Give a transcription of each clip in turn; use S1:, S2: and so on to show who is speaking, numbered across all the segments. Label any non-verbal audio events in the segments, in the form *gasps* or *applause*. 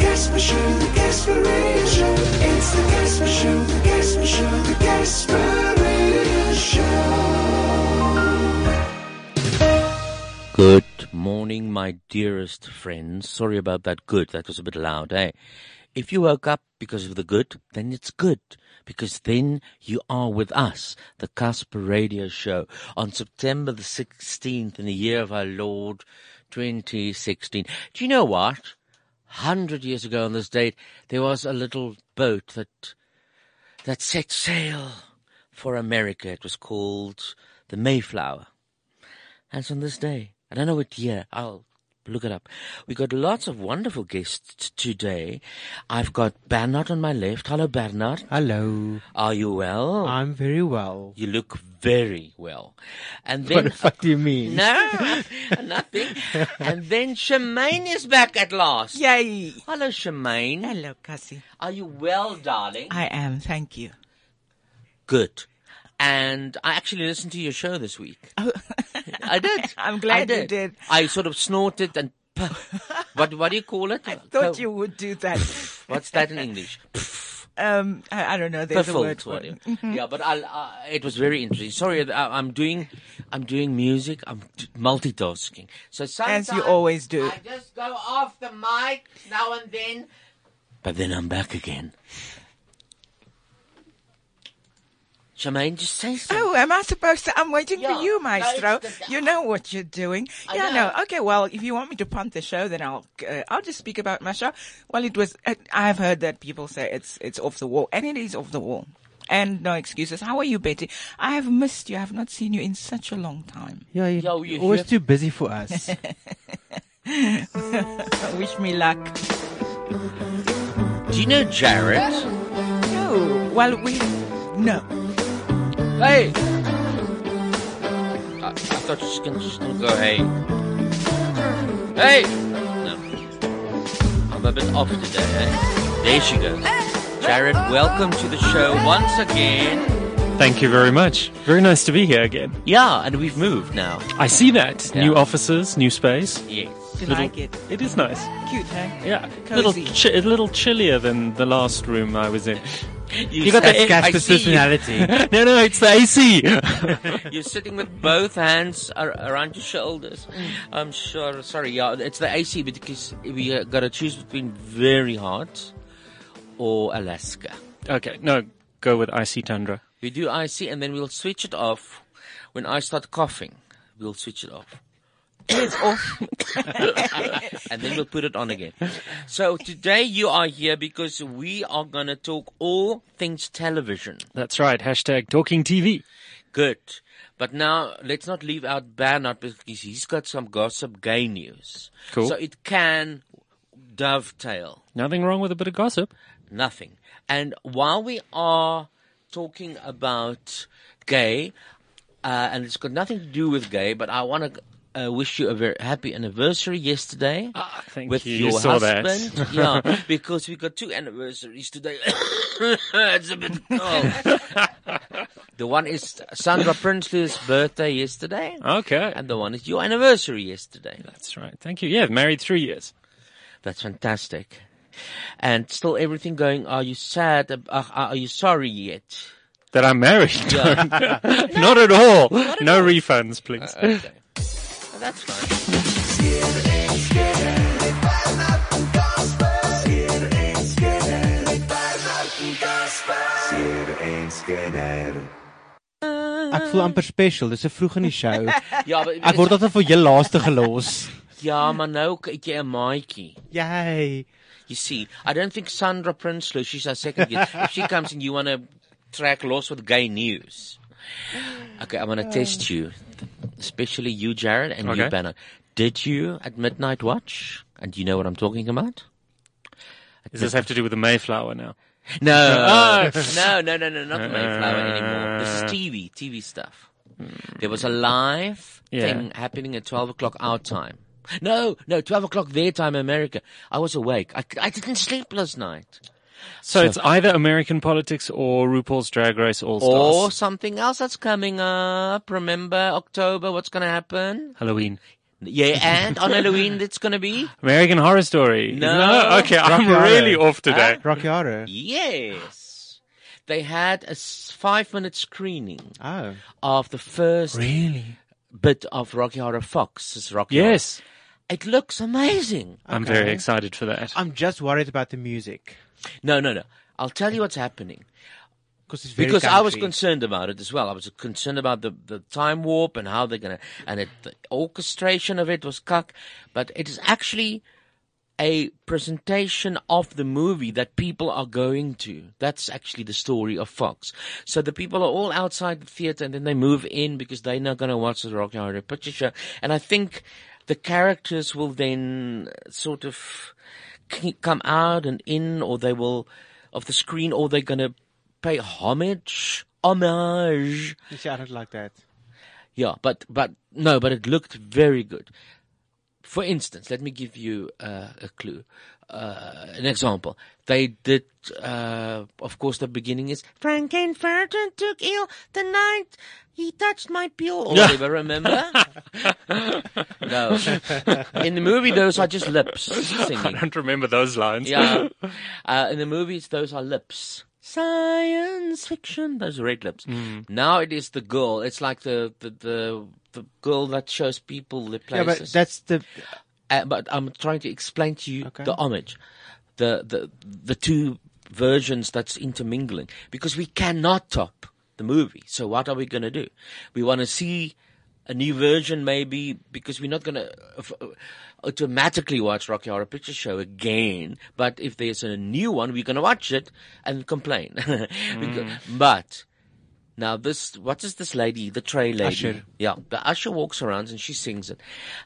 S1: Casper Show, the Casper Show. It's the Casper Show, the Casper Show, the Casper Show.
S2: Good morning, my dearest friends. Sorry about that good. That was a bit loud, eh? If you woke up because of the good, then it's good. Because then you are with us, the Casper Radio Show, on September the 16th in the year of our Lord 2016. Do you know what? Hundred years ago on this date, there was a little boat that, that set sail for America. It was called the Mayflower. And it's on this day. I don't know what year. I'll look it up. We got lots of wonderful guests today. I've got Bernard on my left. Hello, Bernard.
S3: Hello.
S2: Are you well?
S3: I'm very well.
S2: you look very well. And
S3: What
S2: then
S3: the fuck do you mean?
S2: *laughs* no, nothing. and then Shemaine is back at last.
S4: Yay!
S2: Hello, Shemaine.
S4: Hello, Cassie.
S2: Are you well, darling?
S4: I am, thank you.
S2: Good. And I actually listened to your show this week.
S4: Oh, *laughs*
S2: I did.
S4: I'm glad
S2: I
S4: you
S2: did.
S4: did.
S2: I sort of snorted and *laughs* what what do you call it?
S4: *laughs* I thought you would do that.
S2: *laughs* What's that in English?
S4: Um, I, I don't know. There's a
S2: Piffled,
S4: word for
S2: whatever.
S4: it. Mm-hmm.
S2: Yeah, but I'll, uh, it was very interesting. Sorry, I, I'm doing, I'm doing music. I'm t- multitasking. So sometimes
S4: you always do.
S2: I just go off the mic now and then, but then I'm back again. Charmaine, just say something.
S4: Oh, am I supposed to? I'm waiting
S2: Yeah.
S4: for you,
S2: No, it's
S4: Maestro.
S2: the-
S4: you know what you're doing.
S2: I
S4: yeah,
S2: know.
S4: no. Okay, well, if you want me to punt the show, then I'll uh, I'll just speak about my show. Well, it was. Uh, I've heard that people say it's it's off the wall, and it is off the wall, and no excuses. How are you, Betty? I have missed you. I have not seen you in such a long time.
S3: Yeah, you're
S2: Yo, you
S3: always
S2: hear- *laughs*
S3: too busy for us.
S4: *laughs* Wish me
S2: *laughs*
S4: luck.
S2: Do you know Jared?
S4: No, well, we no.
S2: Hey. I, I thought she was gonna, she was gonna go hey. Hey. No. I'm a bit off today. Eh? There she goes. Jared, welcome to the show once again.
S5: Thank you very much. Very nice to be here again.
S2: Yeah, and we've moved now.
S5: I see that.
S2: Yeah.
S5: New offices, new space.
S2: Yes.
S4: Do you
S5: Little-
S4: like it?
S5: It is nice.
S4: Cute, huh?
S5: Yeah. A little,
S4: Cozy.
S5: chi- a little chillier than the last room I was in.
S2: *laughs* You,
S5: got
S2: said-
S5: that
S2: I
S5: Casper's
S2: see you. *laughs*
S5: no, no, it's the AC.
S2: You're sitting with both hands ar- around your shoulders.
S5: Mm.
S2: I'm sure. Sorry, yeah, it's the AC because we uh, got to choose between very hot or Alaska.
S5: okay, no, go with IC Tundra.
S2: We do IC and then we'll switch it off. When I start coughing, we'll switch it off.
S4: It's off.
S2: *laughs* and then we'll put it on again. So today you are here because we are going to talk all things television.
S5: That's right. Hashtag talking TV.
S2: Good. But now let's not leave out Bernard because he's got some gossip gay news.
S5: Cool.
S2: So it can dovetail.
S5: Nothing wrong with a bit of gossip.
S2: Nothing. And while we are talking about gay, uh, and it's got nothing to do with gay, but I want to uh, wish you a very happy anniversary yesterday
S5: Ah, thank
S2: with
S5: you. You
S2: your
S5: saw that.
S2: husband.
S5: *laughs*
S2: yeah, because we got two anniversaries today. it's a bit cold. the one is Sandra Prinsloo's birthday yesterday,
S5: Okay.
S2: and the one is your anniversary yesterday.
S5: That's right. Thank you. Yeah, married three years.
S2: That's fantastic. And still everything going. Are you sad? ab- Uh, are you sorry yet?
S5: That I'm married.
S2: Yeah.
S5: *laughs*
S2: *laughs*
S5: Not at all. no refunds, please.
S2: Uh, okay. Well, that's fine.
S3: Ek voel
S2: *laughs*
S3: amper special. Dis 'n vroeg in die show.
S2: Ja, but
S3: Ek word altyd vir jou laaste
S2: *laughs*
S3: gelos.
S2: ja, maar nou kyk jy 'n maatjie.
S3: Jy.
S2: You see, I don't think Sandra Prinsloo, she's our second guest. if she comes and you want to track loss with gay news. Okay, I'm going to test you, especially you, Jared, and you,
S5: Okay.
S2: Banner. Did you at midnight watch? And you know what I'm talking about?
S5: Does this have to do with the Mayflower now?
S2: No,
S5: *laughs* Oh.
S2: *laughs* no, no, no, no, not the Mayflower anymore. This is TV, TV stuff. There was a live
S5: Yeah.
S2: thing happening at 12 o'clock our time. No, no, 12 o'clock their time, America. I was awake. I, I didn't sleep last night.
S5: So, it's either American politics or RuPaul's Drag Race All
S2: Or
S5: Stars.
S2: something else that's coming up. Remember October, what's going to happen?
S5: Halloween.
S2: Yeah, and on Halloween, it's going to be?
S5: American Horror Story.
S2: No.
S5: Okay, I'm
S3: Rocky Horror. Ah,
S5: really off today.
S3: Rocky Horror.
S2: Yes. They had a five minute screening
S3: Oh.
S2: of the first
S5: Really?
S2: bit of Rocky Horror Fox. It's Rocky Horror.
S5: Yes.
S2: It looks amazing.
S5: I'm
S3: Okay.
S5: very excited for that.
S3: I'm just worried about the music
S2: No, no, no. I'll tell you what's happening.
S3: because it's very
S2: Because I was
S3: country.
S2: concerned about it as well. I was concerned about the, the time warp and how they're going to, and it, the orchestration of it was cuck. But it is actually a presentation of the movie that people are going to. That's actually the story of Fox. So the people are all outside the theater and then they move in because they're not going to watch the Rocky Horror Picture Show. And I think the characters will then sort of c- come out and in or they will of the screen or they're going to pay homage, homage.
S3: You see, I don't like that.
S2: Yeah, but but no, but it looked very good. For instance, let me give you uh, a clue, uh, an example. They did, uh, of course, the beginning is Frankenfurter took ill the night he touched my pill
S3: Oh,
S2: or whatever. Remember? *laughs* no, in the movie those are just lips
S5: I
S2: singing.
S5: don't remember those lines.
S2: Yeah. Uh, in the movies, those are lips. Science fiction. Those are red lips.
S5: Hmm.
S2: Now it is the girl. It's like the the the, the girl that shows people the
S3: Yeah, but
S2: places.
S3: that's the
S2: Uh, but I'm trying to explain to you
S3: Okay.
S2: the homage, the the the two versions that's intermingling because we cannot top the movie. So what are we going to do? We want to see a new version maybe because we're not going to uh, automatically watch Rocky Horror Picture Show again. But if there's a new one, we're going to watch it and complain. *laughs* Because- But now this, what is this lady? The tray lady.
S3: Usher.
S2: Yeah, the usher walks around and she sings it,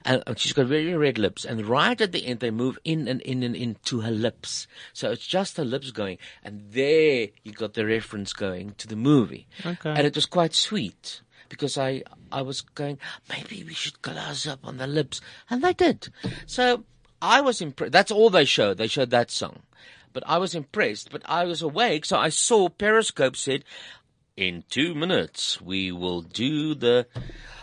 S2: and, and she's got very red lips. And right at the end, they move in and in and in to her lips. So it's just her lips going, and there you got the reference going to the movie.
S3: Okay.
S2: And it was quite sweet because I I was going maybe we should close up on the lips, and they did. So I was impressed. That's all they showed. They showed that song, but I was impressed. But I was awake, so I saw Periscope said in two minutes we will do the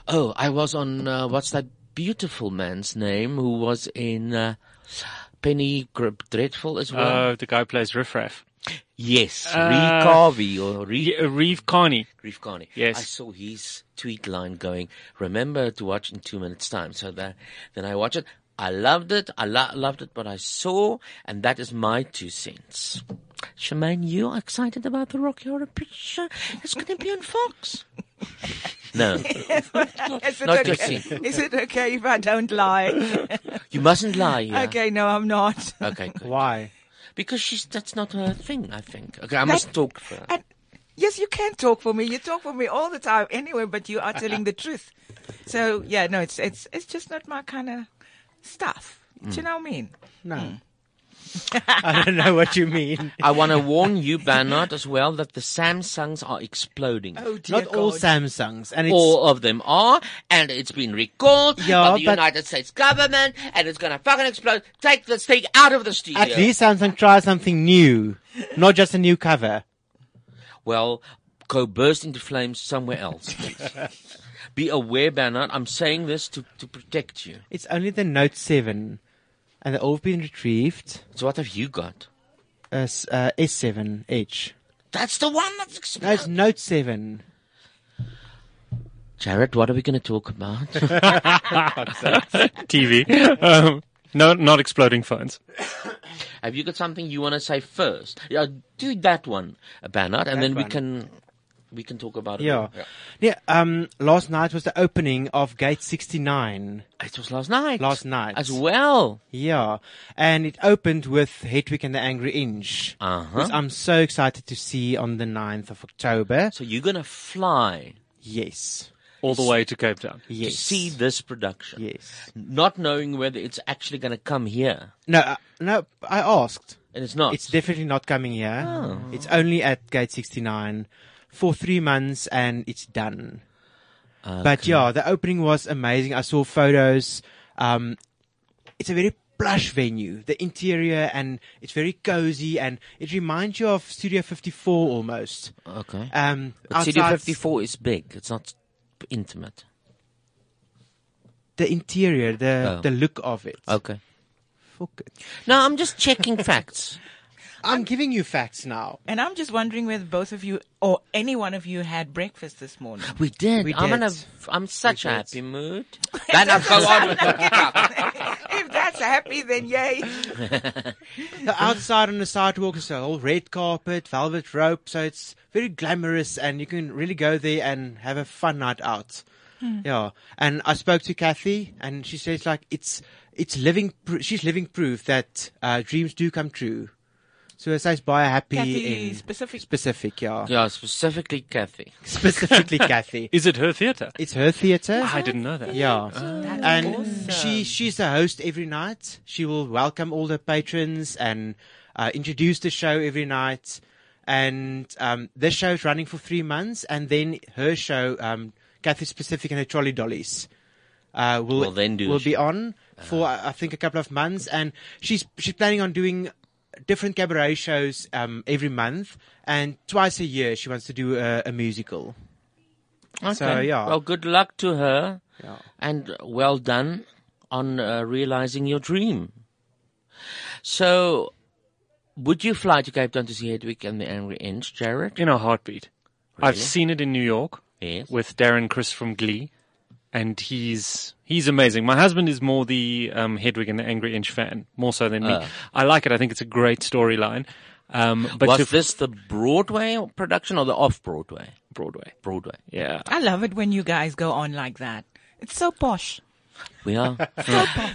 S2: oh i was on uh, what's that beautiful man's name who was in uh, penny grip dreadful as well
S5: Uh, the guy plays Riff Raff.
S2: yes
S5: uh,
S2: Ree Carvey or Ree
S5: Yeah, uh, Reeve Carney.
S2: Reef Carney.
S5: Yes.
S2: I saw his tweet line going, remember to watch in two minutes time. So that, then I watch it. I loved it. I lo- loved it, but I saw, and that is my two cents. Shemaine, you are excited about the Rocky Horror Picture? It's going to be on Fox.
S4: *laughs*
S2: no, *laughs*
S4: Is it,
S2: Not
S4: okay?
S2: Jesse.
S4: is it okay if I don't lie?
S2: you
S4: *laughs*
S2: mustn't lie. Here.
S4: Okay, no, I'm not.
S2: Okay, good.
S3: why.
S2: Because she's, that's not her thing, I think. Okay, I must talk for her.
S4: And yes, you can talk for me. You talk for me all the time anyway, but you are telling the truth. So yeah, no, it's it's it's just not my kind of stuff. Do you know what I mean?
S3: Mm.
S4: Mm.
S3: No. I don't know what you mean.
S2: I want to warn you, Bernard, as well, that the Samsungs are exploding.
S4: Oh dear
S3: Not all
S4: God.
S3: Samsungs, and it's
S2: all of them are, and it's been recalled
S3: Yeah,
S2: by the
S3: but-
S2: United States government, and it's gonna fucking explode. Take this thing out of the studio.
S3: at least Samsung tries something
S2: *laughs*
S3: new, not just a new cover.
S2: well, go burst into flames somewhere else. please.
S3: *laughs*
S2: Be aware, Bernard. I'm saying this to, to protect you.
S3: It's only the Note
S2: *laughs*
S3: Seven, and they've all been retrieved.
S2: So what have you got?
S3: As uh, S Seven H.
S2: That's the one that's
S3: No, it's
S2: exploding.
S3: Note Seven.
S2: Jared, what are we gonna talk about?
S5: TV. *laughs* um, no, not exploding phones.
S2: have you got something you want to say first? Yeah, do that one, Bernard, and then we
S3: one.
S2: can we can talk about it.
S3: Yeah. yeah. Um. Last night was the opening of Gate Sixty Nine.
S2: It was last night.
S3: Last night.
S2: as well.
S3: Yeah, and it opened with Hedwig and the Angry Inch,
S2: Uh-huh.
S3: which I'm so excited to see on the 9th of October.
S2: So you're gonna fly.
S3: Yes,
S5: All the way to Cape Town.
S3: yes,
S2: to see this production.
S3: yes.
S2: Not knowing whether it's actually going to come here.
S3: No, uh, no, I asked.
S2: And it's not. Oh.
S3: It's definitely not coming here. It's only at gate 69 for three months and it's done. But yeah, the opening was amazing. I saw photos. Um, it's a very plush venue, the interior, and it's very cozy and it reminds you of Studio 54 almost.
S2: okay.
S3: Um,
S2: But Studio
S3: outside's-
S2: 54 is big. It's not
S3: *laughs*
S2: intimate. *laughs*
S3: The interior, the,
S2: Oh.
S3: the look of it.
S2: Okay.
S3: Fuck it.
S2: No, I'm just
S4: *laughs*
S2: checking facts.
S3: I'm giving you facts now.
S4: And I'm just wondering whether both of you or any one of you had breakfast this morning.
S2: We did.
S3: We
S2: I'm in a.
S3: did.
S2: I'm such
S3: We
S2: a
S4: *laughs*
S3: did.
S2: happy *laughs* mood. Then I go on with the
S4: *laughs* if that's happy, then yay.
S3: The outside on the sidewalk is a whole red carpet, velvet rope, so it's very glamorous and you can really go there and have a fun night out.
S4: Hmm.
S3: Yeah. And I spoke to Kathy and she says like it's it's living pr- she's living proof that uh, dreams do come true. So it says buy a happy
S4: Kathy
S3: in
S4: specific.
S3: specific, yeah.
S2: Yeah, specifically Kathy.
S3: Specifically Kathy.
S5: Is it her theater?
S3: It's her theater.
S5: I didn't know that. Oh,
S3: Yeah. and
S4: awesome.
S3: she she's the host every night. She will welcome all the patrons and uh, introduce the show every night. And um, this show is running for three months, and then her show, um, Kathy Specific and the Trolley Dollies, uh, will
S2: Will then do a
S3: will be
S2: show. Uh-huh.
S3: on for I I think a couple of months, and she's she's planning on doing different cabaret shows um, every month, and twice a year she wants to do a, a musical.
S2: Okay.
S3: So, yeah.
S2: Well, good luck to her, and well done on uh, realizing your dream. So, would you fly to Cape Town to see Hedwig and the Angry Inch, Jared?
S5: In a heartbeat. I've seen it in New York
S2: Yes.
S5: with Darren Chris from Glee, and he's he's amazing. My husband is more the um, Hedwig and the Angry Inch fan, more so than
S2: Ah.
S5: me. I like it. I think it's a great storyline. Um, but
S2: Was
S5: to
S2: this the Broadway production or the off-Broadway?
S5: Broadway?
S2: Broadway.
S5: Yeah,
S2: *laughs*
S4: I love it when you guys go on like that. It's so *laughs* posh.
S2: We are.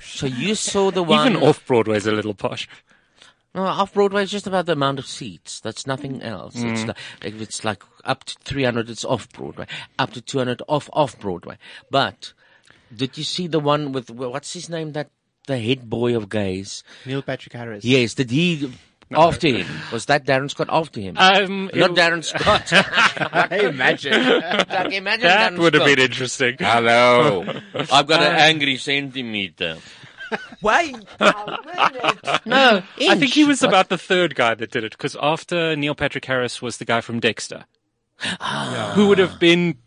S2: so you saw the one.
S5: even off Broadway is a little posh.
S2: No, off Broadway is just about the amount of seats. That's nothing else. It's like if it's like up to three hundred, it's off Broadway. Up to two hundred, off off Broadway. But did you see the one with what's his name? That the head boy of gays.
S3: Neil Patrick Harris.
S2: Yes, did he? After him was that Darren Scott? After him,
S5: Um,
S2: not
S5: it-
S2: Darren Scott.
S3: I imagine.
S2: *laughs* like, imagine
S5: That
S2: Darren
S5: would have
S2: Scott. *laughs*
S5: been interesting. *laughs*
S2: Hello, I've got an angry centimeter.
S4: Why?
S2: No,
S5: I think he was about the third guy that did it because after Neil Patrick Harris was the guy from Dexter,
S2: Ah.
S5: who would have been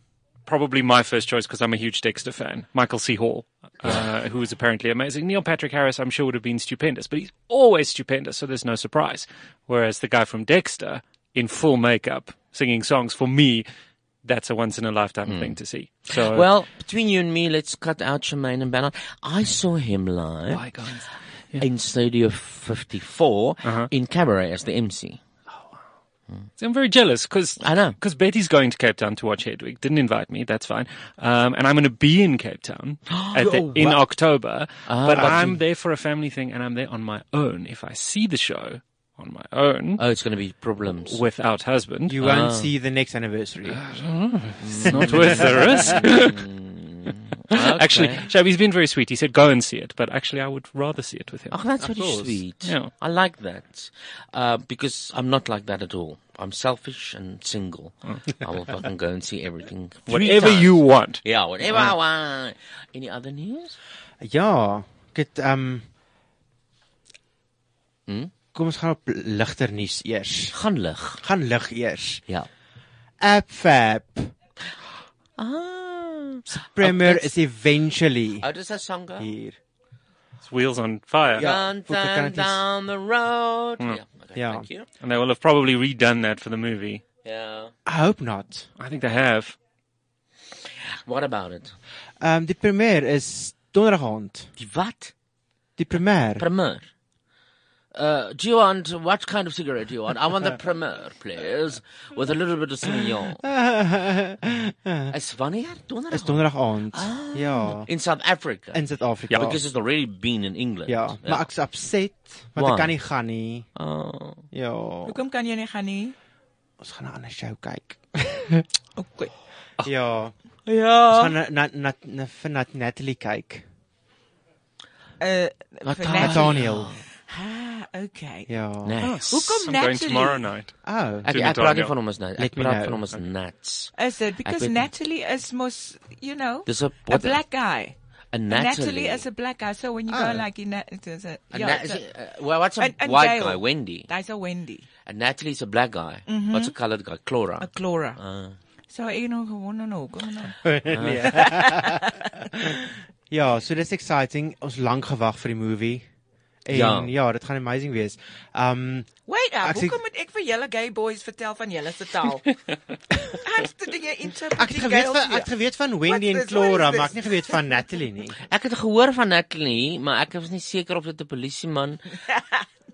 S5: probably my first choice because I'm a huge Dexter fan. Michael C. Hall, uh, who was apparently amazing. Neil Patrick Harris, I'm sure, would have been stupendous, but he's always stupendous, so there's no surprise. Whereas the guy from Dexter, in full makeup, singing songs, for me, that's a once in a lifetime thing to see. So,
S2: Hmm.
S5: uh,
S2: Well, between you and me, let's cut out Shemaine and Bernard. I saw him live.
S5: my God.
S2: in Studio 54
S5: Uh-huh.
S2: in Cabaret as the MC.
S5: See, I'm very jealous because
S2: I know.
S5: because Betty's going to Cape Town to watch Hedwig. Didn't invite me. That's fine. Um, and I'm going to be in Cape
S2: *gasps*
S5: Town at the, in October,
S2: Ah,
S5: but I'm there for a family thing, and I'm there on my own. If I see the show on my own
S2: Oh, it's going to be problems. Oh.
S5: without husband, Oh.
S3: You won't see the next anniversary.
S2: Mm.
S5: it's not worth the
S2: *laughs*
S5: risk. *laughs* Actually, Shabby's been very sweet. He said go and see it, but actually, I would rather see it with him.
S2: Oh, that's very sweet.
S5: Yeah.
S2: I like that uh, because I'm not like that at all. I'm selfish and single. I will fucking go and see everything.
S5: *laughs* Oh.
S2: three
S5: Whatever
S2: times.
S5: you want. Uh-huh.
S2: Yeah, whatever I want. Any other news?
S3: Ja, dit ehm Kom ons gaan op ligter nuus eers.
S2: Hmm? Gaan lig.
S3: Gaan lig eers.
S2: Ja.
S3: AppFab
S2: Ah.
S3: Premier
S2: that's-
S3: is eventually
S2: How does that song go?
S3: hier.
S5: It's wheels on fire.
S3: Yeah.
S2: Run,
S3: Full
S2: run
S3: coconuties.
S2: down the road.
S5: Mm.
S2: Yeah. Okay,
S3: Yeah.
S2: Thank you.
S5: And they will have probably redone that for the movie.
S2: Yeah.
S3: I hope not.
S5: I think they have.
S2: What about it?
S3: Ehm die premier is donderdag aand.
S2: Die wat?
S3: Die premier.
S2: Premier.
S3: *laughs*
S2: Uh, do you want what kind of cigarette do you want? I want
S4: *laughs*
S2: the Premier, please, with a little bit of Sauvignon. Is wanneer? Donderdag.
S3: Is donderdag aand.
S4: Ah.
S3: Ja,
S2: in South Africa.
S3: in Suid-Afrika.
S5: Ja,
S2: because it's already been in England.
S3: ja, maar ek's upset want
S2: Why?
S3: ek kan nie gaan nie.
S2: Oh.
S3: Ja,
S4: Hoekom kan jy nie gaan nie?
S3: ons gaan 'n ander show kyk.
S2: *laughs*
S4: Okay.
S3: Ja, ons
S4: Ja.
S3: gaan na na na, na, na Natalie kyk.
S4: Uh,
S2: Wat
S4: vir
S5: Eh,
S2: kan-
S4: Nat-
S3: Nathaniel.
S4: Ah, okay.
S3: Yeah.
S2: Nee.
S4: Ah,
S5: I'm going
S4: Hoekom naturally?
S5: tomorrow night.
S3: Oh.
S2: Ek
S5: Doen dit
S2: ek praat
S5: dan,
S2: nie
S5: ja.
S2: van hom as nou. Ek
S3: Let me
S2: praat
S3: know.
S2: van hom as nuts.
S4: Is it because
S2: weet nie.
S4: Natalie is most, you know,
S2: Dis 'n
S4: a
S2: wat-
S4: black guy.
S2: 'n
S4: Natalie
S2: Natalie.
S4: is a black guy, so when you
S3: Oh.
S4: go like, you know, it is a,
S2: A
S4: yeah,
S2: na-
S4: it's
S2: is
S4: a-
S2: it- uh, well, what's a
S4: And- and
S2: white
S4: Dale.
S2: guy? Wendy.
S4: that's a Wendy, Mm-hmm.
S2: And Natalie's a black guy. What's a colored guy? Ah. Clora.
S4: a Clora. So nou you know, no, no, no, no.
S2: *laughs*
S3: *laughs*
S2: Ah.
S3: Ja, so dis exciting. Ons lank gewag vir die movie. En ja,
S2: Ja.
S3: ja dit gaan amazing wees. Um
S4: *laughs* Wait up,
S3: Ek sê-
S4: hoekom moet ek vir julle gay boys vertel van julle se
S2: *laughs*
S4: taal? Hardste dinge
S3: ek het
S4: interpreteer
S3: geweet
S4: gay
S3: van ek het
S4: ons.
S3: geweet van Wendy
S4: What's
S3: en
S4: this? What is
S3: Clara,
S4: this?
S3: maar ek het nie geweet van Natalie
S4: *laughs*
S3: nie.
S2: Ek het gehoor van Natalie, maar ek was nie seker of dit 'n polisieman
S4: *laughs*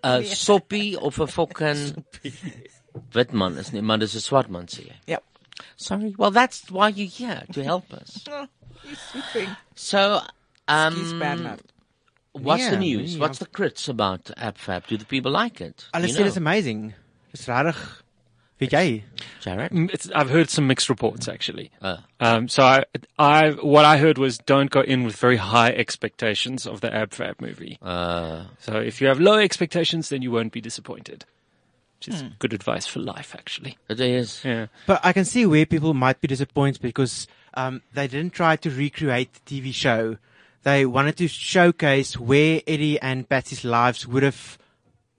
S4: Nee.
S2: 'n soppie of 'n fucking wit man is nie, maar dis 'n swart man sê jy.
S4: Ja.
S2: Sorry. Well, that's why you're here to help us.
S4: Oh, you sweet thing.
S2: So,
S4: Kies
S2: um,
S4: Bernard.
S2: what's the
S3: Yeah,
S2: news?
S3: yeah.
S2: What's the crits about AppFab? Do the people like it?
S3: Alles nee.
S2: You
S3: sê
S2: know.
S3: dis amazing. Dis regtig. Weet jy?
S2: Jared?
S5: Mm, It's, I've heard some mixed reports actually.
S2: Uh.
S5: Um, so I, I, what I heard was don't go in with very high expectations of the Ab Fab movie.
S2: Uh,
S5: so if you have low expectations, then you won't be disappointed. Which is good advice for life, actually.
S2: it is.
S5: Yeah.
S3: But I can see where people might be disappointed because um, they didn't try to recreate the TV show. They wanted to showcase where Eddie and Patsy's lives would have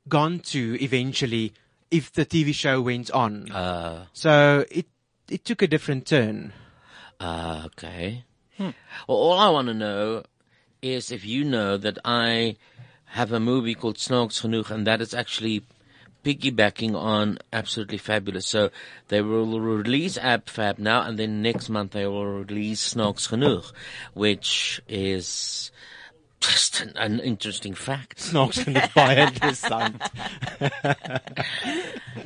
S3: gone to eventually if the TV show went on.
S2: Uh,
S3: so it it took a different turn.
S2: uh, okay. Well, all I want to know is if you know that I have a movie called Snorks Genoeg, and that is actually piggybacking on Absolutely Fabulous. So they will release AbFab now, and then next month they will release Snorks Genoeg, which is just an, an interesting fact.
S3: Snaaks genoeg baie interessant.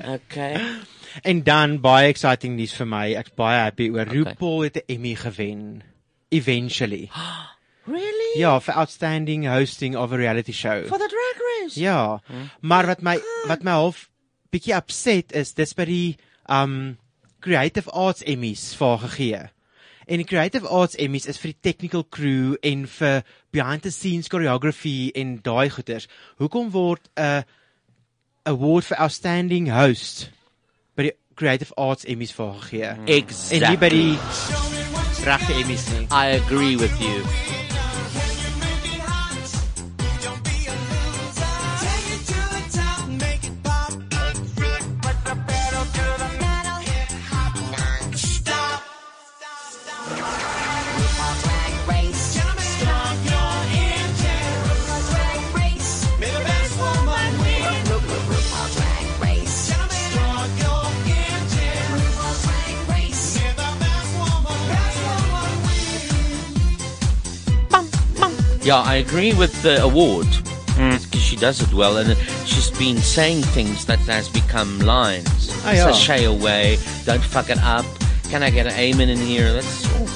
S2: Okay.
S3: En dan baie exciting nuus vir my. Ek's baie happy oor
S2: Okay.
S3: RuPaul het 'n Emmy gewen eventually.
S2: *gasps* really?
S3: Ja, vir outstanding hosting of a reality show.
S2: For the Drag Race? Hmm.
S3: Ja, maar wat my wat my half bietjie upset is, dis by die um Creative Arts Emmys vir haar gegee. En die Creative Arts Emmys is vir die technical crew en vir behind the scenes choreography en daai goeters. Hoekom word 'n award vir outstanding host by die Creative Arts Emmys vir haar gegee?
S2: Exactly.
S3: En nie by die regte Emmys nie.
S2: I agree with you. Yeah, I agree with the award
S5: Hmm.
S2: because she does it well, and she's been saying things that has become lines.
S5: Oh,
S3: Ah, yeah.
S2: Sashay away, don't fuck it up. Can I get an amen in here? That's all.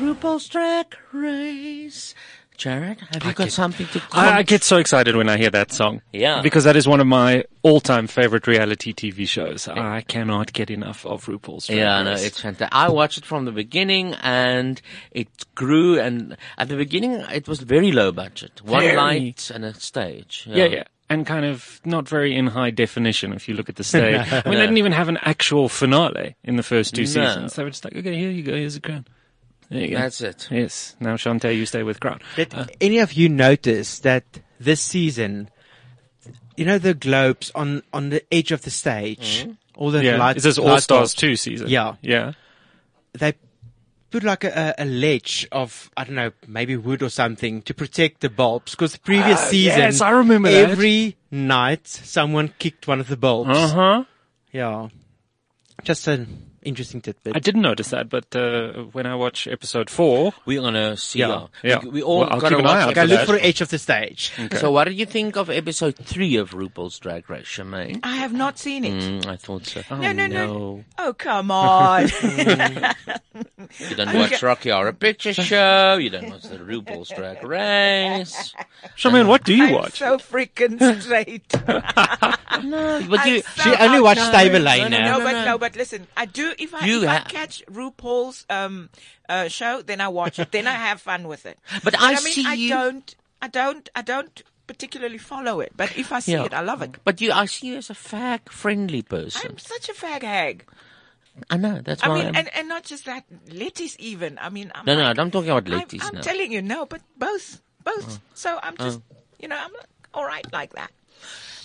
S2: RuPaul's Drag Race. Jared, have you got something to?
S5: I, I
S2: con-
S5: get so excited when I hear that song.
S2: Yeah.
S5: Because that is one of my all-time favorite reality TV shows. I cannot get enough of RuPaul's. Drag
S2: Yeah, no,
S5: Race.
S2: it's fantastic. I watched it from the beginning and it grew and at the beginning it was very low budget. One
S5: Very.
S2: light and a stage.
S5: yeah, yeah. And kind of not very in high definition if you look at
S2: *laughs*
S5: the stage. I mean, they didn't even have an actual finale in the first two
S2: No.
S5: seasons. They were just like, okay, here you go, here's a crown. There you go.
S2: That's it.
S5: Yes. Now, Shantae, you stay with crown. Uh,
S3: Did any of you notice that this season, you know, the globes on on the edge of the stage, all the
S5: Mm-hmm. Yeah.
S3: lights,
S5: Is this
S3: light
S5: All Stars
S3: bulbs,
S5: 2 season?
S3: Yeah.
S5: Yeah.
S3: They put like a, a a ledge of I don't know, maybe wood or something to protect the bulbs because the previous
S5: Ah,
S3: season,
S5: yes, I remember that.
S3: every night someone kicked one of the bulbs.
S5: Uh huh.
S3: Yeah, just an interesting tidbit.
S5: I didn't notice that, but uh, when I watch episode 4,
S2: We're gonna see.
S3: Yeah,
S2: how-
S5: yeah.
S2: We, we all
S5: Well, I'll
S2: gotta
S5: keep an eye
S2: watch
S5: out
S3: Okay,
S5: for
S3: look
S5: that.
S3: for edge of the stage.
S2: So, what did you think of episode three of RuPaul's Drag Race, Charmaine?
S4: I have not seen it.
S2: Mm, I thought so.
S4: No, no, no.
S5: no.
S4: Oh,
S2: *laughs*
S4: come on. Mm.
S2: You don't watch Rocky Horror
S4: *laughs*
S2: Picture Show. You don't watch the RuPaul's Drag Race.
S5: Charmaine, what do you
S4: I'm
S5: watch?
S4: so freaking straight.
S2: *laughs* No, but
S4: I'm
S2: you,
S4: so
S3: She only watched
S4: outnumbered.
S3: Stable Lane
S2: no,
S3: now.
S4: No, but no, but listen, I do. If I,
S2: You
S4: if I
S2: ha-
S4: catch RuPaul's um uh, show, then I watch it. then I have fun with it.
S2: *laughs* But
S4: You know
S2: I
S4: what I mean,
S2: see
S4: I
S2: you-
S4: don't, I don't, I don't particularly follow it, but if I see
S2: Yeah.
S4: it, I love it.
S2: But you, I see you as a fag friendly person.
S4: I'm such a fag hag.
S2: i know that's
S4: I
S2: why.
S4: mean,
S2: I'm,
S4: and, and not just that, lettuce even. I mean, I'm
S2: no, no,
S4: like-
S2: I'm talking about
S4: I'm-
S2: ladies
S4: I'm,
S2: now.
S4: telling you, no, but both, both.
S2: Oh.
S4: So I'm just, you know, I'm like, all right like that.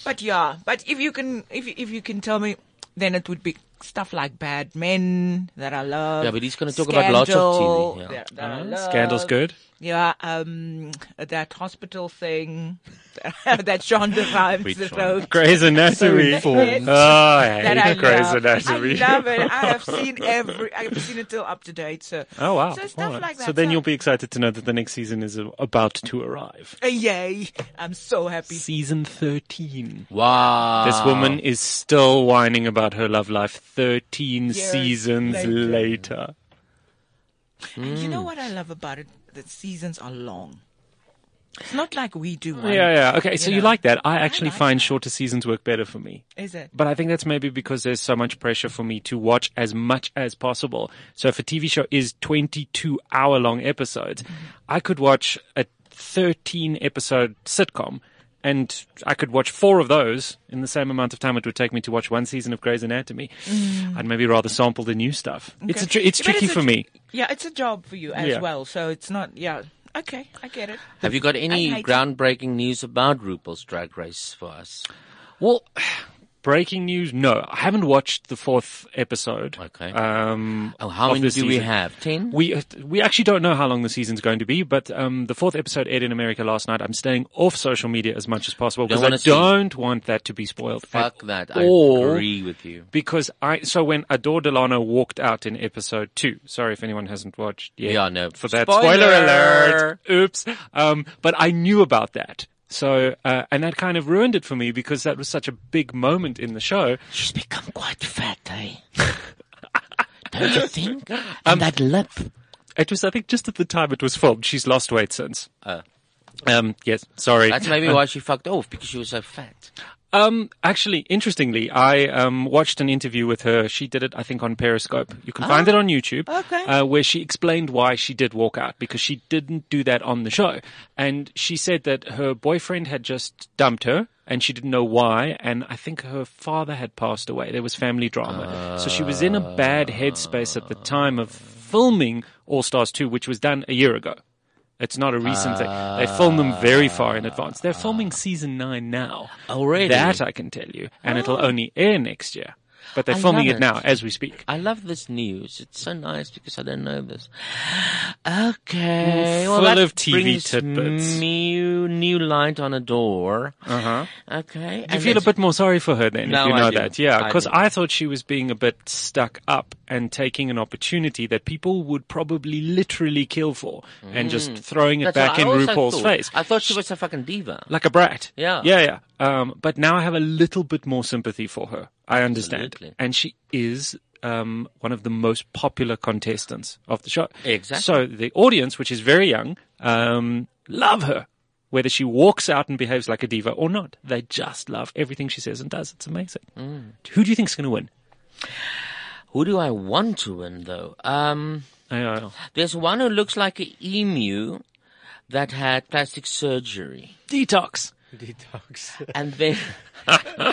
S4: But yeah, but if you can, if you- if you can tell me, then it would be stuff like Bad Men that I love.
S2: Yeah, but he's gonna talk about lots of
S4: Scandal
S2: TV, yeah.
S4: That, that I love.
S5: Scandal's good.
S4: Yeah, um, that hospital thing, *laughs* that genre rhymes
S2: Which
S4: the
S2: one?
S4: road.
S5: Grey's Anatomy.
S4: That's it.
S5: Oh, I
S4: That I
S5: hate Grey's
S4: love.
S5: Anatomy.
S4: I love it. I
S5: *laughs*
S4: have seen every. I've seen it till up to date. So
S5: Oh wow!
S4: So stuff
S5: All right.
S4: like that.
S5: So then you'll be excited to know that the next season is uh, about to arrive.
S4: Uh, Yay! I'm so happy.
S5: Season thirteen.
S2: wow,
S5: This woman is still whining about her love life thirteen
S4: Years
S5: seasons
S4: later.
S5: later.
S4: And You know what I love about it? That seasons are long. It's not like we do one.
S5: Yeah, yeah. Okay, so you,
S4: know.
S5: like that? I actually
S4: like
S5: find shorter seasons work better for me.
S4: Is it?
S5: But I think that's maybe because there's so much pressure for me to watch as much as possible. So if a TV show is 22 hour long episodes,
S4: Mm-hmm.
S5: I could watch a 13 episode sitcom and I could watch four of those in the same amount of time it would take me to watch one season of Grey's Anatomy. I'd maybe rather sample the new stuff. It's a tr- it's
S4: Mm. But
S5: tricky
S4: a
S5: for
S4: tr-
S5: me.
S4: Yeah, it's a job for you as
S5: Yeah.
S4: well. So it's not. Yeah. Okay, I get it.
S2: Have you got
S4: I
S2: any
S4: hate-
S2: groundbreaking news about RuPaul's Drag Race for us?
S5: Well, *sighs* breaking news. No, I haven't watched the fourth episode.
S2: Okay.
S5: Um,
S2: Oh, how
S5: of
S2: many do
S5: this
S2: we
S5: season.
S2: have? Ten.
S5: We we actually don't know how long the season's going to be, but um, the fourth episode aired in America last night. I'm staying off social media as much as possible because
S2: Don't
S5: I
S2: wanna see.
S5: don't want that to be spoiled. at
S2: Fuck that.
S5: all.
S2: I agree with you.
S5: Because I so when Adore Delano walked out in episode two. Sorry if anyone hasn't watched yet.
S2: Yeah, no.
S5: For that
S2: Spoiler!
S5: spoiler, alert. Oops. Um, but I knew about that. So uh, and that kind of ruined it for me because that was such a big moment in the show.
S2: She's become quite fat, eh? *laughs* Don't you think?
S5: *laughs*
S2: And that lip.
S5: Um, It was I think just at the time it was filmed. She's lost weight since. um, yes. Sorry.
S2: Uh. That's maybe why she fucked off because she was so fat.
S5: Um, actually, interestingly, I um, watched an interview with her. She did it, I think, on Periscope. You can find it on YouTube.
S4: okay.
S5: Uh, where she explained why she did walk out because she didn't do that on the show. And she said that her boyfriend had just dumped her and she didn't know why. And I think her father had passed away. There was family drama. so she was in a bad headspace at the time of filming All Stars 2, which was done a year ago. It's not a recent thing. They film them very far in advance.
S6: Ah.
S5: They're filming season nine now.
S2: Ah. Already?
S5: That I can tell you. And it'll only air next year. But they're
S2: I
S5: filming
S2: love
S5: it.
S2: it.
S5: now as we speak.
S2: I love this news. It's so nice because I don't know this. Okay. well,
S5: full
S2: that
S5: of TV
S2: brings
S5: tidbits.
S2: New, new light on a door.
S5: Uh-huh.
S2: Okay.
S5: You feel a bit more oh, sorry for her then,
S2: No,
S5: if you
S2: I
S5: know
S2: do.
S5: that. Yeah,
S2: I
S5: because
S2: do.
S5: I, thought she was being a bit stuck up and taking an opportunity that people would probably literally kill for and just throwing it
S2: Mm. That's
S5: back
S2: what I
S5: in
S2: also
S5: RuPaul's
S2: thought.
S5: face.
S2: I thought she was a fucking diva.
S5: like a brat.
S2: Yeah.
S5: Yeah, yeah. Um, but now I have a little bit more sympathy for her. I understand.
S2: Absolutely.
S5: And she is um, one of the most popular contestants of the show.
S2: Exactly.
S5: So the audience, which is very young, um, love her. Whether she walks out and behaves like a diva or not, they just love everything she says and does. It's amazing.
S2: Mm.
S5: Who do you think's going to win?
S2: Who do I want to win though? Um,
S5: Uh,
S2: there's one who looks like an emu that had plastic surgery.
S5: detox.
S3: Detox.
S2: And then, *laughs*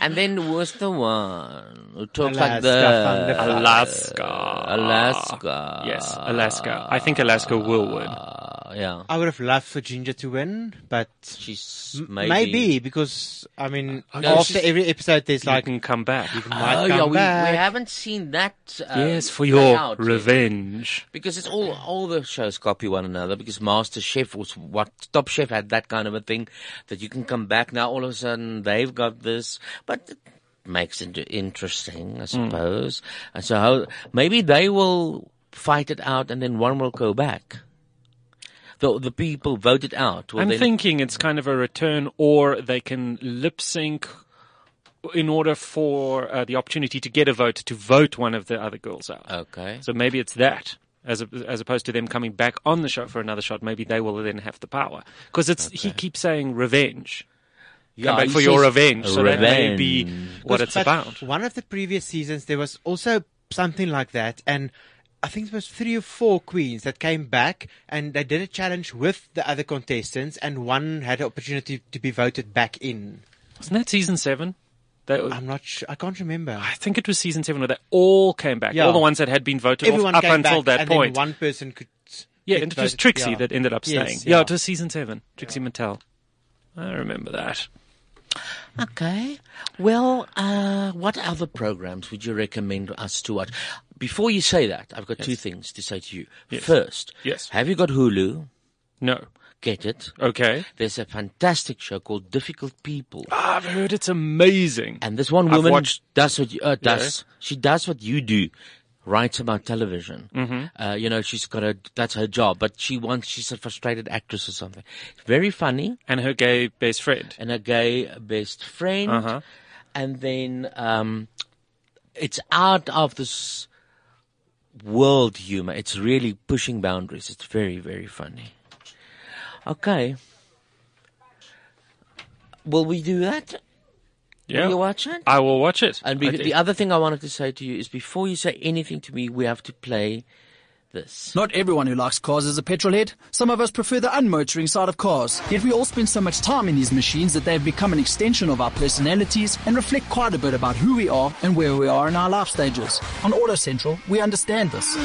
S2: and then was the one who talks like
S3: Alaska,
S2: the
S3: Alaska.
S5: Alaska.
S2: Alaska.
S5: Yes, Alaska. I think Alaska will win.
S2: Uh, yeah,
S3: I would have loved for Ginger to win, but
S2: she's
S3: m-
S2: maybe.
S3: because I mean,
S2: no,
S3: after
S2: she's-
S3: every episode, there's
S5: I
S3: like
S5: can come back.
S3: might
S2: Oh
S3: come
S2: yeah, we,
S3: back.
S2: we haven't seen that. Uh,
S5: yes, for
S2: play
S5: your
S2: out yet.
S5: revenge.
S2: Because it's all all the shows copy one another. Because Master Chef was what Top Chef had that kind of a thing that you can come back now. All of a sudden they've got this, but it makes it
S5: Hmm.
S2: interesting, I suppose. And so how, maybe they will fight it out, and then one will go back. The the people voted out. will
S5: I'm
S2: then-
S5: thinking it's kind of a return, or they can lip sync in order for uh, the opportunity to get a vote to vote one of the other girls out.
S2: Okay.
S5: So maybe it's that. As, a, as opposed to them coming back on the show for another shot, maybe they will then have the power. Because it's he keeps saying revenge,
S2: Yeah,
S5: come back
S2: he
S5: for your
S2: says
S5: revenge. So that may be
S2: revenge.
S5: what
S3: Because-
S5: it's
S3: but
S5: about.
S3: One of the previous seasons, there was also something like that, and I think it was three or four queens that came back and they did a challenge with the other contestants, and one had the opportunity to be voted back in.
S5: Wasn't that season seven? That was,
S3: I'm not sure. I can't remember.
S5: I think it was season seven where they all came back.
S3: Yeah.
S5: All the ones that had been voted
S3: Everyone
S5: off up
S3: came
S5: until
S3: back,
S5: that
S3: and
S5: point.
S3: Then one person could.
S5: yeah,
S3: get
S5: and it was
S3: voted-
S5: Trixie
S3: yeah.
S5: that ended up
S3: Yes,
S5: staying. yeah. it was season seven. Trixie Mattel. I remember that.
S2: Okay. Well, uh, what other programs would you recommend us to watch? Before you say that, I've got two things to say to you. First,
S5: Yes.
S2: have you got Hulu?
S5: No.
S2: Get it.
S5: Okay. Ah,
S2: There's a fantastic show called Difficult People.
S5: I've heard it's amazing.
S2: And this one
S5: I've
S2: woman
S5: watched-
S2: does what you, uh, does. She does what you do. Writes about television. Mm-hmm. Uh, you know, she's got a, that's her job, but she wants, she's a frustrated actress or something. Very funny.
S5: And her gay best friend.
S2: and a gay best friend.
S5: Uh-huh.
S2: And then um, it's out of this world humor. It's really pushing boundaries. It's very, very funny. Okay. Will we do that?
S5: Yeah.
S2: Will you watch it?
S5: I will watch it.
S2: and be-
S5: I-
S2: the other thing I wanted to say to you is before you say anything to me, we have to play this.
S7: Not everyone who likes cars is a petrol head. Some of us prefer the unmotoring side of cars. Yet we all spend so much time in these machines that they have become an extension of our personalities and reflect quite a bit about who we are and where we are in our life stages. On Auto Central, we understand this.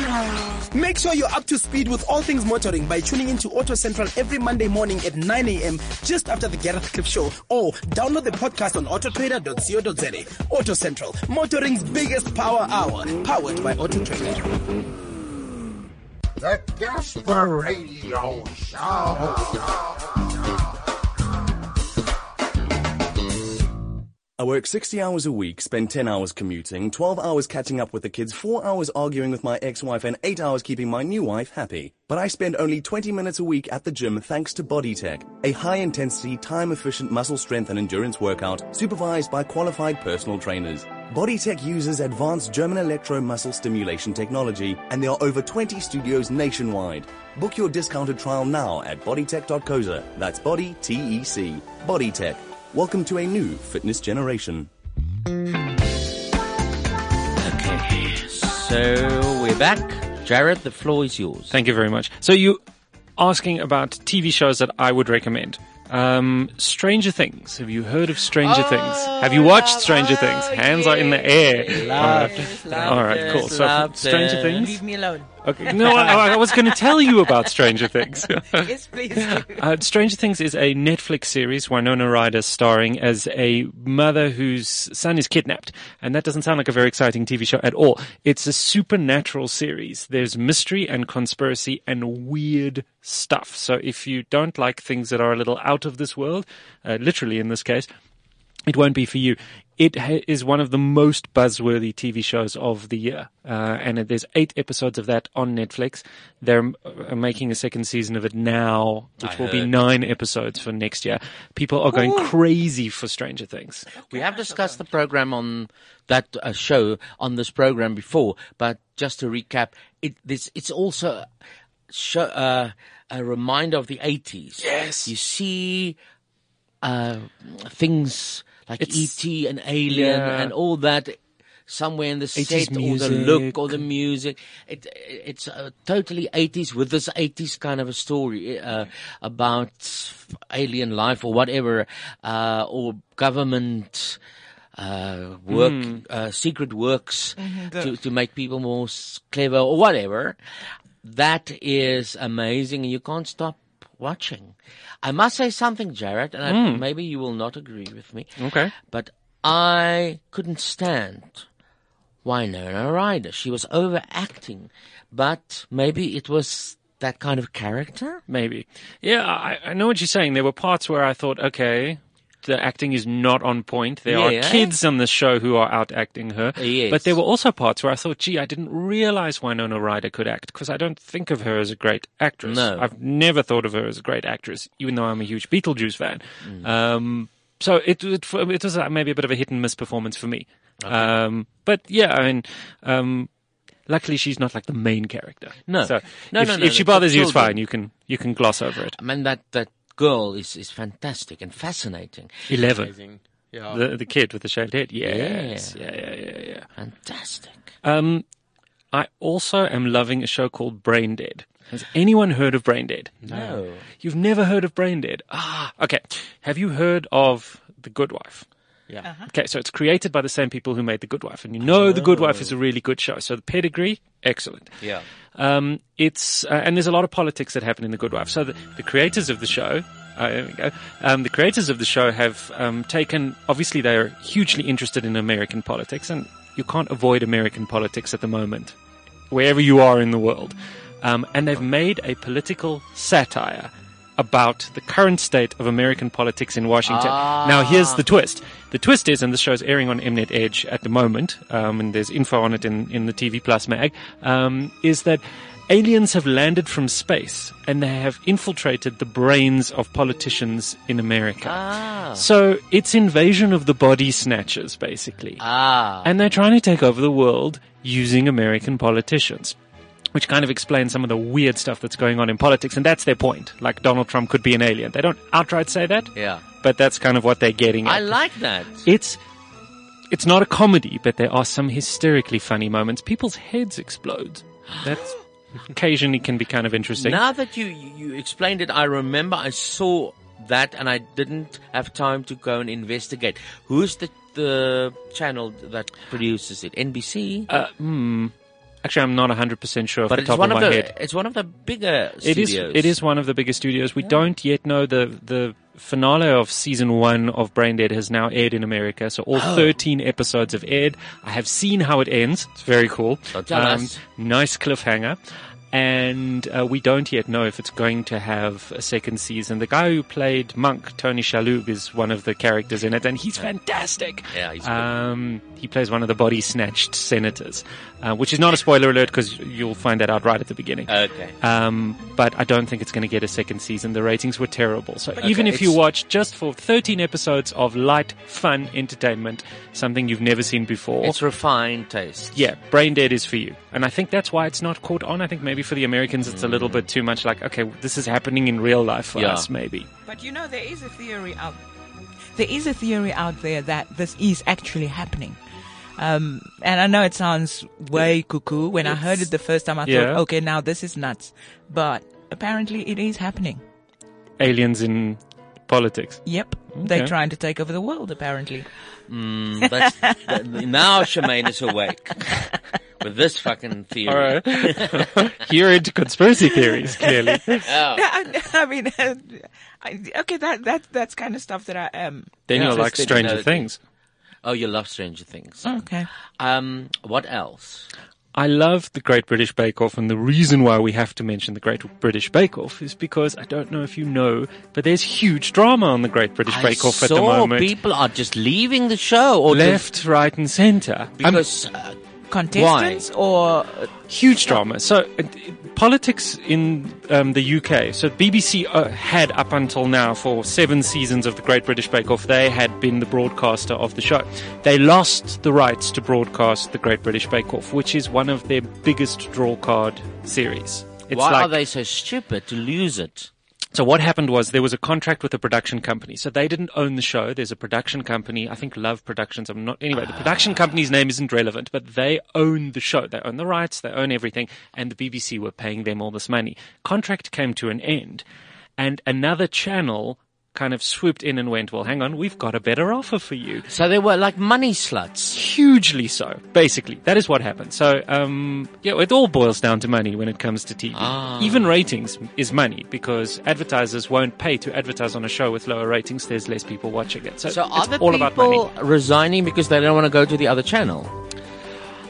S8: Make sure you're up to speed with all things motoring by tuning into Auto Central every Monday morning at 9 a.m. just after the Gareth Cliff Show. Or download the podcast on autotrader.co.za. Auto Central, motoring's biggest power hour, powered by Auto Trader.
S9: The Gasper Radio Show.
S10: I work 60 hours a week, spend 10 hours commuting, 12 hours catching up with the kids, 4 hours arguing with my ex-wife, and 8 hours keeping my new wife happy. But I spend only 20 minutes a week at the gym thanks to BodyTech, a high-intensity, time-efficient muscle strength and endurance workout supervised by qualified personal trainers. BodyTech uses advanced German electro muscle stimulation technology, and there are over 20 studios nationwide. Book your discounted trial now at bodytech.coza. That's body, T-E-C. BodyTech. Welcome to a new fitness generation.
S2: Okay. So we're back. Jared, the floor is yours.
S5: Thank you very much. So you asking about TV shows that I would recommend. Um, Stranger Things. Have you heard of Stranger Things? Have you
S2: Oh,
S5: watched Stranger Things? Hands are in the air. All right, cool. So
S2: Love
S5: Stranger
S2: it.
S5: Things.
S4: Leave me alone.
S5: Okay. No, Oh, I, I was going to tell you about Stranger Things.
S4: *laughs* Yes, please. do.
S5: Uh, Stranger Things is a Netflix series. Winona Ryder starring as a mother whose son is kidnapped, and that doesn't sound like a very exciting TV show at all. It's a supernatural series. There's mystery and conspiracy and weird stuff. So if you don't like things that are a little out of this world, uh, literally in this case, it won't be for you. It ha- is one of the most buzzworthy TV shows of the year, uh, and it- there's eight episodes of that on Netflix. They're m- uh, making a second season of it now, which will be nine episodes for next year. People are going crazy for Stranger Things.
S2: We have discussed the program on that uh, show on this program before, but just to recap, it this it's also a show, uh, a reminder of the eighties. Yes, you see uh, things like ET and Alien
S5: Yeah.
S2: and all that somewhere in the
S5: 80s
S2: set or the look or the music. It it's uh, totally eighties with this eighties kind of a story uh, about alien life or whatever, uh, or government. Uh, work, uh, secret works to, to make people more s- clever or whatever. That is amazing and you can't stop watching. I must say something, Jared, and I, maybe you will not agree with me.
S5: Okay.
S2: But I couldn't stand Winona Ryder. She was overacting, but maybe it was that kind of character.
S5: Maybe. Yeah, I, I know what you're saying. There were parts where I thought, okay, the acting is not on point. There are
S2: Yeah.
S5: kids on the show who are out acting her.
S2: Yes.
S5: But there were also parts where I thought, gee, I didn't realize Winona Ryder could act because I don't think of her as a great actress.
S2: No.
S5: I've never thought of her as a great actress, even though I'm a huge Beetlejuice fan.
S2: Mm.
S5: Um, so it, it it was uh, maybe a bit of a hit and miss performance for me. Um, but yeah, I mean, um, luckily she's not like the main character.
S2: No.
S5: so
S2: No,
S5: if,
S2: no, no,
S5: if she
S2: no,
S5: bothers you, it's
S2: children.
S5: fine. You can you can gloss over it.
S2: I mean, that, that girl is, is fantastic and fascinating.
S5: Eleven.
S3: Yeah.
S5: The, the kid with the shaved head. Yes. Yeah, yeah, yeah, yeah.
S2: Fantastic.
S5: Um, I also am loving a show called Brain Dead. Has anyone heard of Brain Dead?
S2: No.
S5: You've never heard of Brain Dead? Ah, okay. Have you heard of The Good Wife?
S3: Yeah.
S5: Okay, so it's created by the same people who made The Good Wife, and you know The Good Wife is a really good show. So the pedigree, excellent.
S2: Yeah.
S5: Um, it's uh, and there's a lot of politics that happen in The Good Wife. So the, the creators of the show, uh, there we go. Um, the creators of the show have um, taken. Obviously, they are hugely interested in American politics, and you can't avoid American politics at the moment, wherever you are in the world. Um, and they've made a political satire about the current state of American politics in Washington. Now, here's the twist. The twist is, and this show is airing on Mnet Edge at the moment, um, and there's info on it in, in the TV Plus mag, um, is that aliens have landed from space and they have infiltrated the brains of politicians in America.
S2: Ah.
S5: So it's invasion of the body snatchers, basically.
S2: Ah.
S5: And they're trying to take over the world using American politicians. Which kind of explains some of the weird stuff that's going on in politics, and that's their point. Like Donald Trump could be an alien. They don't outright say that,
S2: Yeah.
S5: but that's kind of what they're getting at.
S2: I like that.
S5: It's it's not a comedy, but there are some hysterically funny moments. People's heads explode. That's occasionally can be kind of
S2: *gasps*
S5: interesting.
S2: Now that you you explained it, I remember I saw that and I didn't have time to go and investigate. Who's the the channel that produces it? NBC.
S5: Uh, hmm. Actually, I'm not 100% sure off
S2: but
S5: the
S2: it's
S5: top
S2: one
S5: of
S2: of
S5: my
S2: the
S5: head.
S2: it's one of the bigger
S5: It is,
S2: studios.
S5: it is one of the biggest studios. We don't yet know the, the finale of season one of Brain Dead has now aired in America. So all
S2: Oh.
S5: 13 episodes have aired. I have seen how it ends. It's very cool. Um,
S2: Don't tell us.
S5: Nice cliffhanger. And uh, we don't yet know if it's going to have a second season. The guy who played Monk, Tony Shalhoub, is one of the characters in it, and he's fantastic.
S2: Yeah, he's good.
S5: um, he plays one of the body snatched senators, uh, which is not a spoiler alert because you'll find that out right at the beginning.
S2: Okay.
S5: Um, but I don't think it's going to get a second season. The ratings were terrible. So even if you
S2: it's-
S5: watch just for 13 episodes of light, fun entertainment, something you've never seen before.
S2: It's refined taste.
S5: yeah, Brain Dead is for you. And I think that's why it's not caught on. I think maybe for the Americans it's a little bit too much like, okay, this is happening in real life for
S2: Mm. Yeah.
S5: us, maybe.
S4: But you know, there is a theory out. There is a theory out there that this is actually happening. Um, and I know it sounds way cuckoo. When I heard it the first time, I
S5: Yeah.
S4: thought, okay, now this is nuts. But apparently, it is happening.
S5: Aliens in politics.
S4: Yep, they're
S5: Okay.
S4: trying to take over the world. Apparently,
S2: Mm, that's, *laughs*
S4: *laughs*
S2: that- now Shemaine
S5: *laughs*
S2: is awake with this fucking theory.
S5: All
S2: *laughs*
S5: right. You're into conspiracy theories, clearly.
S2: Oh.
S4: *laughs* I, I mean, I, okay, that that that's kind of stuff that I um, am.
S5: Then
S2: Yeah.
S5: you're like
S2: Interested in
S5: Stranger
S2: other
S5: Things.
S2: Oh, you love Stranger Things.
S4: Okay,
S2: Um, what else?
S5: I love the Great British Bake Off, and the reason why we have to mention the Great British Bake Off is because I don't know if you know, but there's huge drama on the Great British
S2: I
S5: Bake Off at the
S2: saw
S5: moment.
S2: people are just leaving the show or just-
S5: Left, right, and center. I'm-
S2: because uh,
S4: contestants or
S5: huge drama. So, uh, d- politics in um, the UK. So, BBC uh, had up until now for seven seasons of the Great British Bake Off, they had been the broadcaster of the show. They lost the rights to broadcast the Great British Bake Off, which is one of their biggest draw card series. It's
S2: why
S5: like,
S2: are they so stupid to lose it?
S5: So what happened was there was a contract with a production company. So they didn't own the show. There's a production company. I think Love Productions. I'm not, anyway, the production company's name isn't relevant, but they own the show. They own the rights. They own everything. And the BBC were paying them all this money. Contract came to an end and another channel kind of swooped in and went, well, hang on, we've got a better offer for you
S2: So they were like money sluts.
S5: hugely so. Basically, that is what happened. So, um, yeah, it all boils down to money when it comes to TV.
S2: Ah.
S5: Even ratings is money because advertisers won't pay to advertise on a show with lower ratings. There's less people watching it, so,
S2: So
S5: it's
S2: are the
S5: all about money.
S2: people resigning because they don't want to go to the other channel?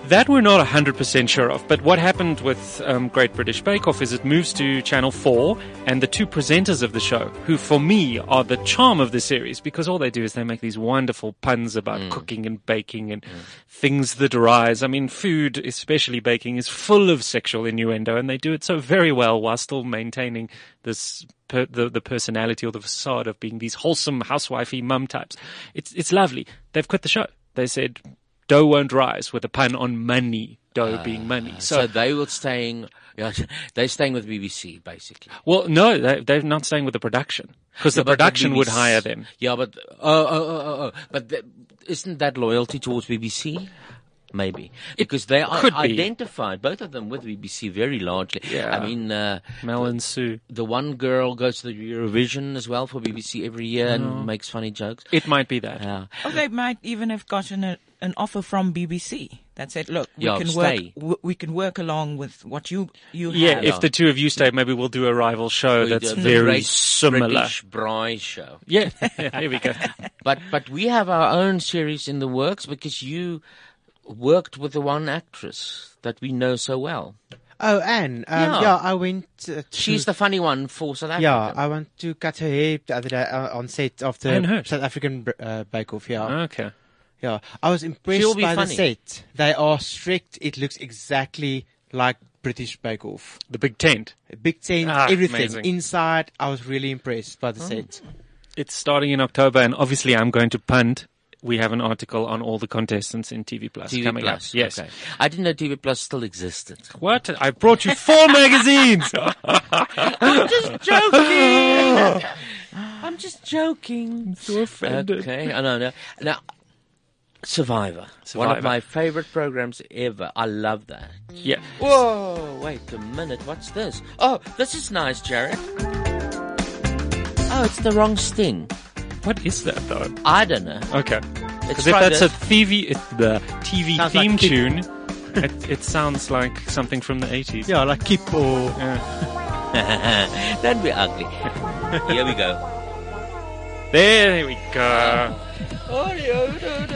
S5: That we're not 100% sure of, but what happened with um, Great British Bake Off is it moves to Channel 4, and the two presenters of the show, who for me are the charm of the series, because all they do is they make these wonderful puns about
S2: Mm.
S5: cooking and baking and things that rise. I mean, food, especially baking, is full of sexual innuendo, and they do it so very well while still maintaining this per- the, the personality or the facade of being these wholesome housewifey mum types. It's, it's lovely. They've quit the show. They said, dough won't rise with a pun on money,
S2: Ah.
S5: dough being money.
S2: Uh, So,
S5: So,
S2: they were staying. Yeah, *laughs* they're staying with BBC basically.
S5: well, no, they, they're not staying with the production because
S2: Yeah,
S5: the
S2: but
S5: production would
S2: BBC
S5: hire them.
S2: Yeah, but oh, oh, oh, oh, oh. but th- isn't that loyalty towards BBC? maybe because they are
S5: could be.
S2: identified both of them with BBC very largely.
S5: Yeah.
S2: I mean, uh,
S5: Mel and Sue.
S2: the one girl goes to the Eurovision as well for BBC every year and makes funny jokes.
S5: It might be that.
S2: Yeah.
S4: Oh, they might even have gotten a, an offer from BBC that said, "Look, we
S2: Yeah,
S4: can
S2: stay.
S4: work. W- we can work along with what you
S5: *laughs*
S4: you
S5: Yeah,
S4: have."
S5: if the two of you stay, maybe we'll do a rival show
S2: We
S5: Oh, that's
S2: do the
S5: very
S2: great
S5: similar.
S2: British Braai show.
S5: Yeah, *laughs* here we go.
S2: *laughs* But but we have our own series in the works because you worked with the one actress that we know so well.
S3: Oh, Anne. Um,
S2: Yeah.
S3: yeah. I went. Uh, to,
S5: Hmm.
S2: She's the funny one for South Africa.
S3: Yeah, I went to cut her hair the other day uh, on set of
S5: Anne
S3: the
S5: Hurst.
S3: South African uh, Bake Off. Yeah,
S5: Okay.
S3: yeah. I was
S2: She'll
S3: impressed
S2: be
S3: by
S2: funny.
S3: the set. They are strict. It looks exactly like British Bake Off.
S5: The big tent.
S3: Big tent,
S5: Ah,
S3: everything
S5: amazing.
S3: inside. I was really impressed by the
S2: Oh.
S3: set.
S5: It's starting in October, and obviously, I'm going to punt. We have an article on all the contestants in TV Plus
S2: TV
S5: coming
S2: Plus.
S5: up. Yes.
S2: Okay. I didn't know TV Plus still existed.
S5: *laughs* What? I brought you four *laughs* magazines.
S2: *laughs* I'm just *laughs* joking. I'm just joking.
S5: so *laughs* offended.
S2: Okay, I know. No, now, Survivor. One
S5: Survivor.
S2: of my favorite programs ever. I love that.
S5: Yeah.
S2: Whoa, wait a minute. What's this? Oh, this is nice, Jared. Oh, it's the wrong sting.
S5: What is that though?
S2: I don't know.
S5: Okay.
S2: It's
S5: Because if
S2: tried
S5: that's
S2: to-
S5: a TV, it, the TV
S3: Sounds
S5: theme
S3: like Keep.
S2: *laughs*
S5: tune, it, it sounds like something from the 80s.
S3: Yeah, like keep or
S2: *laughs* Don't be ugly. *laughs* Here we go.
S5: There we go.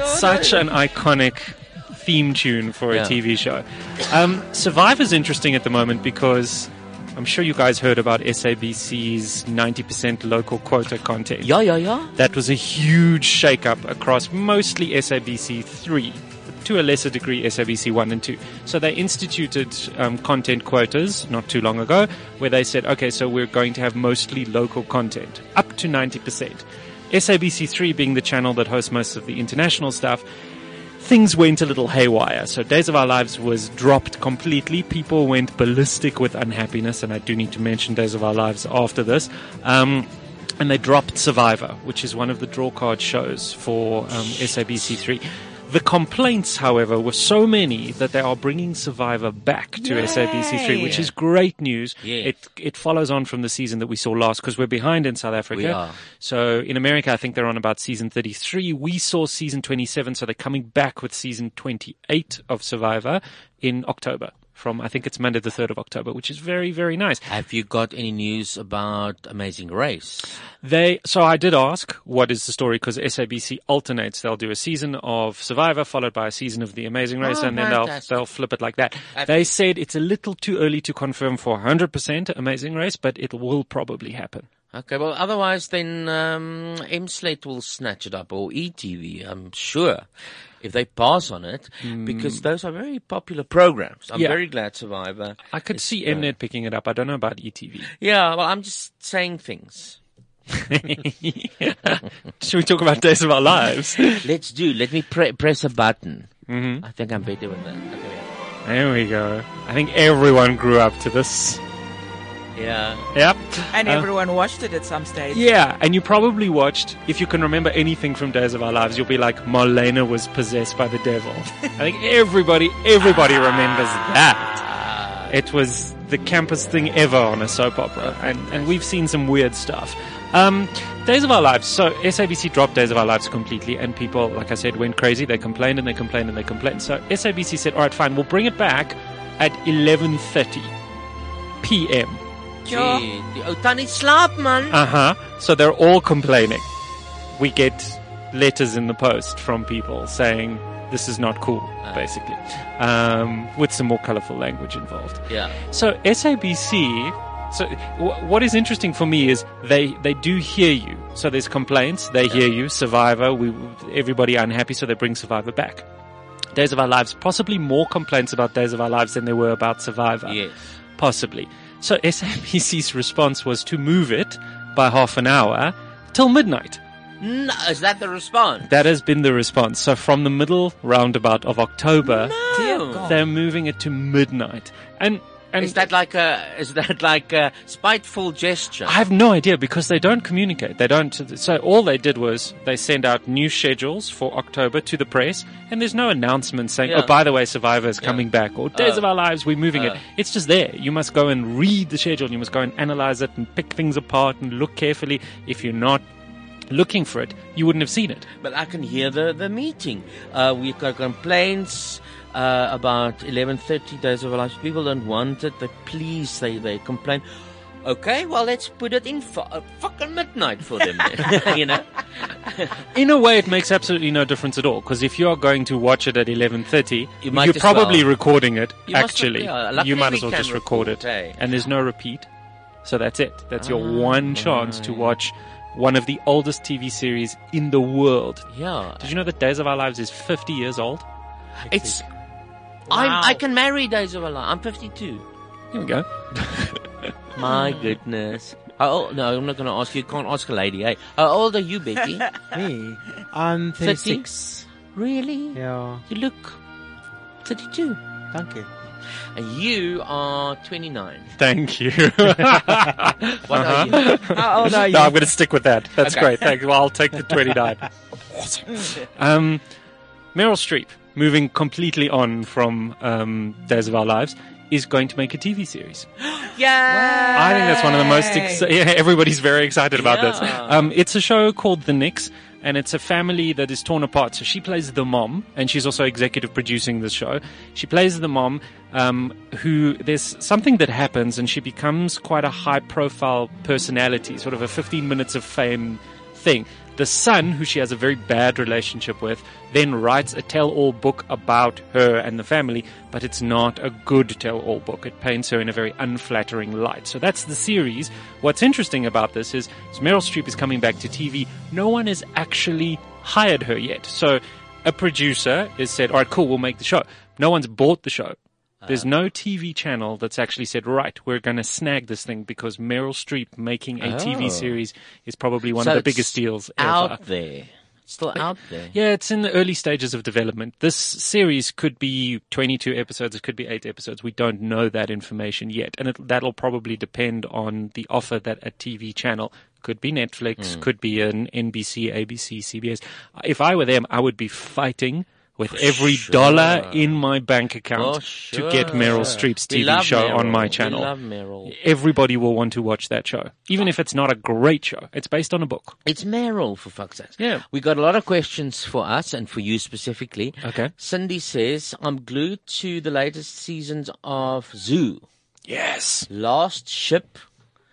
S5: Such an iconic theme tune for
S2: Yeah.
S5: a TV show. Um, Survivor's interesting at the moment because I'm sure you guys heard about SABC's 90% local quota content.
S2: Yeah, yeah, yeah.
S5: That was a huge shakeup across mostly SABC 3, to a lesser degree SABC 1 and 2. So they instituted um, content quotas not too long ago where they said, okay, so we're going to have mostly local content, up to 90%. SABC 3 being the channel that hosts most of the international stuff, things went a little haywire. So Days of Our Lives was dropped completely. People went ballistic with unhappiness, and I do need to mention Days of Our Lives after this. Um, and they dropped Survivor, which is one of the draw card shows for um, SABC3. The complaints, however, were so many that they are bringing Survivor back to SABC3, which is great news.
S2: Yeah.
S5: It it follows on from the season that we saw last because we're behind in South Africa.
S2: We are.
S5: So in America, I think they're on about season 33. We saw season 27, so they're coming back with season 28 of Survivor in October. From I think it's Monday the 3rd of October, which is very very nice.
S2: Have you got any news about Amazing Race?
S5: They so I did ask what is the story because SABC alternates. They'll do a season of Survivor followed by a season of The Amazing Race,
S2: Oh,
S5: and then they'll
S2: fantastic.
S5: they'll flip it like that.
S2: I-
S5: They said it's a little too early to confirm for 100% Amazing Race, but it will probably happen.
S2: Okay, well, otherwise then um, M Slate will snatch it up or ETV, I'm sure, if they pass on it, because those are very popular programs. I'm
S5: Hmm. Yeah.
S2: very glad Survivor.
S5: I could
S2: is,
S5: see
S2: uh,
S5: Mnet picking it up. I don't know about E ETV.
S2: Yeah, well, I'm just saying things.
S5: *laughs* Should we talk about Days of Our Lives?
S2: *laughs* Let's do. Let me pre- press a button. Mm-hmm. I think I'm better with that. Okay.
S5: there we go. I think everyone grew up to this.
S2: Yeah.
S5: Yep.
S4: and
S5: Uh,
S4: everyone watched it at some stage.
S5: yeah, and you probably watched, if you can remember anything from Days of Our Lives, you'll be like, Marlena was possessed by the devil. I think everybody, everybody remembers that. It was the campus thing ever on a soap opera, and, and we've seen some weird stuff. Um, Days of Our Lives. So SABC dropped Days of Our Lives completely, and people, like I said, went crazy. They complained and they complained and they complained. So SABC said, "All right, fine, we'll bring it back at 11:30 p.m."
S4: Ja.
S2: Gee, die ou tannie slaap man.
S5: Uh huh. So they're all complaining. We get letters in the post from people saying this is not cool, basically, um, with some more colorful language involved.
S2: Yeah.
S5: So SABC. So wh- what is interesting for me is they they do hear you. So there's complaints. They hear you. Survivor. We everybody unhappy. So they bring Survivor back. Days of Our Lives. Possibly more complaints about Days of Our Lives than there were about Survivor.
S2: Yes.
S5: Possibly. So *laughs* SABC's response was to move it by half an hour till midnight.
S2: No, is that the response?
S5: That has been the response. So from the middle roundabout of October,
S4: Dear God.
S5: they're moving it to midnight. And
S2: is that like a is that *laughs* like a spiteful gesture?
S5: I have no idea because they don't communicate. They don't. So all they did was they send out new schedules for October to the press, and there's no announcement saying,
S2: Yeah.
S5: "Oh, by the way, Survivor is coming back," or "Days
S2: Oh.
S5: of Our Lives, we're moving
S2: Oh.
S5: it." It's just there. You must go and read the schedule. You must go and analyze it and pick things apart and look carefully. If you're not looking for it, you wouldn't have seen it.
S2: But I can hear the, the meeting. Uh, we've got complaints uh, about 11.30 Days of Our Lives. People don't want it. They please say they complain. Okay, well, let's put it in for uh, fucking midnight for them. *laughs* you know?
S5: In a way, it makes absolutely no difference at all because if you are going to watch it at eleven thirty,
S2: You
S5: you
S2: might
S5: are
S2: as
S5: probably
S2: well.
S5: recording it.
S2: You must-
S5: actually,
S2: yeah, luckily
S5: you might
S2: we
S5: as well
S2: can
S5: just record,
S2: record,
S5: it,
S2: eh? Ah,
S5: and there's no repeat. So that's it. That's your one chance to watch one of the oldest TV series in the world.
S2: Yeah.
S5: Did you know that Days of Our Lives is fifty years old?
S2: It's. I, I can marry Days of Our Lives. I'm 52.
S5: Here
S2: *laughs*
S5: we go.
S2: My goodness. How old, no, I'm not going to ask you. You can't ask a lady, hey? How old are you, *laughs* Betty?
S3: Me? I'm 36.
S2: Really?
S3: Yeah.
S2: You look 32.
S3: Thank you.
S2: And you are 29.
S5: Thank
S2: *laughs*
S5: you.
S2: What are you? Uh-huh.
S5: *laughs*
S2: How old are you?
S5: No, I'm going to stick with that. That's
S2: Okay.
S5: great. Thank you. Well, I'll take the 29.
S2: *laughs* Mm.
S5: um, Meryl Streep, moving completely on from um, Days of Our Lives, is going to make a TV series.
S2: Yeah.
S5: I think that's one of the most. Ex- yeah, everybody's very excited about this. Um, it's a show called The Knicks, and it's a family that is torn apart. So she plays the mom, and she's also executive producing the show. She plays the mom, um, who there's something that happens, and she becomes quite a high-profile personality, sort of a 15 minutes of fame thing. The son, who she has a very bad relationship with, then writes a tell all book about her and the family, but it's not a good tell all book. It paints her in a very unflattering light. So that's the series. What's interesting about this is, is Meryl Streep is coming back to TV. No one has actually hired her yet. So a producer has said, all right, cool, we'll make the show. No one's bought the show. There's no TV channel that's actually said, right, we're going to snag this thing because Meryl Streep making a
S2: Oh.
S5: TV series is probably one
S2: So
S5: of the
S2: it's
S5: biggest deals
S2: out
S5: ever.
S2: there. Still out there.
S5: Yeah, it's in the early stages of development. This series could be 22 episodes, it could be 8 episodes. We don't know that information yet. And it, that'll probably depend on the offer that a TV channel could be Netflix,
S2: Hmm.
S5: could be an NBC, ABC, CBS. If I were them, I would be fighting with every dollar in my bank account
S2: For
S5: to get Meryl
S2: sure.
S5: Streep's
S2: We
S5: TV
S2: love
S5: show on
S2: Meryl.
S5: my
S2: We
S5: channel.
S2: love Meryl.
S5: Everybody will want to watch that show, even if it's not a great show. It's based on a book.
S2: It's Meryl, for fuck's sake.
S5: Yeah.
S2: We got a lot of questions for us and for you specifically.
S5: Okay.
S2: Cindy says, I'm glued to the latest seasons of Zoo,
S5: Yes.
S2: Last Ship,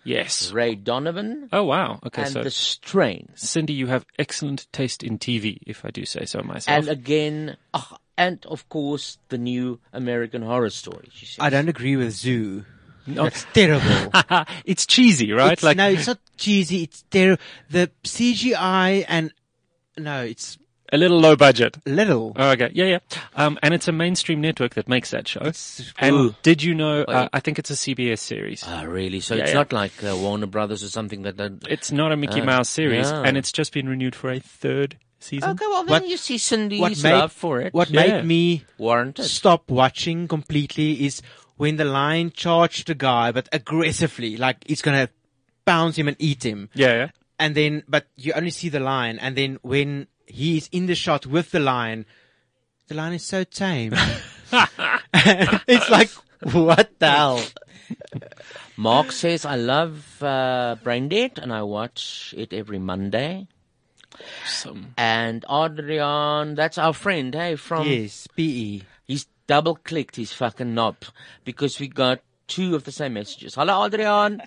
S5: Yes.
S2: Ray Donovan,
S5: Oh wow. Okay,
S2: and
S5: so
S2: The Strain.
S5: Cindy, you have excellent taste in TV, if I do say so myself.
S2: And again, ah, and of course, the new American Horror Story. She says.
S3: I don't agree with Zoo.
S5: No.
S3: It's terrible.
S5: *laughs* it's cheesy, right?
S3: It's- no, it's not cheesy. It's terrible. The CGI and no, it's
S5: a little low budget.
S3: little.
S5: Oh, okay, yeah, yeah. Um, and it's a mainstream network that makes that show. and
S2: Ooh.
S5: did you know? Uh, I think it's a CBS series.
S2: Ah, really? So
S5: Yeah,
S2: it's
S5: yeah.
S2: not like uh, Warner Brothers or something that don't.
S5: it's not a Mickey
S2: Ah,
S5: Mouse series,
S2: yeah.
S5: and it's just been renewed for a third season.
S2: Okay, well,
S5: *laughs*
S2: then
S3: What-
S2: you see Cindy's
S3: what made-
S2: love for it.
S3: What
S5: Yeah.
S3: made me
S2: Warranted.
S3: stop watching completely is when the lion charged the guy, but aggressively, like it's gonna pounce him and eat him.
S5: Yeah, yeah.
S3: And then, but you only see the lion, and then when he is in the shot with the lion, the lion is so tame.
S5: *laughs*
S3: *laughs* it's like, what the hell?
S2: Mark says, I love uh, Brain Dead and I watch it every Monday. And Adrian, that's our friend, hey, from.
S3: Yes, E. PE.
S2: He's double clicked his fucking knob because we got two of the same messages.
S3: *laughs*
S2: Hallo Adrian.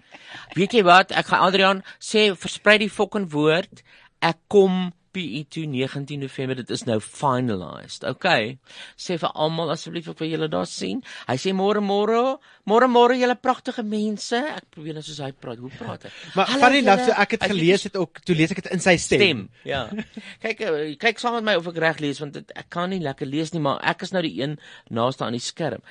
S2: Weet jy wat? Ek gaan Adrian sê versprei die fucking woord. Ek kom PE2 19 November. Dit is nou finalized. Okay. Sê vir almal asseblief ek wil julle daar sien. Hy sê môre môre, môre môre julle pragtige mense. Ek probeer nou soos hy praat. Hoe praat hy?
S3: Maar
S2: Hallo
S3: van die
S2: julle.
S3: laatste, ek het
S2: Hy sê,
S3: gelees het ook, toe lees ek het in sy stem.
S2: stem. Ja. *laughs* Kyk eh, kyk saam met my of ek reg lees want dit, ek kan nie lekker lees nie, maar ek is nou die een naaste aan die skerm.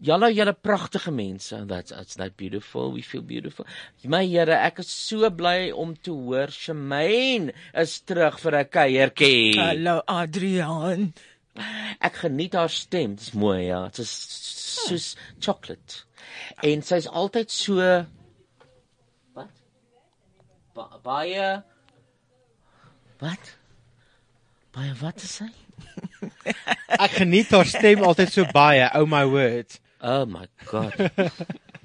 S2: Julle julle pragtige mense and that's it's that beautiful. We feel beautiful. My Here, ek is so bly om te hoor Shamaine is terug vir 'n kuiertjie.
S4: Hello, Adrian.
S2: Ek geniet haar stem. Dis mooi, ja. Dit is soos chocolate. en sy's altyd so wat? Ba baie wat? Baie wat is sy?
S3: Ek geniet haar stem altyd so baie. Oh my word.
S2: Oh my god.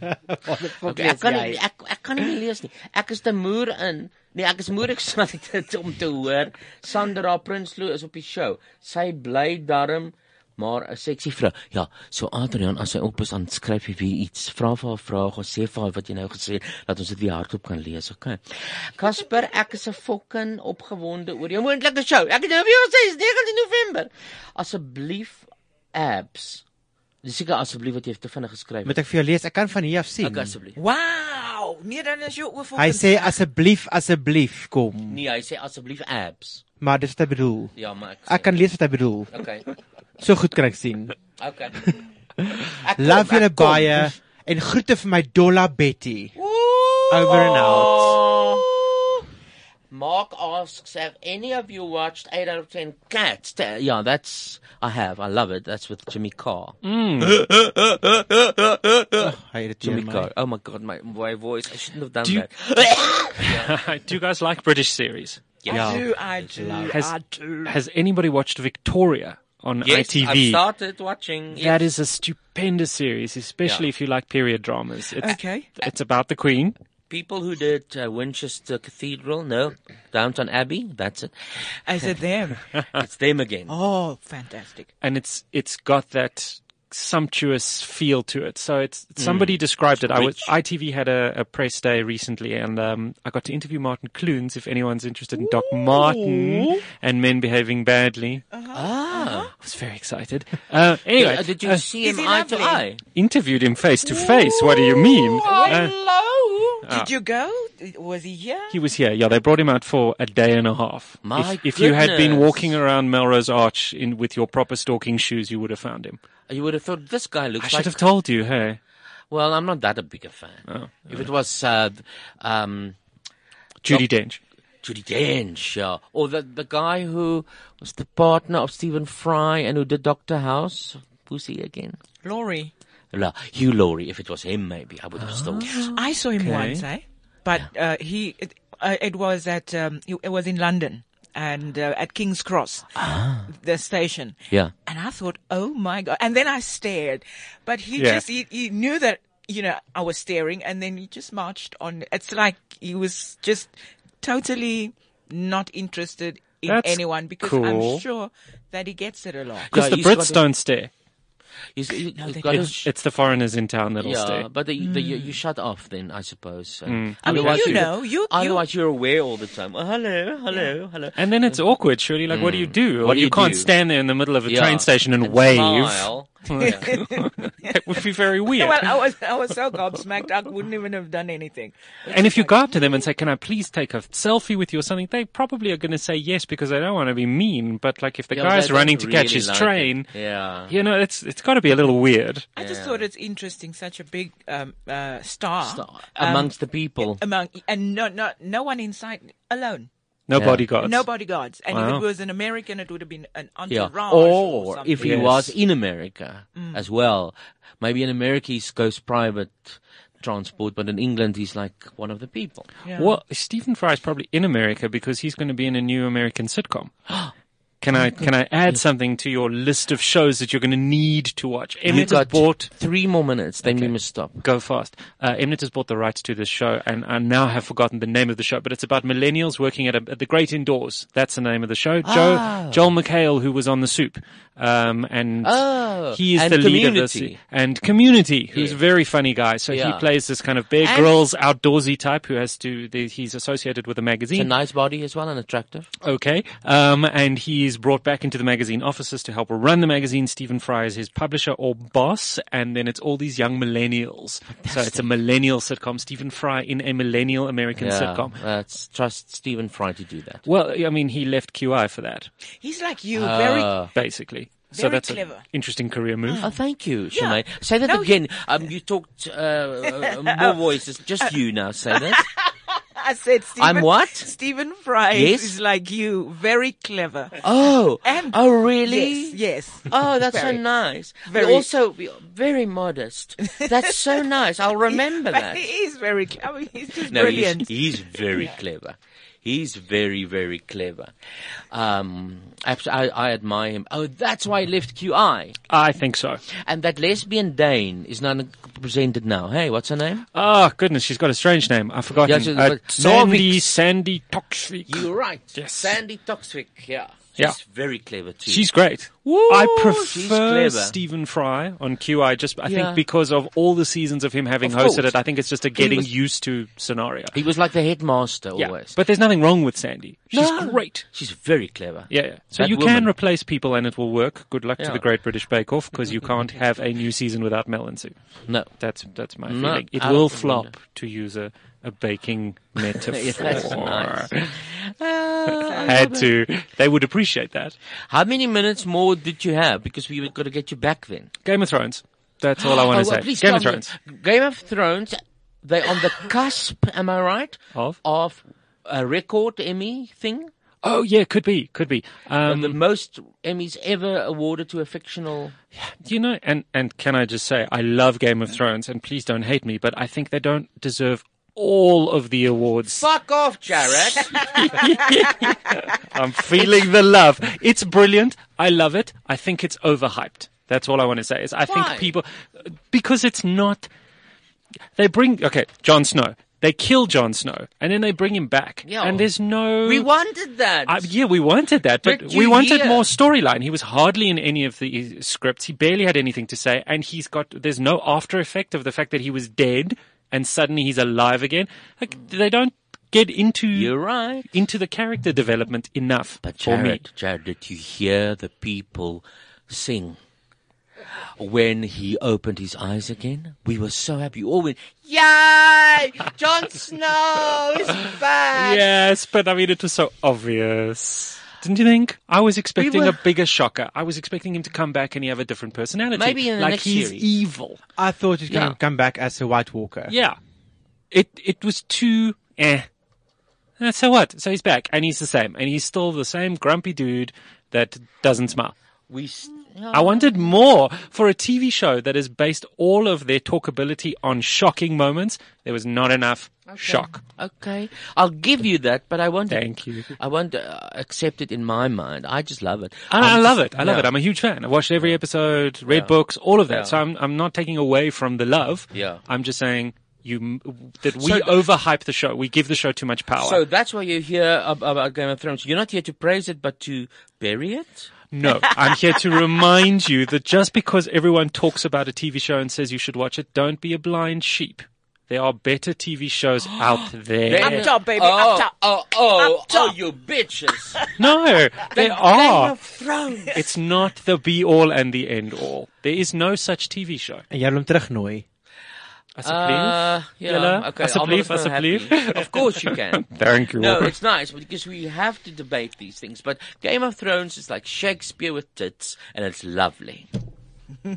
S3: okay,
S2: Okay, ek kan nie, ek ek kan nie lees nie. Ek is te moer in. Nee, ek is *laughs* moer excited om te hoor Sandra Prinsloo is op die show. Sy bly darm maar 'n seksie vrou. Ja, so Adrian as sy op is, dan skryf jy weer iets. Vra vir haar vrae, of sê vir haar wat jy nou gesê het, dat ons dit weer hardop kan lees, okay? *laughs* Casper, ek is 'n fucking opgewonde oor jou moontlike show. Ek het nou vir jou gesê, dis 19 November. Asseblief abs. Dis seker asseblief wat jy te vinnig geskryf het.
S3: Moet ek *laughs* vir jou lees? Ek kan van hier af sien.
S2: Okay, asseblief.
S4: Wow! Nee, dan is jou oor
S3: Hy sê asseblief, asseblief kom.
S2: Nee, hy sê asseblief abs.
S3: Maar dis wat hy bedoel.
S2: Ja, maar ek
S3: Ek kan lees wat hy bedoel.
S2: Okay.
S3: So goed kan ek sien. *laughs*
S2: Okay.
S3: Love julle baie en groete vir my Dolla Betty.
S2: Oh.
S3: Over and out.
S2: Mark asks have any of you watched 8 out of 10 cats? Ta- Yeah, that's I have. I love it. That's with Jimmy Carr. *laughs* Oh,
S3: Hy het
S2: Jimmy
S3: dit
S2: Carr. Oh my god, my, my voice. I shouldn't have done
S5: Do you-
S2: *laughs* that.
S5: *laughs* Do you guys like British series?
S4: I do, I do,
S5: Has-
S4: I do.
S5: Has anybody watched Victoria on
S2: Yes,
S5: ITV?
S2: I've started watching.
S5: That is a stupendous series, especially if you like period dramas. It's,
S4: Okay.
S5: It's about the Queen.
S2: People who did uh, Winchester Cathedral, no, Downton Abbey, that's it.
S4: I said them.
S2: *laughs* It's them again.
S4: Oh, fantastic.
S5: and it's it's got that sumptuous feel to it. So it's
S2: Mm.
S5: somebody described it. I was ITV had a, a press day recently, and um, I got to interview Martin Clunes. If anyone's interested in Doc Martin and men behaving badly,
S2: Ah.
S5: I was very excited. Uh, anyway,
S2: Uh, Did you
S5: uh,
S2: see him
S4: he
S2: eye to
S4: lovely?
S2: eye?
S5: interviewed him face to face? What do you mean? Uh,
S4: Hello. Did you go? Was he here?
S5: he was here. Yeah, they brought him out for a day and a half.
S2: My
S5: if, if you had been
S2: goodness.
S5: walking around Melrose Arch in with your proper stalking shoes, you would have found him.
S2: You would have thought this guy looks
S5: I
S2: like
S5: should have told Oh, you. Hey,
S2: Well, I'm not that a big a fan. if it was uh, th- um,
S5: Judy Dench.
S2: Judy Dench yeah, or the the guy who was the partner of Stephen Fry and who did Doctor House, who's he again?
S4: Laurie.
S2: La, Hugh Laurie. If it was him, maybe I would have still.
S4: *gasps*
S5: Ah,
S4: I saw him once, eh? But uh, he, it, uh, it was at, um, it it was in London and uh, at King's Cross,
S5: Ah.
S4: the station.
S2: Yeah.
S4: And I thought, oh my god! And then I stared, but he
S5: Yeah.
S4: just he, he knew that you know I was staring, and then he just marched on. It's like he was just totally not interested in
S5: That's
S4: anyone because
S5: cool.
S4: I'm sure that he gets it a lot.
S5: Because
S2: Yeah,
S5: the
S2: he's got
S5: Brits
S2: a-
S5: don't stare.
S2: He's, he- he's
S4: they
S2: got
S4: don't.
S2: a
S5: It's, it's the foreigners in town that'll
S2: yeah,
S5: stay.
S2: but the,
S4: Mm.
S2: the, you, you shut off then, I suppose. And
S5: Mm.
S4: I mean,
S2: Otherwise,
S4: Oh, you know, you- you-
S2: otherwise you, are aware all the time. Oh, hello, hello, hello.
S5: And then it's awkward, surely. Like, what do you do?
S2: Mm. What
S5: Or
S2: do
S5: you,
S2: you
S5: can't
S2: do?
S5: stand there in the middle of a
S2: Yeah.
S5: train station and, wave.
S2: Smile. *laughs* Yeah.
S5: It would be very *laughs* weird.
S4: *laughs* Well, I was I was so gobsmacked I wouldn't even have done anything.
S5: and if you go up to them and say, "Can I please take a selfie with you?" or something, they probably are going to say yes because they don't want to be mean. But like, if the
S2: Yeah, but
S5: guy's
S2: they don't
S5: running to catch
S2: really
S5: his
S2: like
S5: train,
S2: it. Yeah.
S5: you know, it's it's got to be a little weird.
S4: I just thought it's interesting, such a big um, uh, star,
S2: Stop.
S4: um,
S2: Amongst the people.
S4: among and no no no one in sight alone.
S5: No
S2: Yeah.
S5: bodyguards.
S4: No bodyguards. And
S5: Wow.
S4: if it was an American, it would have been an
S2: Yeah. Oh,
S4: entourage. *laughs* Or,
S2: Or
S4: something. Mm.
S2: if he
S5: Yes.
S2: was in America as well. Maybe in America he goes private transport, but in England he's like one of the *gasps* people.
S4: Yeah.
S5: Well, Stephen Fry is probably in America because he's going to be in a new American sitcom. Can I can I add something to your list of shows that you're going to need to watch? Emmett has
S2: got
S5: bought.
S2: three more minutes, then we must stop.
S5: Go fast. Uh, Mnet has bought the rights to this show, and I now have forgotten the name of the show, but it's about millennials working at, a, at the Great Indoors. That's the name of the show.
S2: Ah.
S5: Joe Joel McHale, who was on The Soup, um, and
S2: Oh,
S5: he is
S2: and
S5: the leader of this,
S2: Community.
S5: and Community, who's
S2: Yeah.
S5: a very funny guy. So
S2: Yeah.
S5: he plays this kind of Bear
S2: And-
S5: Grylls outdoorsy type who has to. The, he's associated with a
S2: It's a
S5: magazine.
S2: nice body as well and attractive.
S5: Okay. Um, and he's brought back into the magazine offices to help run the magazine. Stephen Fry is his publisher or boss. And then it's all these young millennials. So it's a millennial sitcom. Stephen Fry in a millennial American
S2: Yeah,
S5: sitcom.
S2: Let's trust Stephen Fry to do that. Ah.
S5: Well, I mean, he left QI for that,
S4: He's like you, very.
S5: basically. so
S4: Very
S5: that's an
S4: clever. Ah.
S5: interesting career move.
S2: Oh, thank you,
S4: Yeah.
S2: Shemay. Say that
S4: No, he- *laughs*
S2: again. Um, you talked uh, uh, more voices. Just you now. Say that.
S4: I said, Stephen,
S2: I'm what?
S4: Stephen Fry
S2: Yes?
S4: is like you, very clever.
S2: Oh,
S4: And-
S2: oh, really?
S4: Yes. yes.
S2: Oh, that's
S4: Very.
S2: so nice. But
S4: Very.
S2: also we- very modest. That's so nice. I'll remember
S4: *laughs* But
S2: that.
S4: He is very clever. I mean, he's just
S2: No, he's,
S4: brilliant.
S2: he's very clever. He's very, very clever. Um, abs- I, I admire him. Oh, that's why he left QI.
S5: I think so.
S2: And that lesbian Dane is now presented now. Hey, what's her name?
S5: Oh, goodness, she's got a strange name. I've
S2: Yeah,
S5: forgotten.
S2: she's
S5: Uh,
S2: like
S5: Sandy,
S2: Norvik.
S5: Sandy Toksvik.
S2: You're right.
S5: Yes.
S2: Sandy Toxic. Yeah. She's
S5: Yeah.
S2: very clever too.
S5: She's great.
S2: Woo,
S5: I
S2: she's
S5: prefer
S2: clever.
S5: Stephen Fry on QI just, I
S2: Yeah.
S5: think, because of all the seasons of him having
S2: Of
S5: hosted
S2: course.
S5: it. I think it's just a getting
S2: was-
S5: used to scenario.
S2: He was like the headmaster
S5: Yeah.
S2: always.
S5: But there's nothing wrong with Sandy. She's
S2: *laughs* No.
S5: great.
S2: She's very clever.
S5: Yeah, yeah. So
S2: That
S5: you
S2: woman.
S5: can replace people and it will work. Good luck
S2: Yeah.
S5: to the Great British Bake Off because you can't have a new season without Mel and Sue.
S2: No.
S5: That's that's my
S2: No,
S5: feeling. It
S2: out
S5: will
S2: of the
S5: flop
S2: window.
S5: to use a, a
S2: *laughs*
S5: baking metaphor.
S2: that's
S5: *laughs*
S2: nice.
S5: Uh,
S2: Ah,
S5: Had to. They would appreciate that.
S2: How many minutes more did you have? Because we were going to get you back then. Oh,
S5: Game of Thrones. That's
S2: *gasps*
S5: all I want to
S2: well,
S5: say.
S2: please
S5: Game of
S2: tell me.
S5: Thrones.
S2: Game of Thrones. They're on the cusp. Am I right?
S5: Of?
S2: of a record Emmy thing.
S5: Oh yeah, could be, could be.
S2: Um, the
S5: Um,
S2: most Emmys ever awarded to a fictional.
S5: you know, and and can I just say, I love Game of Thrones, and please don't hate me, but I think they don't deserve all of the awards.
S2: Fuck off, Jared.
S5: *laughs* I'm feeling the love. It's brilliant. I love it. I think it's overhyped. That's all I want to say. Is I
S2: Why?
S5: think people because it's not. They bring okay, Jon Snow. They kill Jon Snow, and then they bring him back.
S2: Yeah.
S5: And there's no
S2: we wanted that.
S5: Uh, yeah, we wanted that, but,
S2: But you
S5: we wanted
S2: hear-
S5: more storyline. He was hardly in any of the uh, scripts. He barely had anything to say, and he's got there's no after effect of the fact that he was dead and suddenly he's alive again. Like they don't get into
S2: You're right.
S5: into the character development enough
S2: But
S5: for me.
S2: Jared, Jared, did you hear the people sing when he opened his eyes again? We were so happy. Oh, We all went, "Yay! Jon Snow is back!" *laughs*
S5: Yes, but I mean it was so obvious. Didn't you think? I was expecting
S2: were-
S5: a bigger shocker. I was expecting him to come back and he have a different personality.
S2: Maybe in the
S5: like
S2: next
S5: he's
S2: series.
S5: evil.
S3: I thought he's going
S2: Yeah.
S3: to come back as a White Walker.
S5: Yeah. It it was too eh. Eh, So what? So he's back and he's the same and he's still the same grumpy dude that doesn't smile.
S2: We. s-
S5: I wanted more for a TV show that is based all of their talkability on shocking moments. There was not enough shock.
S2: Okay, I'll give you that, but I won't.
S5: Thank you.
S2: I won't uh, accept it in my mind. I just love it.
S5: And I
S2: I'm
S5: love
S2: just-
S5: it. I love
S2: yeah.
S5: it. I'm a huge fan. I watched every episode, read books, all of that.
S2: Yeah.
S5: So I'm I'm not taking away from the love.
S2: Yeah.
S5: I'm just saying you m- that we
S2: So-
S5: overhype the show. We give the show too much power.
S2: So that's why you hear ab- about Game of Thrones. You're not here to praise it, but to bury it. *laughs*
S5: No, I'm here to remind you that just because everyone talks about a TV show and says you should watch it, don't be a blind sheep. There are better TV shows
S2: *gasps*
S5: out there.
S4: Up top, baby,
S2: Oh,
S4: up top.
S2: oh, oh,
S4: Up top.
S2: oh, you bitches! *laughs*
S5: No, there
S2: Game
S5: are.
S2: of Thrones.
S5: It's not the be all and the end all. There is no such TV show.
S3: En jy wil hom terugnooi.
S2: Uh,
S5: Asseblief. Julle?
S2: yeah, okay.
S5: Asseblief,
S2: I'm not so
S5: asseblief.
S2: happy. Of course you can.
S5: *laughs* Thank you.
S2: No, it's nice because we have to debate these things. But Game of Thrones is like Shakespeare with tits, and it's lovely.
S4: *laughs*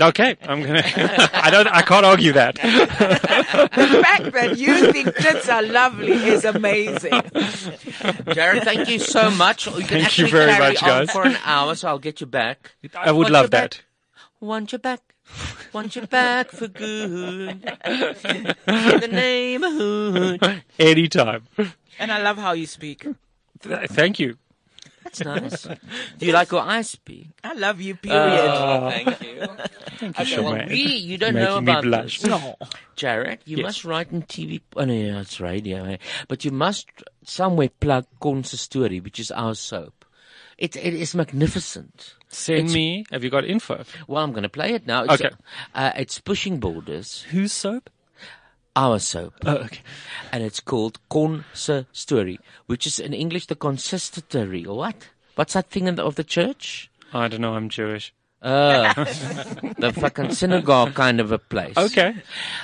S5: Okay, I'm gonna. *laughs* I don't. I can't argue that.
S4: The fact that you think tits are lovely is amazing.
S2: Jared, thank you so much. You can
S5: Thank you
S2: actually
S5: very
S2: carry
S5: much,
S2: on
S5: guys.
S2: For an hour, so I'll get you back.
S5: I would
S2: Want you
S5: love
S2: back?
S5: that.
S2: Want you back? Want you back for good? In the name of hood.
S5: *laughs* Anytime.
S4: And I love how you speak.
S5: Th- Thank you.
S2: That's nice. Do you like how I speak? Uh,
S4: I love you, period.
S5: Oh.
S2: Oh,
S5: *laughs*
S2: thank you. Okay,
S5: so
S2: well,
S5: much.
S2: we, you don't
S5: Making
S2: know
S5: me
S2: about
S5: blush.
S2: this. Jared, you
S5: Yes.
S2: must write in TV. Oh, no, yeah, it's radio. eh? But you must somewhere plug Konsa Story, which is our soap. It, it is magnificent.
S5: Send me. Have you got info?
S2: Well, I'm going to play it now. It's,
S5: Okay.
S2: Uh, it's Pushing Borders,
S5: Whose soap?
S2: our soap,
S5: Oh, okay.
S2: and it's called Konsa Story, which is in English the consistory. or What? What's that thing in the, of the church? Ah.
S5: I don't know. I'm Jewish. *laughs*
S2: The fucking synagogue kind of a place.
S5: Okay.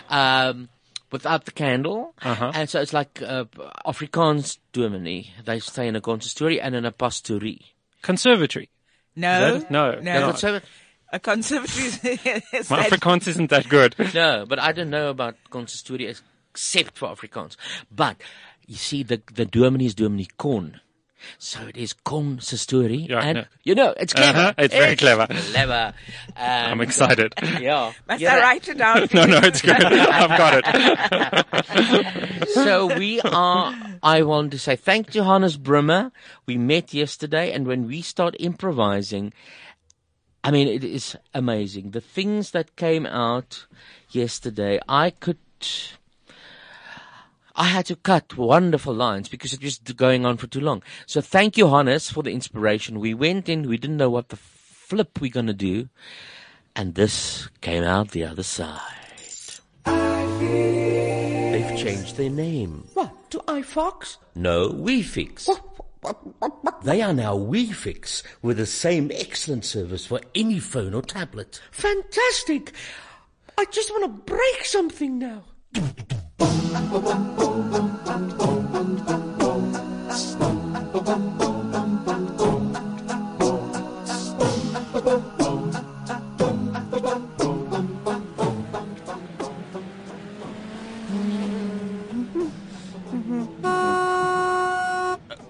S5: Uh-huh.
S2: um, without the candle. And so it's like uh, Afrikaans Germany. They stay in a consistory and an apostory.
S5: Conservatory.
S4: No,
S5: That- no,
S4: no.
S5: no.
S2: So,
S4: A *laughs* conservatory is
S5: My
S4: that-
S5: Afrikaans isn't that good.
S2: no, but I don't know about consistory. It's except for Afrikaans. But you see, the the Germany is Germany corn. So it is corn story,
S5: Yeah, I
S2: and
S5: know.
S2: you know it's clever.
S5: Uh-huh, it's very clever.
S2: Clever. Um, And-
S5: I'm excited.
S2: *laughs* Yeah.
S4: Must
S2: Yeah.
S4: I write it down?
S5: *laughs* no, no, it's good. I've got
S2: *laughs*
S5: it.
S2: so we are. I want to say thank Johannes Brummer. We met yesterday, and when we start improvising, I mean, it is amazing. The things that came out yesterday, I could. I had to cut wonderful lines because it was going on for too long. So thank you, Hannes, for the inspiration. We went in, we didn't know what the flip we're going to do, and this came out the other side. They've changed their name.
S11: What, to iFox?
S12: No, WeFix. They are now WeFix with the same excellent service for any phone or tablet.
S11: Fantastic! I just want to break something now.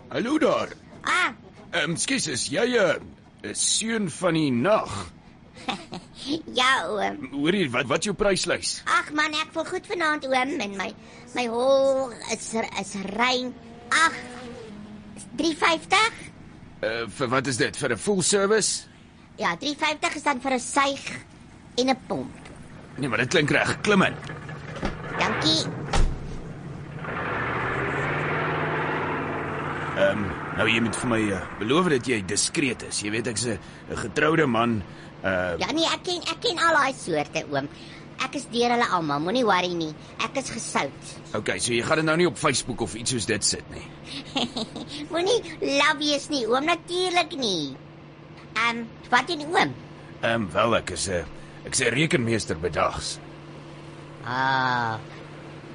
S13: Hallo daar. Ah. Ehm um, skus, is jy 'n uh, seun van die nag?
S14: Ja, oom.
S13: Hoorie, wat wat jou pryslys?
S14: Ag man, ek voel goed vanaand oom en my my hol is is rein. Ag. 350?
S13: Uh, vir wat is dit? Vir 'n full service?
S14: Ja, 350 is dan vir 'n suig en 'n pomp.
S13: Nee, maar dit klink reg. Klim in.
S14: Dankie.
S13: Ehm um, nou jy moet vir my uh, beloof dat jy diskreet is. Jy weet ek's 'n 'n getroude man. Uh
S14: Ja nee, ek ken ek ken al daai soorte oom. Ek is deur hulle almal, moenie worry nie. Ek is gesout. *laughs*
S13: okay, so jy gaan dit nou nie op Facebook of iets soos dit sit nie.
S14: moenie love wees nie, oom, natuurlik nie. Ehm, um, wat doen oom?
S13: Ehm um, wel ek is 'n ek's 'n rekenmeester bedags.
S14: Ah.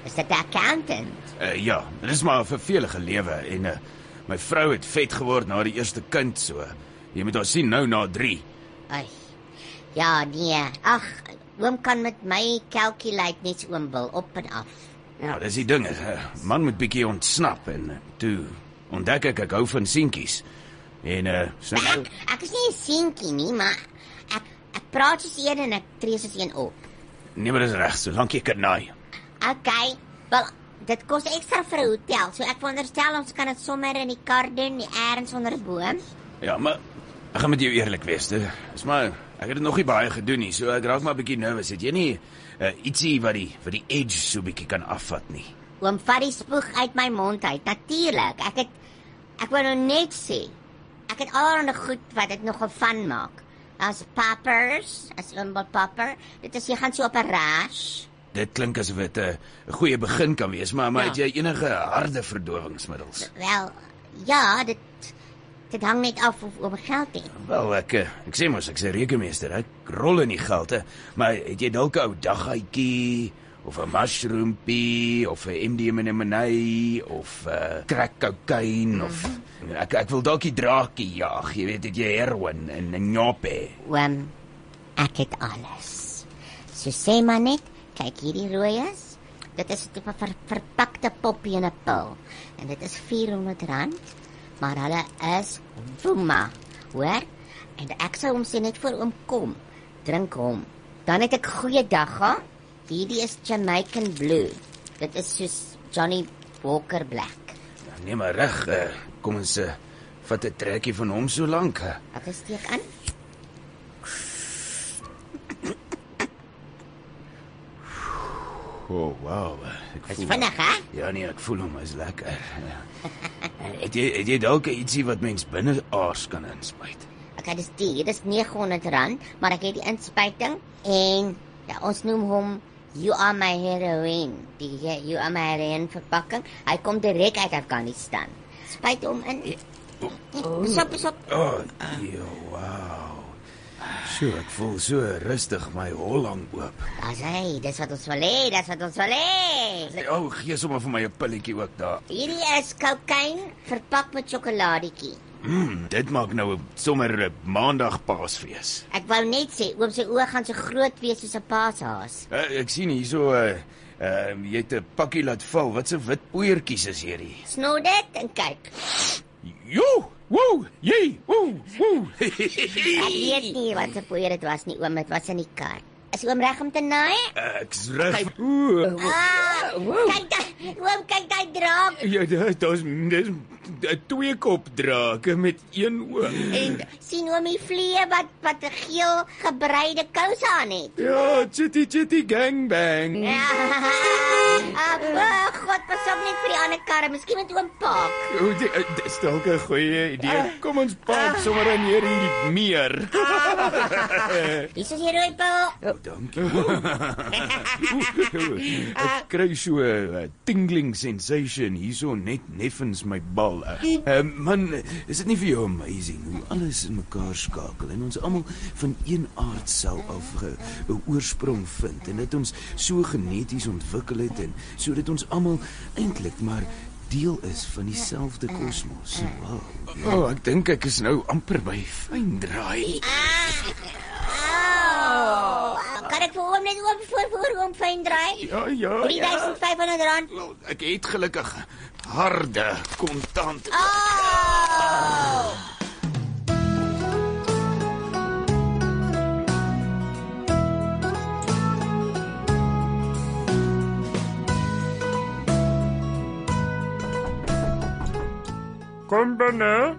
S14: Is dit 'n accountant?
S13: Uh ja, dit is maar 'n vervelige lewe en uh my vrou het vet geword na die eerste kind so. eh, Jy moet haar sien nou na 3.
S14: Ai. Ja, nee. Ag, oom kan met my calculate net so oom wil op en af.
S13: Ja, dis die ding. 'n Man moet bietjie ontsnap en eh, toe ontdek ek ek hou van seentjies. En uh so nou
S14: Ek is nie 'n seentjie nie, maar ek ek praat soos een en ek tree soos een op.
S13: nee, maar dis reg, solank jy kan naai.
S14: Okay. Wel, dit kos ekstra vir 'n hotel, so ek wonderstel ons kan dit sommer in die kar doen, nie eers onder 'n boom.
S13: Ja, maar ek gaan met jou eerlik wees. Dit is maar ek het dit nog nie baie gedoen nie, so ek raak maar bietjie nervous. Het jy nie uh, ietsie wat die wat die edge so bietjie kan afvat nie?
S14: Oom vat die spoeg uit my mond uit. Natuurlik. Ek het ek wou nou net sê, ek het allerlei goed wat dit nogal van maak. As poppers, as oom wil popper. Dit is jy gaan so op 'n rash.
S13: Dit klink asof dit 'n uh, goeie begin kan wees, maar maar
S14: Ja.
S13: het jy enige harde verdowingsmiddels?
S14: Wel, ja, dit dit hang net af of oor geld het.
S13: Wel, ek eh, ek sê mos ek's 'n rekenmeester. Ek rol in die gelte, maar het jy dalk 'n ou daggaatjie of 'n mushroompie of 'n MDMA of 'n uh, crack cocaine of ek ek wil dalk die draakie jaag. Jy weet, het jy heroin en 'n njope.
S14: Oom, ek het alles. So sê maar net, kyk hierdie rooi is. Dit is 'n tipe ver, verpakte poppie in 'n pil en dit is R400, maar hulle is woema, hoor? En ek sou hom sê net voor oom kom, drink hom. Dan het ek goeie dag gehad. Hierdie is Jamaican Blue. Dit is soos Johnny Walker Black.
S13: Nee, maar reg, eh, kom ons eh, vat 'n trekkie van hom so lank. eh.
S14: Ek steek aan.
S13: O, oh, wow. Ek
S14: Is vinnig, hè?
S13: Ja nee, ek voel hom is lekker. Ja. *laughs* het jy het jy dalk ietsie wat mens binne aars kan inspuit?
S14: Okay, dis duur. Dis R900, maar ek het die inspuiting en ja, ons noem hom You are my heroine. Die he- You are my heroine verpakking. Hy kom direk uit Afghanistan. Spuit hom in. Sop, sop.
S13: O, oh, jo, wow. Sjoe, ek voel so rustig my hol hang oop.
S14: Daar's hy. Dis wat ons wil hê. Dis wat ons wil hê.
S13: O, oh, gee sommer vir my 'n pilletjie ook daar.
S14: Hierdie is kokain verpak met sjokoladetjie.
S13: Mm, dit maak nou sommer 'n maandag paasfees.
S14: Ek wou net sê oom se oë gaan so groot wees soos 'n paashaas.
S13: Uh, ek sien hierso 'n uh,
S15: Ehm jy het 'n pakkie laat val. Wat se wit poeiertjies is hierdie?
S14: Snoer dit en kyk.
S15: Jo, woew, jee, woew,
S13: *laughs*
S15: woew.
S14: Ek weet nie wat se poeier dit was nie, oom, dit was in die kar. Is oom reg om te naai?
S15: Ek's reg. Ooh.
S14: Ah, kyk daai, oom, kyk daai draak.
S15: Ja, da- daar's dis 'n twee kop drake met een oog.
S14: En sien oom die vliee wat wat 'n geel gebreide kous aan
S15: *laughs*
S14: het.
S15: ja, chitty chitty gangbang.
S14: Ja. Ah, oh, God, pas op net vir die ander karre. Miskien moet oom paak.
S15: O, di- eh, dis dalk 'n goeie idee. Kom ons paap sommer aan hierdie meer.
S14: Dis is die rooi pil.
S15: Dankie. *laughs* Ek kry so 'n eh, tingling sensation hierso net neffens my bal. Eh, eh, man, is dit nie vir jou amazing hoe alles in mekaar skakel en ons almal van een aard sel af 'n oorsprong vind en dit ons so geneties ontwikkel het en sodat ons almal eintlik maar deel is van dieselfde kosmos. Wow. O, oh, ek dink ek is nou amper by fyn draai.
S14: Oh, kan ek vir oom net oom voor voor oom fyn draai?
S15: Ja, ja, ja.
S14: 3500 rand.
S15: Ek het gelukkig harde kontant.
S14: Ah.
S6: Kom binne.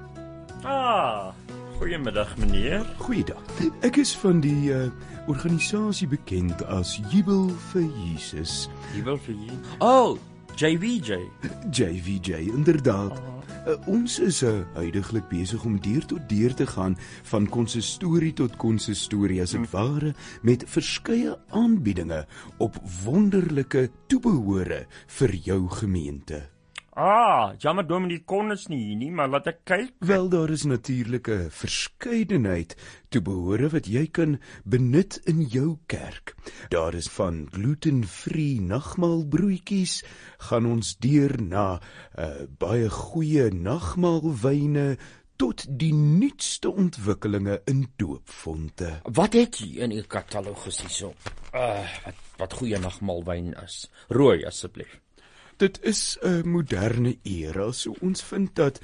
S6: Ah, goeiemiddag meneer.
S15: Goeiedag. Ek is van die uh, organisasie bekend as Jubel vir Jesus.
S6: Jy wil vir jy. Oh,
S15: *laughs*
S6: JVJ.
S15: JVJ inderdaad. Uh, ons is uh, huidigelik besig om deur tot deur te gaan van konsistorie tot konsistorie as dit ware met verskeie aanbiedinge op wonderlike toebehore vir jou gemeente.
S6: Ah, jammer Dominic kon ons nie hier nie, maar laat ek kyk.
S15: Wel daar is natuurlik 'n verskeidenheid toebehore wat jy kan benut in jou kerk. Daar is van glutenvrye nagmaalbroodjies, gaan ons deur na uh, baie goeie nagmaalwyne tot die nuutste ontwikkelinge in doopfonte.
S16: Wat het jy in u katalogus hierso?
S6: Ah, wat wat goeie nagmaalwyn is. Rooi asseblief.
S15: Dit is 'n moderne era, so ons vind dat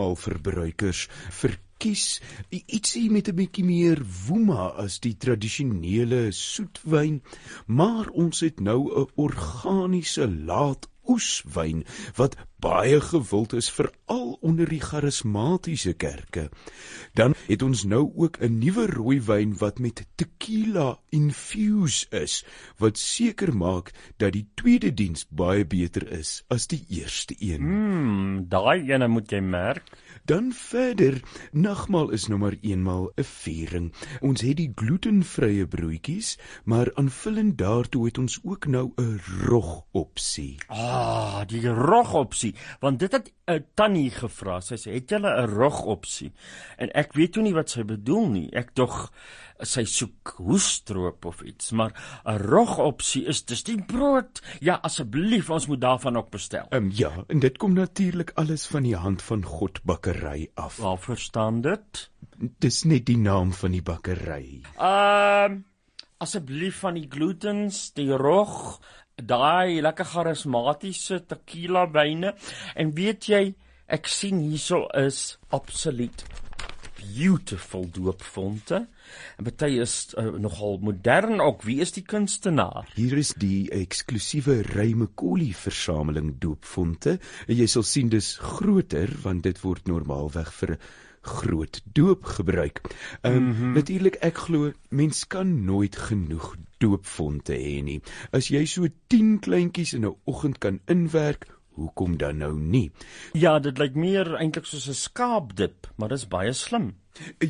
S15: nagmaalverbruikers verkies i- ietsie met 'n bietjie meer woema as die tradisionele soetwyn, maar ons het nou 'n organiese laat oeswyn wat baie gewild is veral onder die charismatiese kerke. Dan het ons nou ook 'n nuwe rooi wyn wat met tequila infused is wat seker maak dat die tweede diens baie beter is as die eerste een.
S6: Mm, daai ene moet jy merk.
S15: Dan verder, nagmaal is nou maar eenmal 'n viering. Ons het die glutenvrye broodjies, maar aanvullend daartoe het ons ook nou 'n rog opsie.
S6: Ah, die rogopsie, want dit het 'n tannie gevra. Sy sê, "Het julle 'n rogopsie?" En ek weet toe nie wat sy bedoel nie. Ek dog eh, sy soek hoestroop of iets, maar 'n rogopsie is dis die brood. Ja, asseblief, ons moet daarvan ook bestel.
S15: Ehm um, ja, en dit kom natuurlik alles van die hand van God bakkery af.
S6: Waar verstaan dit?
S15: Dis net die naam van die bakkery.
S6: Ehm um, asseblief van die glutens, die rog, daai lekker charismatiese tequila wyne. En weet jy, ek sien hierso is absoluut beautiful doopfonte. En baie is uh, nogal modern ook. Wie is die kunstenaar?
S15: Hier is die eksklusiewe Ray McCauley versameling doopfonte. En Jy sal sien dis groter want dit word normaalweg vir groot doop gebruik. Ehm um, mm
S6: Mhm.
S15: -hmm. natuurlik ek glo mens kan nooit genoeg doopfonte hê nie. As jy so 10 kleintjies in 'n oggend kan inwerk, hoekom dan nou nie?
S6: Ja, dit lyk meer eintlik soos 'n skaapdip, maar dis baie slim.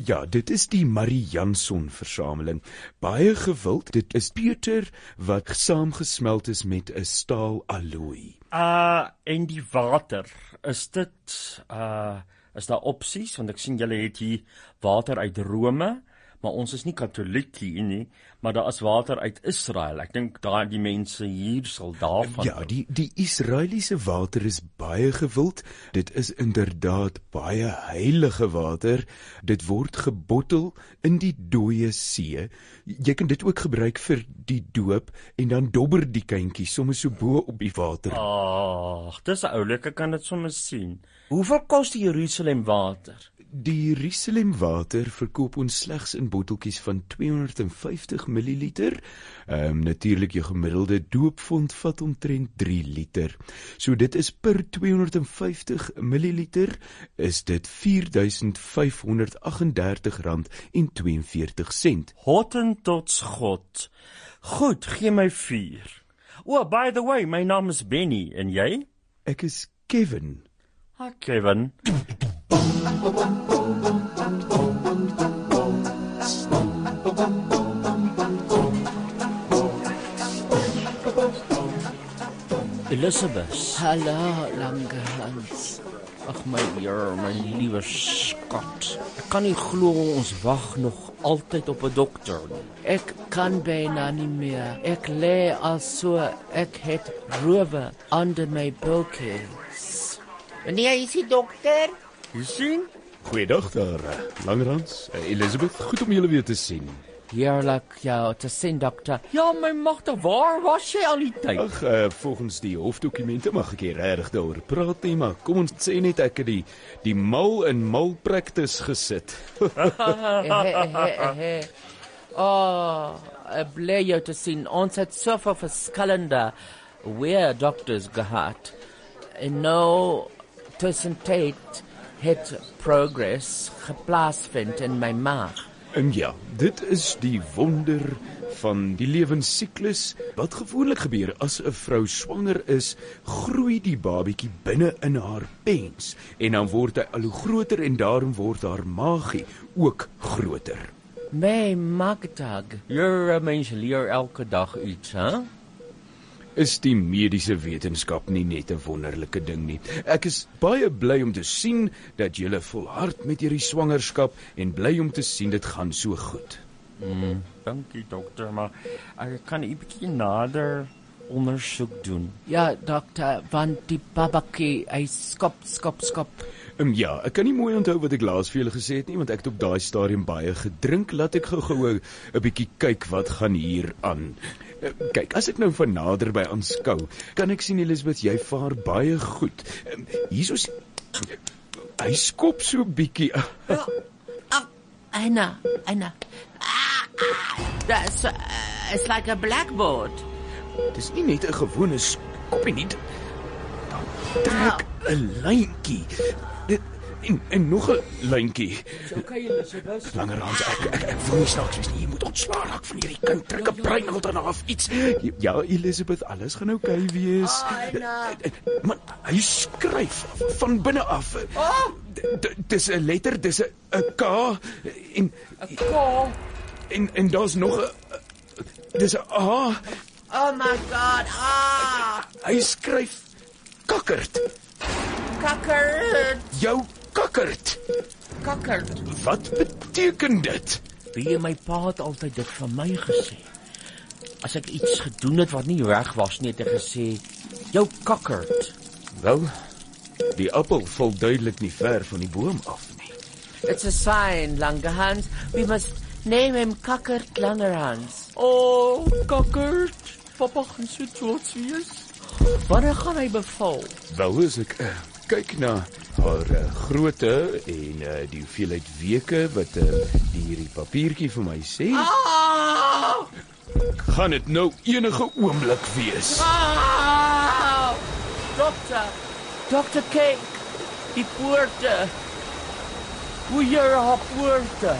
S15: Ja, dit is die Marie Janson versameling. Baie gewild. Dit is Peter wat saamgesmelt is met 'n staal alloy.
S6: Uh en die water, is dit uh is daar opsies want ek sien julle het hier water uit Rome, maar ons is nie katoliek hier nie, maar daar is water uit Israel. Ek dink daai die mense hier sal daarvan
S15: Ja, die die Israeliese water is baie gewild. Dit is inderdaad baie heilige water. Dit word gebottel in die dooie see. Jy kan dit ook gebruik vir die doop en dan dobber die kindjie sommer so bo op die water.
S6: Ag, dis oulik, ek kan dit sommer sien. Hoeveel kos die Jerusalem water?
S15: Die Jerusalem water verkoop ons slegs in botteltjies van 250 ml. Ehm um, natuurlik jou gemiddelde doopfont vat omtrent 3 liter. So dit is per 250 ml is dit R4538.42.
S6: Hottentots God. Goed, gee my 4. O, oh, by the way, my naam is Benny en jy?
S15: Ek is Kevin.
S6: Ha, Kevin. Elizabeth.
S2: Hallo, lange Hans.
S6: Ag my Here, my liewe skat. Ek kan nie glo ons wag nog altyd op 'n dokter nie.
S2: Ek kan byna nie meer. Ek lê al so, ek het rowe onder my bilkies.
S17: Meneer, is die dokter?
S6: Jy sien?
S15: Goeiedag daar, Langerhans. Eh, Elizabeth, goed om julle weer te sien.
S2: Heerlik jou te sien, dokter.
S6: Ja, my magte, waar was jy al die
S15: *laughs*
S6: tyd?
S15: Ag, uh, volgens die hofdokumente mag ek hier regtig daaroor praat nie, maar kom ons sê net ek het die die mal in mal practice gesit. *laughs*
S2: *laughs* oh, ek bly jou te sien. Ons het soveel verskillende weer dokters gehad. En nou tussen tyd het progress geplaasvind in my maag.
S15: En ja, dit is die wonder van die lewensiklus wat gewoonlik gebeur as 'n vrou swanger is, groei die babatjie binne in haar pens en dan word hy al hoe groter en daarom word haar maagie ook groter.
S2: My magdag.
S6: Jy mens leer elke dag iets, hè?
S15: Is die mediese wetenskap nie net 'n wonderlike ding nie? Ek is baie bly om te sien dat julle volhard met hierdie swangerskap en bly om te sien dit gaan so goed.
S6: Mm, dankie dokter, maar ek kan 'n bietjie nader ondersoek doen.
S2: Ja, dokter, want die babatjie, hy skop, skop, skop.
S15: Um, ja, ek kan nie mooi onthou wat ek laas vir julle gesê het nie, want ek het op daai stadium baie gedrink. Laat ek gou-gou 'n bietjie kyk wat gaan hier aan. Eh, Kyk, as ek nou van nader by aanskou, kan ek sien Elisabeth, jy vaar baie goed. Ehm, Hiersoos hy skop so bietjie. Ah,
S2: Anna, Anna. Ah, That's, uh, it's like a blackboard.
S15: Dis nie net 'n gewone skoppie nie. Dan trek 'n lyntjie. Dit en, en nog 'n lyntjie.
S2: Okay, Elizabeth.
S15: Langer aan ek ek, ek voel nie snaaks wees nie. Jy moet ontslaa raak van hierdie kind. Trek 'n brein uit en af iets. Ja, Elisabeth, alles gaan oukei okay wees.
S2: Ah,
S15: Man, hy skryf van binne af.
S2: Oh!
S15: D- d- Dis 'n letter, dis 'n 'n K en
S2: 'n K.
S15: En en daar's nog 'n dis 'n A.
S2: Oh my god. Ah!
S15: Hy skryf kakkerd.
S2: Kakkerd.
S15: Jou kakkerd.
S2: Kakkerd.
S15: Wat beteken dit?
S6: Wie my pa het altyd dit van my gesê. As ek iets gedoen het wat nie reg was nie, het hy gesê, "Jou kakkerd."
S15: Wel, die appel val duidelik nie ver van die boom af nie.
S2: It's a sign, Langerhans. We must name him Kakkerd Langerhans. Oh, Kakkerd. Papa gaan so trots wees. Wanneer gaan hy beval?
S15: Wel is ek uh, kyk na haar uh, grootte en uh, die hoeveelheid weke wat uh, die hierdie papiertjie vir my sê.
S2: Ah!
S15: Gaan dit nou enige oomblik wees?
S2: Ah! Dokter. Dokter kyk. Die poorte. Hoe jy haar poorte.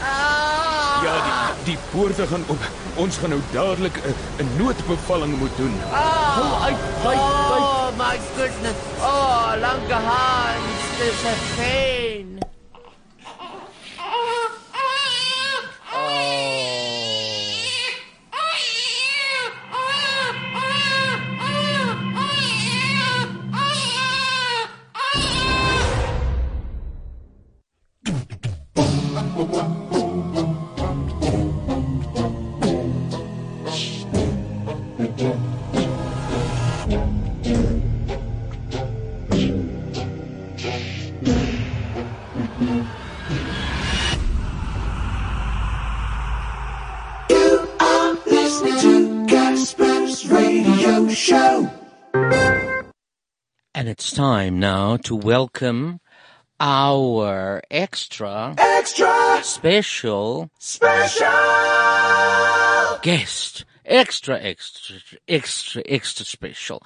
S2: Ah!
S15: Ja, die die poorte gaan op. Ons gaan nou dadelik 'n 'n noodbevalling moet doen.
S2: Hou uit, byt, byt. Oh my goodness. Oh, lange Hans, dis 'n pyn. Oh.
S18: Thank
S1: are listening to Casper's radio show.
S2: And it's time now to welcome our extra,
S1: extra,
S2: special,
S1: special
S2: guest. Extra, extra, extra, extra special.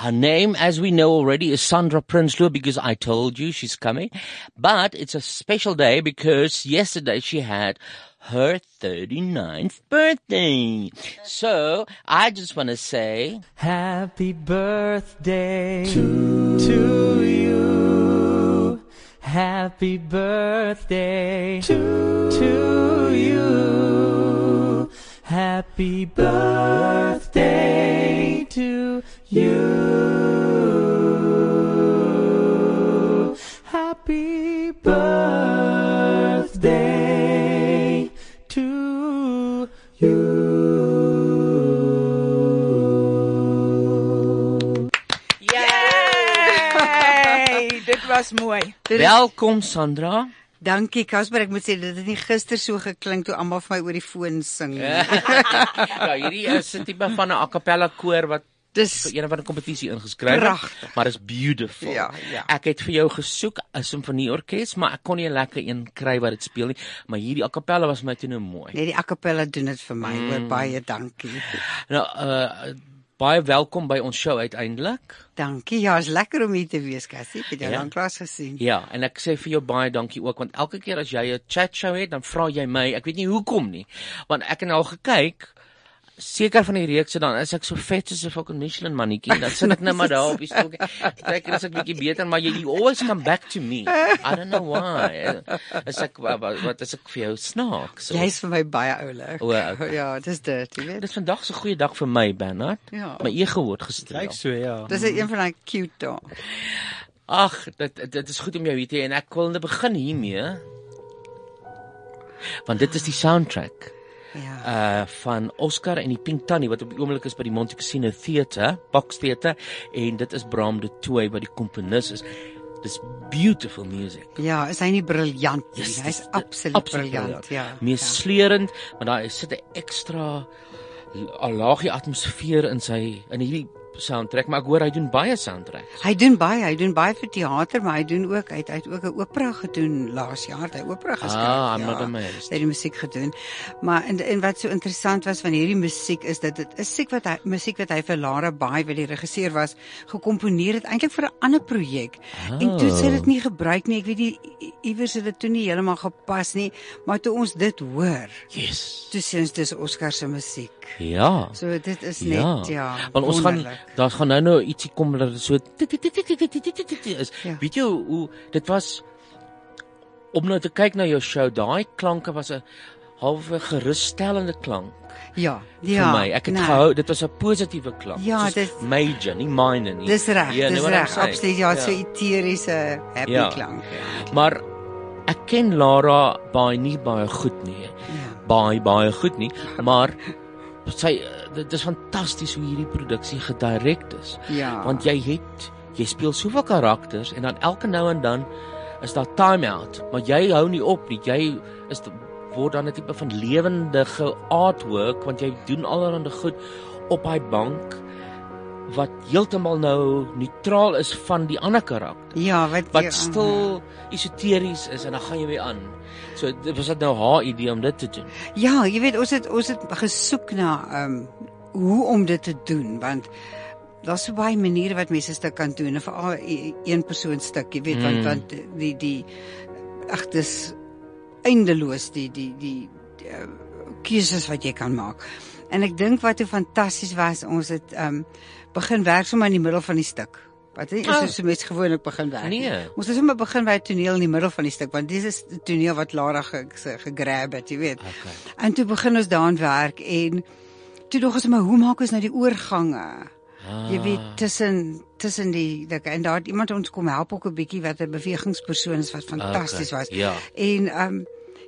S2: Her name, as we know already, is Sandra Prinsloo because I told you she's coming. But it's a special day because yesterday she had her 39th birthday. So I just want to say
S19: Happy birthday to, to you. Happy birthday to, to you. Happy birthday to you. Happy birthday to
S4: Yay!
S19: *laughs*
S4: Dit was mooi.
S2: Welkom Sandra.
S20: Dankie Casper, ek moet sê dit het nie gister so geklink toe almal vir my oor die foon sing nie.
S2: *laughs*
S20: *laughs*
S2: ja, hierdie is 'n tipe van 'n a cappella koor wat
S20: dis
S2: vir een van die kompetisie ingeskryf
S20: Pragtig.
S2: het, maar is beautiful.
S20: Ja, ja.
S2: Ek het vir jou gesoek 'n simfonieorkes, maar ek kon nie 'n lekker een kry wat dit speel nie, maar hierdie a cappella was my toe nou mooi.
S20: Net Nee, die a cappella doen dit vir my. Mm.
S2: Mm.
S20: Baie dankie.
S2: Nou, uh baie welkom by ons show uiteindelik.
S20: Dankie. Ja, is lekker om hier te wees, Cassie. Ek het jou
S2: Ja.
S20: ja. lanklaas gesien.
S2: Ja, en ek sê vir jou baie dankie ook want elke keer as jy 'n chat show het, dan vra jy my, ek weet nie hoekom nie, want ek het nou al gekyk seker van die reekse dan is ek so vet soos 'n fucking Michelin mannetjie en dan sit ek nou maar daar op die stoel. Kyk, as ek bietjie beter, maar jy you always come back to me. I don't know why. As ek wa- wa- wat as ek vir jou snaaks. So.
S20: Jy's vir my baie oulik.
S2: O, okay.
S20: Ja, dis dit, jy weet.
S2: Dis vandag se goeie dag vir my, Bernard.
S20: Ja.
S2: My ego word gestreel.
S20: Lyk
S3: so, ja.
S20: Dis een van daai cute dae.
S2: Ag, dit dit is goed om jou hier te hê en ek wil net begin hiermee. Want dit is die soundtrack.
S20: Ja.
S2: Uh van Oscar en die Pink Tannie wat op die oomblik is by die Monte Cassino Theater, Box Theater en dit is Bram de Tooy wat die komponis is. Dis beautiful music.
S20: Ja, is hy nie briljant nie?
S2: Yes,
S20: Hy's
S2: dis-
S20: absoluut briljant, ja.
S2: Meesleurend, maar daar sit 'n ekstra l- laagie atmosfeer in sy in hierdie soundtrack, maar ek hoor hy doen baie soundtrack.
S20: Hy doen baie, hy doen baie vir teater, maar hy doen ook hy het, hy het ook 'n opera gedoen laas jaar, hy het opera geskryf.
S2: Ah, I'm
S20: ja.
S2: not amazed.
S20: Hy het die musiek gedoen. Maar en en wat so interessant was van hierdie musiek is dat dit is musiek wat hy musiek wat hy vir Lara Baai wat die regisseur was gekomponeer het eintlik vir 'n ander projek. En toe het
S2: Oh.
S20: sy dit nie gebruik nie. Ek weet nie i- iewers het dit toe nie heeltemal gepas nie, maar toe ons dit hoor.
S2: Yes.
S20: Toe sê ons dis Oscar se musiek.
S2: Ja.
S20: So dit is net ja.
S2: Want ons gaan
S20: wonderlik.
S2: daar gaan nou nou ietsie kom dat dit so tik, tik, tik, tik, tik, tik, tik, tik, tik, tik, tik is. Ja. Weet jy hoe- hoe dit was om nou te kyk na jou show, daai klanke was 'n halwe gerusstellende klank.
S20: Ja,
S2: vir
S20: ja,
S2: my. Ek het
S20: nee.
S2: gehou, dit was 'n positiewe klank.
S20: Ja,
S2: soos
S20: dit-
S2: major, nie minor nie.
S20: Dis reg,
S2: Ja,
S20: ja,
S2: nou
S20: dis
S2: wat ek
S20: reg.
S2: sê.
S20: Absoluut ja, so eteriese happy
S2: Ja.
S20: ja. klank.
S2: Maar ek ken Lara baie nie baie goed nie.
S20: Ja.
S2: Baie baie
S20: *laughs*
S2: goed nie, maar sy dit is fantasties hoe hierdie produksie gedirek is.
S20: Ja.
S2: Want jy het jy speel soveel karakters en dan elke nou en dan is daar time-out, maar jy hou nie op nie. Jy is word dan 'n tipe van lewendige artwork want jy doen allerlei goed op hy bank wat heeltemal nou neutraal is van die ander karakter.
S20: Ja, wat
S2: wat stil esoteries is en dan gaan jy weer aan. So dit was dit nou haar idee om dit te doen.
S20: Ja, jy weet ons het ons het gesoek na ehm um, hoe om dit te doen want daar's so baie maniere wat mense stuk kan doen en veral e- een persoon stuk, jy weet
S14: Mm.
S20: want want die die ag dis eindeloos die die die, die eh, keuses wat jy kan maak. En ek dink wat hoe fantasties was, ons het ehm um, begin werk sommer in die middel van die stuk. Wat is
S14: Ah.
S20: oh. so mense gewoonlik begin werk. nie.
S14: Nee.
S20: Ons het sommer begin by 'n toneel in die middel van die stuk want dit is 'n toneel wat Lara ge, ge, gegrab het, jy weet. Okay. En toe begin ons daaraan werk en toe dog ons maar hoe maak ons nou die oorgange? Ah. Jy weet tussen tussen die like, en daar het iemand ons kom help ook 'n bietjie wat 'n bewegingspersoon is wat fantasties okay. was.
S2: Ja.
S20: En ehm um,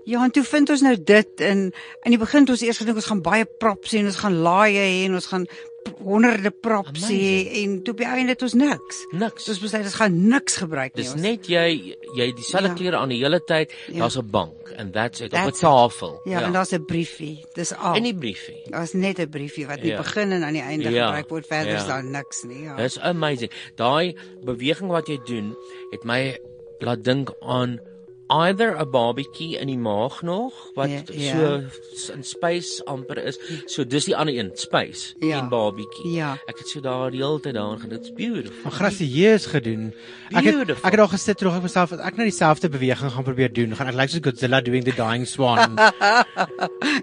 S20: Ja, en toe vind ons nou dit en in die begin het ons eers gedink ons gaan baie props hê en ons gaan laaie hê en ons gaan p- honderde props hê en toe by einde het ons niks.
S2: Niks.
S20: Ons besluit ons gaan niks gebruik nie.
S2: Dis
S20: Nee, Ons
S2: net jy jy het dieselfde
S20: Ja.
S2: klere aan die hele tyd.
S20: Ja.
S2: Daar's 'n bank en that's it. op 'n
S20: That's it.
S2: tafel.
S20: Ja, en daar's 'n briefie. Dis al.
S2: En die briefie.
S20: Daar's net 'n briefie wat aan die
S2: Ja.
S20: begin en aan die einde
S2: Ja.
S20: gebruik word. Verder
S2: Ja.
S20: is daar niks nie. Ja.
S2: Dis amazing. Daai beweging wat jy doen, het my laat dink aan either 'n babatjie in die maag nog wat
S20: Ja, ja.
S2: so in space amper is. So dis die ander een, space
S20: Ja.
S2: en babatjie.
S20: Ja.
S2: Ek het so daar die hele tyd daaraan gedink. It's beautiful.
S3: Grasieus gedoen. Ek het
S2: Beautiful.
S3: ek het daar gesit terug ek myself as ek nou dieselfde beweging gaan probeer doen, gaan ek lyk soos Godzilla doing the
S20: *laughs*
S3: dying swan.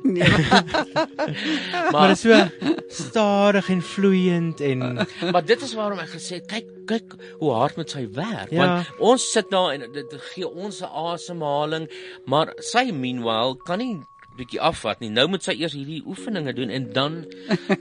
S2: Nee.
S3: maar, maar dit is so stadig en vloeiend en
S20: *laughs*
S2: *laughs* maar dit is waarom ek gesê het, kyk kyk hoe hard met sy werk
S3: Ja.
S2: want ons sit daar en dit dit gee ons 'n asemhaling maar sy meanwhile kan nie bietjie afvat nie nou moet sy eers hierdie oefeninge doen en dan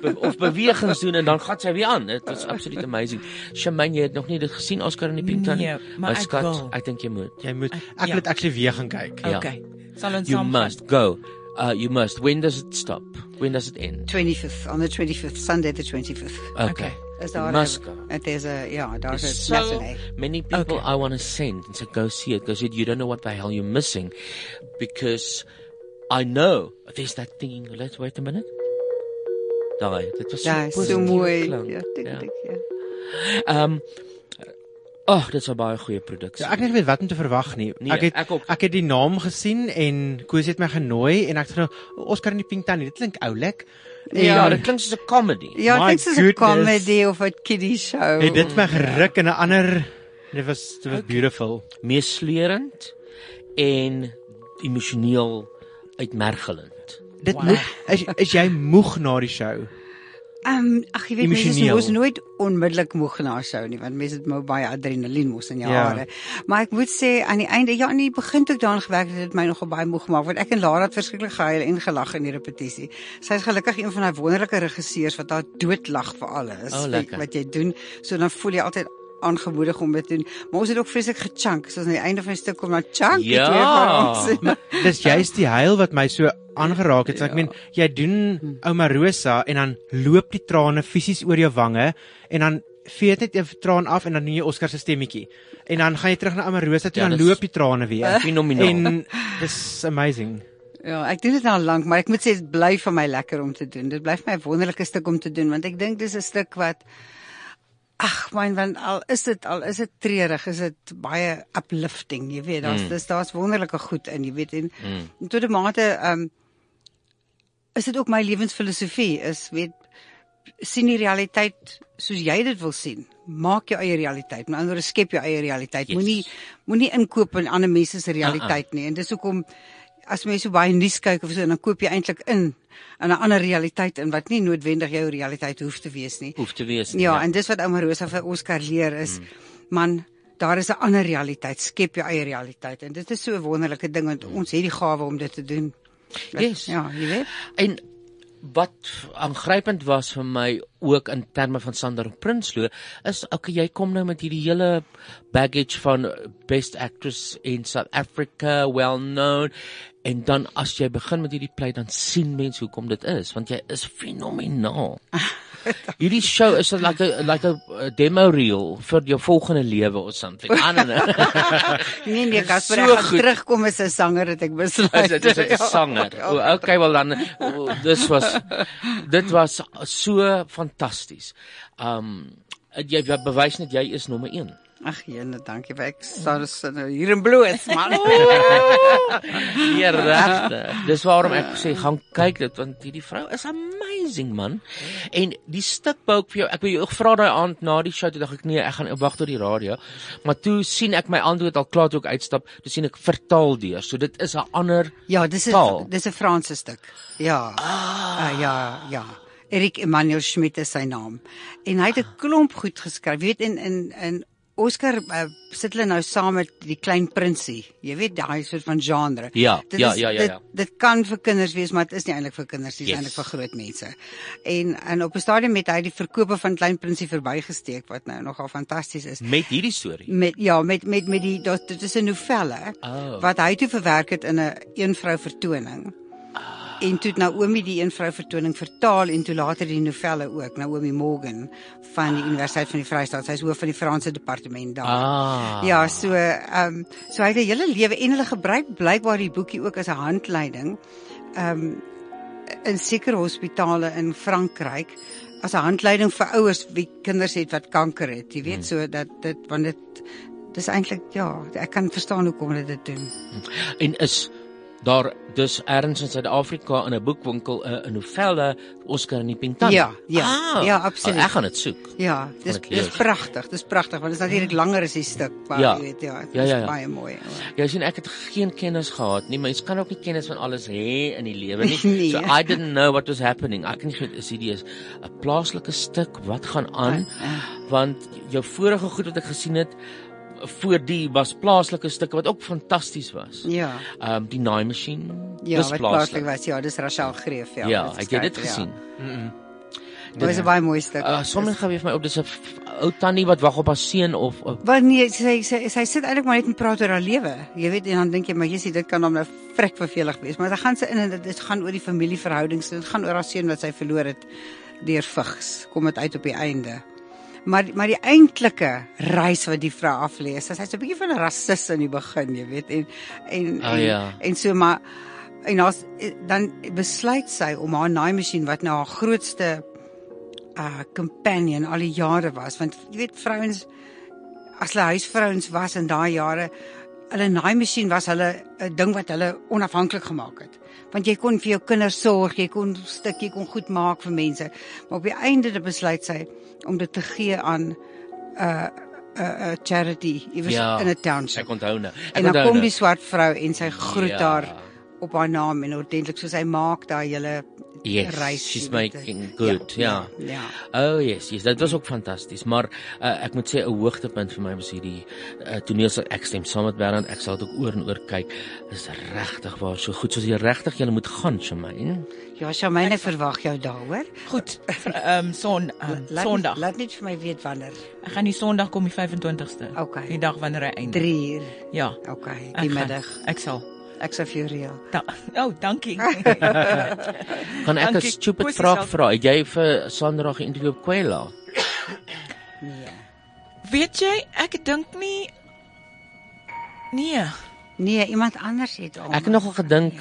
S2: be, of bewegings doen en dan gaan sy weer aan dit is absoluut amazing Shamaine jy het nog nie dit gesien Oscar in die pink tannie
S4: Nee, maar ek
S2: skat
S4: wil.
S2: ek dink jy moet Ja.
S3: jy moet ek
S4: ja. wil dit
S3: actually weer gaan kyk
S4: Okay. Sal ons
S2: you
S4: saam
S2: must go uh you must when does it stop when does it end
S20: 25th on the 25th Sunday the 25th.
S2: Okay. Okay.
S20: Is daar
S2: Must go.
S20: And there's a yeah, daar's 'n
S2: so
S20: matinee.
S2: many people I want to send and say, go see it because you don't know what the hell you're missing. Because I know there's that thing. Let's wait a minute. Daai, dit was so,
S20: Daai, so
S2: positiewe
S20: mooi.
S2: klank.
S20: Ja, tik, tik, ja.
S2: Ehm Ag, dit is 'n baie goeie produksie.
S3: Ja, ek het nie geweet wat om te verwag nie.
S2: Nee,
S3: ek het
S2: ek ook.
S3: ek het die naam gesien en Koos het my genooi en ek het gedink ons kan in die Pink Tannie, dit klink oulik.
S20: Ja, dit
S2: klink soos 'n comedy.
S20: Ja, ek dink dit is 'n comedy of 'n kiddie show.
S3: Het dit my geruk in 'n ander dit was dit was okay. beautiful.
S2: Meeslerend en emosioneel uitmergelend.
S3: Dit wow. moet is, is jy moeg na die show?
S20: Ehm ag jy weet mense
S3: Emosioneel.
S20: mos nooit onmiddellik moeg na 'n show nie want mense het nou baie adrenalien mos in jou
S3: Ja.
S20: hare. Maar ek moet sê aan die einde ja aan die begin toe ek daaraan gewerk het het dit my nogal baie moeg gemaak want ek en Lara het verskriklik gehuil en gelag in die repetisie. Sy is gelukkig een van daai wonderlike regisseurs wat haar doodlag vir alles
S2: Oh,
S20: wat-
S2: lekker.
S20: wat jy doen. So dan voel jy altyd aangemoedig om dit te doen. Maar ons het ook vreeslik gechunk. So aan die einde van die stuk kom dan chunk die twee van ons.
S3: Ja. *laughs* Maar dis juist die huil wat my so aangeraak het. So
S2: Ja.
S3: ek meen, jy doen Ouma Rosa en dan loop die trane fisies oor jou wange en dan vee dit net 'n traan af en dan doen jy Oscar se stemmetjie. En dan gaan jy terug na Ouma Rosa toe
S2: Ja,
S3: en dan
S2: dis
S3: loop die trane weer.
S2: *laughs* fenomenaal.
S3: En dis amazing.
S20: Ja, ek doen dit nou al lank, maar ek moet sê dit bly vir my lekker om te doen. Dit bly vir my 'n wonderlike stuk om te doen want ek dink dis 'n stuk wat ag man, want al is dit al is dit treurig, is dit baie uplifting, jy weet. Daar's
S14: Mm.
S20: dis daar's wonderlike goed in, jy weet. En
S14: Mm.
S20: in tot 'n mate ehm um, is dit ook my lewensfilosofie is weet sien die realiteit soos jy dit wil sien. Maak jou eie realiteit. Met ander woorde skep jou eie realiteit. Yes. Moenie moenie inkoop in ander mense se realiteit uh -uh. nie. En dis hoekom as mense so baie nuus kyk of so dan koop jy eintlik in aan 'n ander realiteit in wat nie noodwendig jou realiteit hoef te wees nie.
S2: Hoef te wees. nie, Hmm.
S20: Ja, en dis wat ouma Rosa vir Oscar leer is, mm. man, daar is 'n ander realiteit, skep jou eie realiteit en dit is so 'n wonderlike ding want ons het die gawe om dit te doen. Dit-
S2: Hmm. Yes.
S20: Ja, jy weet.
S2: En wat aangrypend was vir my ook in terme van Sander Prinsloo is okay jy kom nou met hierdie hele baggage van best actress in South Africa well known en dan as jy begin met hierdie play dan sien mense hoekom dit is want jy is
S20: *laughs*
S2: fenomenaal. Hierdie show is like a like a uh, demo reel vir jou volgende lewe of something. I
S20: *laughs*
S2: don't know.
S20: Nee nee, Casper
S2: so
S20: so gaan
S2: goed.
S20: terugkom as 'n sanger het ek besluit. Ja.
S2: Is dit is
S20: *laughs*
S2: dit 'n
S20: Oh
S2: sanger. O, okay, wel dan o, dis was dit was so fantasties. Um jy jy bewys net jy is nommer 1.
S20: Ag jene, dankie baie. Ek staan so nou hier in bloos man.
S2: *laughs* Nee, regtig. Dis waarom ek sê gaan kyk dit want hierdie vrou is amazing man. En die stuk bou ook vir jou. Ek wil jou ook vra daai aand na die show toe dink ek nee, ek gaan wag tot die radio. Maar toe sien ek my antwoord al klaar toe ek uitstap, toe sien ek vertaal deur. So dit is 'n ander
S20: Ja, dis 'n
S2: taal.
S20: dis 'n Franse stuk. Ja. Ah. Uh, ja, ja. Erik Emanuel Schmidt is sy naam. En hy het 'n klomp goed geskryf. Jy weet in in in Oscar uh, sit hulle nou saam met die klein prinsie. Jy weet daai soort van genre.
S2: Ja,
S20: Dit
S2: ja,
S20: is-
S2: ja, ja, ja.
S20: Dit, dit kan vir kinders wees, maar dit is nie eintlik vir kinders nie, dit
S2: Yes.
S20: is eintlik vir groot mense. En en op 'n stadium het hy die verkope van klein prinsie verbygesteek wat nou nogal fantasties is.
S2: Met hierdie storie.
S20: Met ja, met met met die dat dit is 'n novelle
S2: Oh.
S20: wat hy toe verwerk het in 'n een vrou vertoning. En toe het Naomi die een vrou vertoning vertaal en toe later die novelle ook, Naomi Morgan van die Universiteit van die Vrystaat. Sy is hoof van die Franse departement daar.
S1: Ah.
S20: Ja, so ehm so hy het 'n hele lewe en hulle gebruik blykbaar die boekie ook as 'n handleiding. Ehm in sekere hospitale in Frankryk as 'n handleiding vir ouers wie kinders het wat kanker het. Jy weet
S2: Hmm.
S20: so dat dit want dit dis eintlik ja, ek kan verstaan hoekom hulle dit doen.
S2: En is daar dus ergens in Suid-Afrika in 'n boekwinkel 'n 'n novelle Oscar en die Pintan?
S20: Ja, ja. Ja, absoluut.
S2: Ek gaan dit soek.
S20: Ja, dis
S2: Gaan ek
S20: dis
S2: lees.
S20: pragtig, dis pragtig want dit is natuurlik langer as die stuk, maar
S2: Mhm. Ja.
S20: jy weet ja, dit
S2: Ja, ja, ja.
S20: is baie mooi. hoor.
S2: Jy sien ek het geen kennis gehad nie, mens kan ook nie kennis van alles hê in die lewe nie.
S20: *laughs* Nee.
S2: So I didn't know what was happening. Ek kan nie weet is hierdie is 'n plaaslike stuk, wat gaan aan?
S20: ja.
S2: Want jou vorige goed wat ek gesien het voor die was plaaslike stukke wat ook fantasties was.
S20: Ja.
S2: Ehm um, die naai masjien.
S20: Ja, wat plaaslik was. Ja, dis Rachel Greef, ja.
S2: Ja,
S20: wat
S2: het jy dit
S20: skryf, ja.
S2: gesien?
S20: Mm. Dit was 'n baie mooi stuk.
S2: Uh, Sommige gaan weer vir my op dis 'n f- ou tannie wat wag op haar seun of of-
S20: Want nee, sy sy sy sit eintlik maar net en praat oor haar lewe. Jy weet en dan dink jy maar jissie, dit kan hom nou vrek vervelig wees, maar dan gaan sy in en dit- dit gaan oor die familieverhoudings en dit gaan oor haar seun wat sy verloor het deur vigs. Kom dit uit op die einde. Maar maar die eintlike reis wat die vrou aflê, is sy's 'n bietjie van 'n rasis in die begin, jy weet, en en
S2: Ah,
S20: en,
S2: ja.
S20: en so maar en daar's dan besluit sy om haar naaimasjien wat nou haar grootste uh companion al die jare was, want jy weet vrouens as hulle huisvrouens was in daai jare, hulle naaimasjien was hulle 'n ding wat hulle onafhanklik gemaak het. Want jy kon vir jou kinders sorg, jy kon stuk, jy kon goed maak vir mense. Maar op die einde het besluit sy om dit te gee aan 'n uh, 'n uh, uh, charity iewers ja. in 'n township.
S2: Ek onthou nou. Ek
S20: En dan
S2: onthou
S20: kom
S2: nou.
S20: die swart vrou en sy groet
S2: Ja.
S20: haar op haar naam en ordentlik soos hy maak daai hele
S2: Yes,
S20: reis.
S2: she's
S20: jy weet,
S2: making good. Ja.
S20: Ja.
S2: Oh yes, yes, dit was ook fantasties, maar uh, ek moet sê 'n hoogtepunt vir my was hierdie uh, toneel sal ek stem saam met Bernd, ek sal dit ook oor en oor kyk. Is regtig waar so goed soos jy regtig jy moet gaan, Shamaine.
S20: Ja, Shamaine verwag jou daar, hoor.
S4: Goed. Ehm um, son um,
S20: Laat-
S4: Sondag.
S20: Laat net vir my weet wanneer.
S4: Ek gaan die Sondag kom die 25ste.
S20: Okay.
S4: Die dag wanneer hy eindig.
S20: 3 uur.
S4: Ja.
S20: Okay,
S4: Ek
S20: die
S4: gaan.
S20: middag.
S4: Ek sal.
S20: Ek sal vir jou reël.
S4: Da oh,
S20: *laughs*
S4: dankie. *laughs*
S2: Kan
S4: kan
S2: ek 'n stupid vraag vra? Het jy vir Sandra geïnterview op Kwela?
S20: Nee.
S4: Weet jy, ek dink nie Nee.
S20: Nee, iemand anders het hom.
S2: Ek het nogal gedink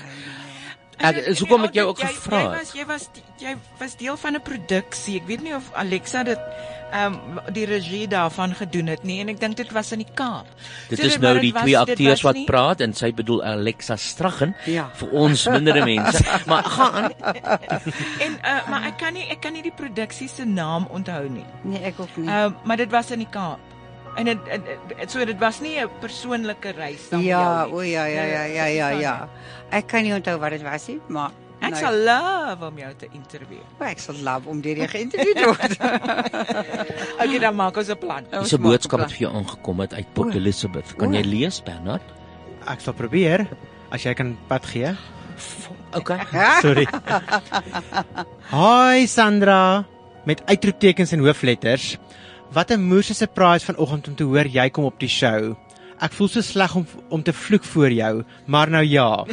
S2: ek is hoekom ek jou ook
S4: Jy
S2: gevra
S4: was
S2: het.
S4: jy was jy was deel van 'n produksie. Ek weet nie of Alexa dit ehm um, die regie daarvan gedoen het nie en ek dink dit was in die Kaap.
S2: Dit
S4: So
S2: is
S4: maar
S2: nou
S4: dit
S2: die
S4: was-
S2: twee
S4: dit was
S2: akteurs wat
S4: nie-
S2: praat en sy bedoel Alexa Straggen
S20: ja.
S2: vir ons mindere mense,
S4: *laughs*
S2: maar gaan aan.
S4: En uh, maar ek kan nie ek kan nie die produksie se naam onthou nie.
S20: Nee, ek ook nie.
S4: Uh, maar dit was in die Kaap. En dit en- en- so dit was nie 'n persoonlike reis dan vir
S20: Ja,
S4: jou nie.
S20: o ja, ja, ja, ja, ja, ja. Ek kan nie onthou wat dit was nie, maar nou ja.
S4: Ek sal love om jou te interview.
S20: O, ek sal love om deur jou geïnterview te word.
S4: *laughs* okay, dan maak ons 'n plan.
S2: Dis 'n boodskap wat vir jou aangekom het uit Port Elizabeth. Kan jy lees, Bernard?
S3: Ek sal probeer as jy kan pad gee.
S2: Okay.
S3: Sorry. Hi Sandra met uitroeptekens en hoofletters. Wat 'n moerse surprise vanoggend om te hoor jy kom op die show. Ek voel so sleg om om te vloek voor jou, maar nou ja.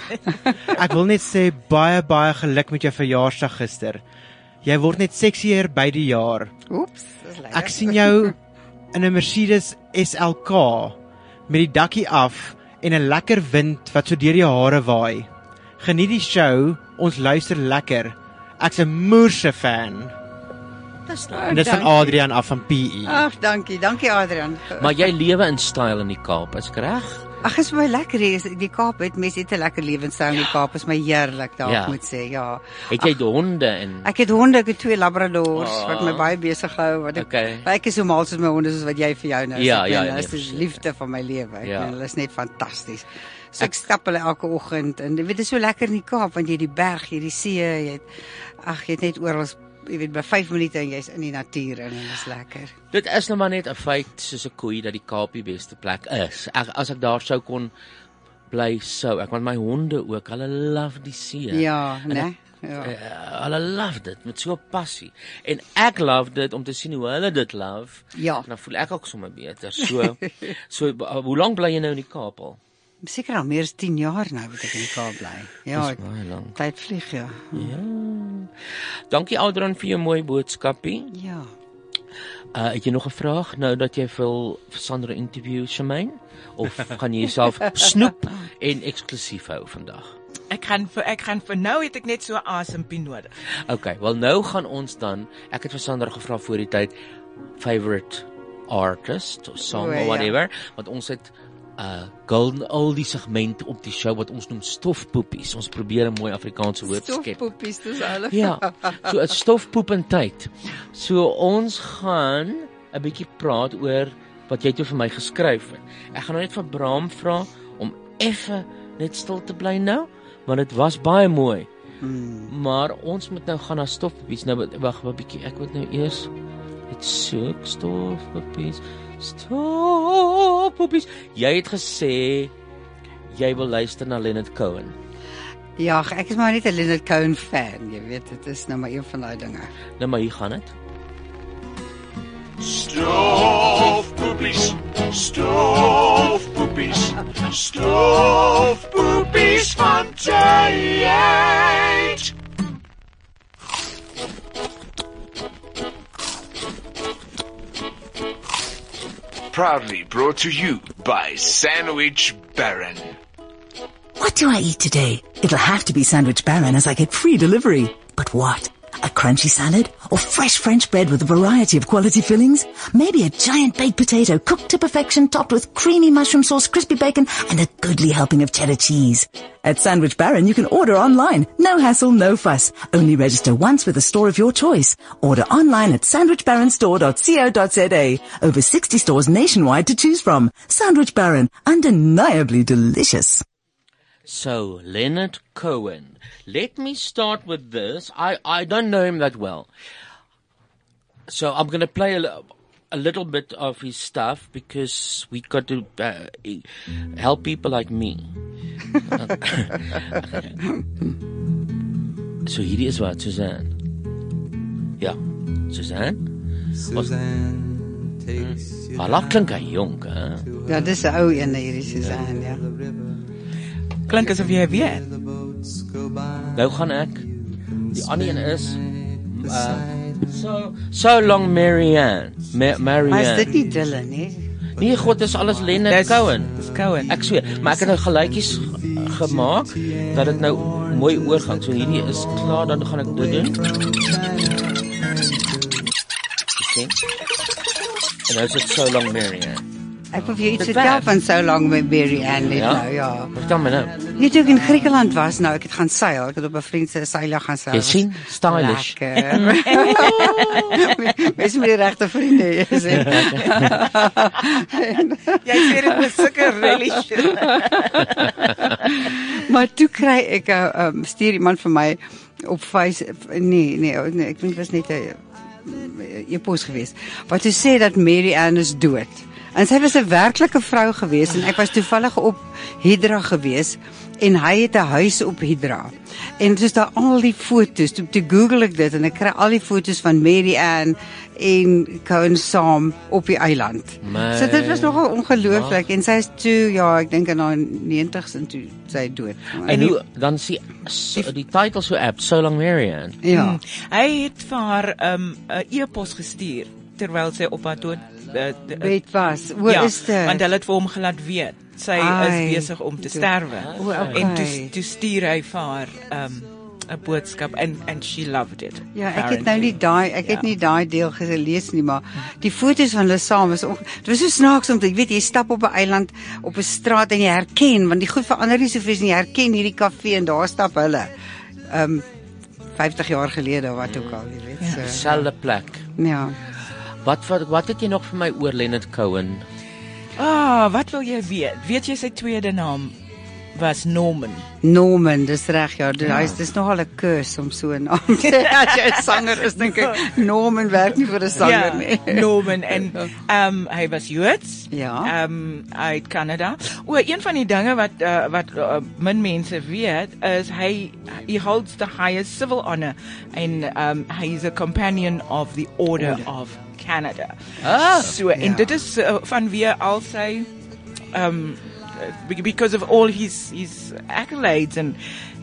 S3: Ek wil net sê baie baie geluk met jou verjaarsdag gister. Jy word net seksier by die jaar.
S20: Oeps, dis lekker.
S3: Ek sien jou in 'n Mercedes SLK met die dakkie af en 'n lekker wind wat so deur jou hare waai. Geniet die show, ons luister lekker. Ek's 'n moerse fan.
S20: Dis
S3: En dis van Adrian af van E. PE.
S20: Ag, dankie. Dankie Adrian.
S2: Maar jy lewe in styl in die Kaap, is ek reg?
S20: Ag, is my lekker hier. is- Die Kaap het mense het 'n lekker lewenstyl in die Kaap. Is my heerlik daar,
S2: Ja.
S20: ja. moet sê. Ja.
S2: Het jy die honde en
S20: Ek het honde, ek het twee labradors
S2: Ah.
S20: oh. wat my baie besig hou wat ek
S2: Okay.
S20: maar ek is so mal soos my honde soos wat jy vir jou nou
S2: Ja,
S20: sê.
S2: ja,
S20: Hulle
S2: nee,
S20: is die liefde van my lewe. Ek
S2: Ja.
S20: meen hulle is net fantasties. So ek, stap hulle elke oggend en jy weet dit is so lekker in die Kaap want jy het die berg, jy het die see, jy het ag jy het net oral jy weet by 5 minute en jy's in die natuur en dit is lekker.
S2: Dit is nou maar net 'n feit soos 'n koei dat die Kaap die beste plek is. Ek as ek daar sou kon bly sou ek want my honde ook, hulle love die see.
S20: Ja,
S2: En
S20: né?
S2: ek-
S20: Ja.
S2: Uh, hulle love dit met so 'n passie. En ek love dit om te sien hoe hulle dit love.
S20: Ja.
S2: Dan voel ek ook sommer beter. So *laughs* so b- hoe lank bly jy nou in die Kaap al?
S20: Seker al meer as 10 jaar nou wat ek in die Kaap bly. Ja,
S2: Dis baie lank.
S20: tyd vlieg ja.
S2: Ja. Dankie Adrian vir jou mooi boodskapie.
S20: Ja.
S2: Uh het jy nog 'n vraag nou dat jy wil vir Sandra interview Shamaine of *laughs* gaan jy jouself snoep en eksklusief hou vandag?
S4: Ek gaan vir ek gaan vir nou het ek net so 'n asempie nodig.
S2: Okay, wel nou gaan ons dan ek het vir Sandra gevra voor die tyd favorite artist of song
S4: O,
S2: oh,
S4: ja.
S2: or whatever want ons het uh golden al die segmente op die show wat ons noem stofpoepies. Ons probeer 'n mooi Afrikaanse woord skep.
S20: Stofpoepies dis alles.
S2: Ja. *laughs* So 'n stofpoep en tyd. So ons gaan 'n bietjie praat oor wat jy toe vir my geskryf het. Ek gaan nou net vir Braam vra om effe net stil te bly nou, want dit was baie mooi.
S20: Hmm.
S2: Maar ons moet nou gaan na stofpoepies. Nou wat- wag, wag 'n bietjie. Ek moet nou eers dit soek stofpoepies. Stofpoepies. Jy het gesê jy wil luister na Leonard Cohen.
S20: Ja, ek is maar net 'n Leonard Cohen fan, jy weet, dit is nou maar een van daai dinge.
S2: Nou maar hier gaan dit.
S15: Oh,
S1: Stoofpoopies, stoofpoopies, stoofpoopies van tyd.
S21: Proudly brought to you by Sandwich Baron.
S18: What do I eat today? It'll have to be Sandwich Baron as I get free delivery. But what? A crunchy salad? Or fresh French bread with a variety of quality fillings? Maybe a giant baked potato cooked to perfection topped with creamy mushroom sauce, crispy bacon, and a goodly helping of cheddar cheese. At Sandwich Baron, you can order online. No hassle, no fuss. Only register once with a store of your choice. Order online at sandwichbaronstore.co.za. Over 60 stores nationwide to choose from. Sandwich Baron, undeniably delicious.
S2: So, Leonard Cohen. Let me start with this. I, I don't know him that well. So, I'm going to play a, li- a little bit of his stuff because we got to uh, help people like me. *laughs* so, hierdie is wat Suzanne. Ja, Suzanne. Suzanne takes you. Hallo klink hy jonk, hè?
S20: Ja, dis 'n ou een hierdie Susan, ja.
S4: Klink asof jy weet.
S2: Nou gaan ek. Die ander een is uh, so so long Marianne. Ma Marianne.
S20: Maar is dit nie Dylan nie?
S2: Nee, God, dis alles Leonard dis, Cohen. Dis Cohen. Ek sweer, maar ek het nou geluitjies g- gemaak dat dit nou mooi oorgaan. So hierdie is klaar, dan gaan ek dit doen. Okay. En nou is dit so long Marianne.
S20: Ek wou vir jou iets
S2: Dis
S20: vertel
S2: waar.
S20: van so lank met Barry Ann net
S2: Ja?
S20: nou, ja.
S2: Vertel my nou.
S20: Jy toe ek in Griekeland was nou, ek het gaan seil, ek het op 'n vriend se seile gaan seil.
S2: Jy sien, stylish.
S20: Lekker. *laughs* Mens moet die regte vriende hê, sê.
S4: *laughs* Jy sê dit met sulke religie.
S20: *laughs* maar toe kry ek 'n um, stuur iemand vir my op Facebook nee nee, oh, nee ek dink dit was net 'n eh, e-pos gewees wat toe sê dat Mary Ann is dood. En sy was 'n werklike vrou gewees en ek was toevallig op Hydra gewees en hy het 'n huis op Hydra. En soos daar al die fotos, toe, toe Google ek dit en ek kry al die fotos van Mary Ann en Cohen saam op die eiland.
S1: My-
S20: so dit was nogal ongelooflik en sy is toe ja, ek dink in haar 90's en toe sy dood.
S2: En hoe dan sien so, die titel so apt, so long Marianne.
S20: Ja.
S4: Hmm. Hy het vir haar 'n um, 'n e-pos gestuur terwyl sy op haar dood eh, de-
S20: Bed was. Hoe
S4: ja,
S20: is dit?
S4: Want hulle het vir hom gelaat weet sy
S20: Ai,
S4: is besig om te
S20: dit-
S4: sterwe.
S20: O, okay.
S4: En toe toe stuur hy vir haar um 'n boodskap and and she loved it.
S20: Ja, ek het nou nie daai ek
S4: Ja.
S20: het nie daai deel gelees nie, maar die foto's van hulle saam is onge- dit was so snaaks om te jy weet jy stap op 'n eiland op 'n straat en jy herken want die goed verander nie soveel nie. Jy herken hierdie kafee en daar stap hulle. Ehm um, 50 jaar gelede of wat ook al, jy
S4: Ja.
S20: weet. So.
S2: Dieselfde plek.
S20: Ja.
S2: Wat wat wat het jy nog vir my oor Leonard Cohen?
S20: nou-
S4: Ah, wat wil jy weet? Weet jy sy tweede naam? was Norman. *laughs*
S20: Norman, dis reg ja, dit
S4: Ja.
S20: is dis nogal 'n kus om so 'n naam te *laughs* as jy 'n sanger is dink *laughs* ek Norman werk nie vir 'n sanger nie.
S4: Ja, Norman
S20: *laughs*
S4: en ehm hy was Joods.
S20: Ja.
S4: Ehm uit Kanada. O, een van die dinge wat uh, wat uh, min mense weet is hy he holds the highest civil honor and um he is a companion of the Order,
S20: Order.
S4: of Canada.
S20: Ah.
S4: so en
S20: Ja.
S4: dit is uh, vanweë al sy um be- because of all his his accolades and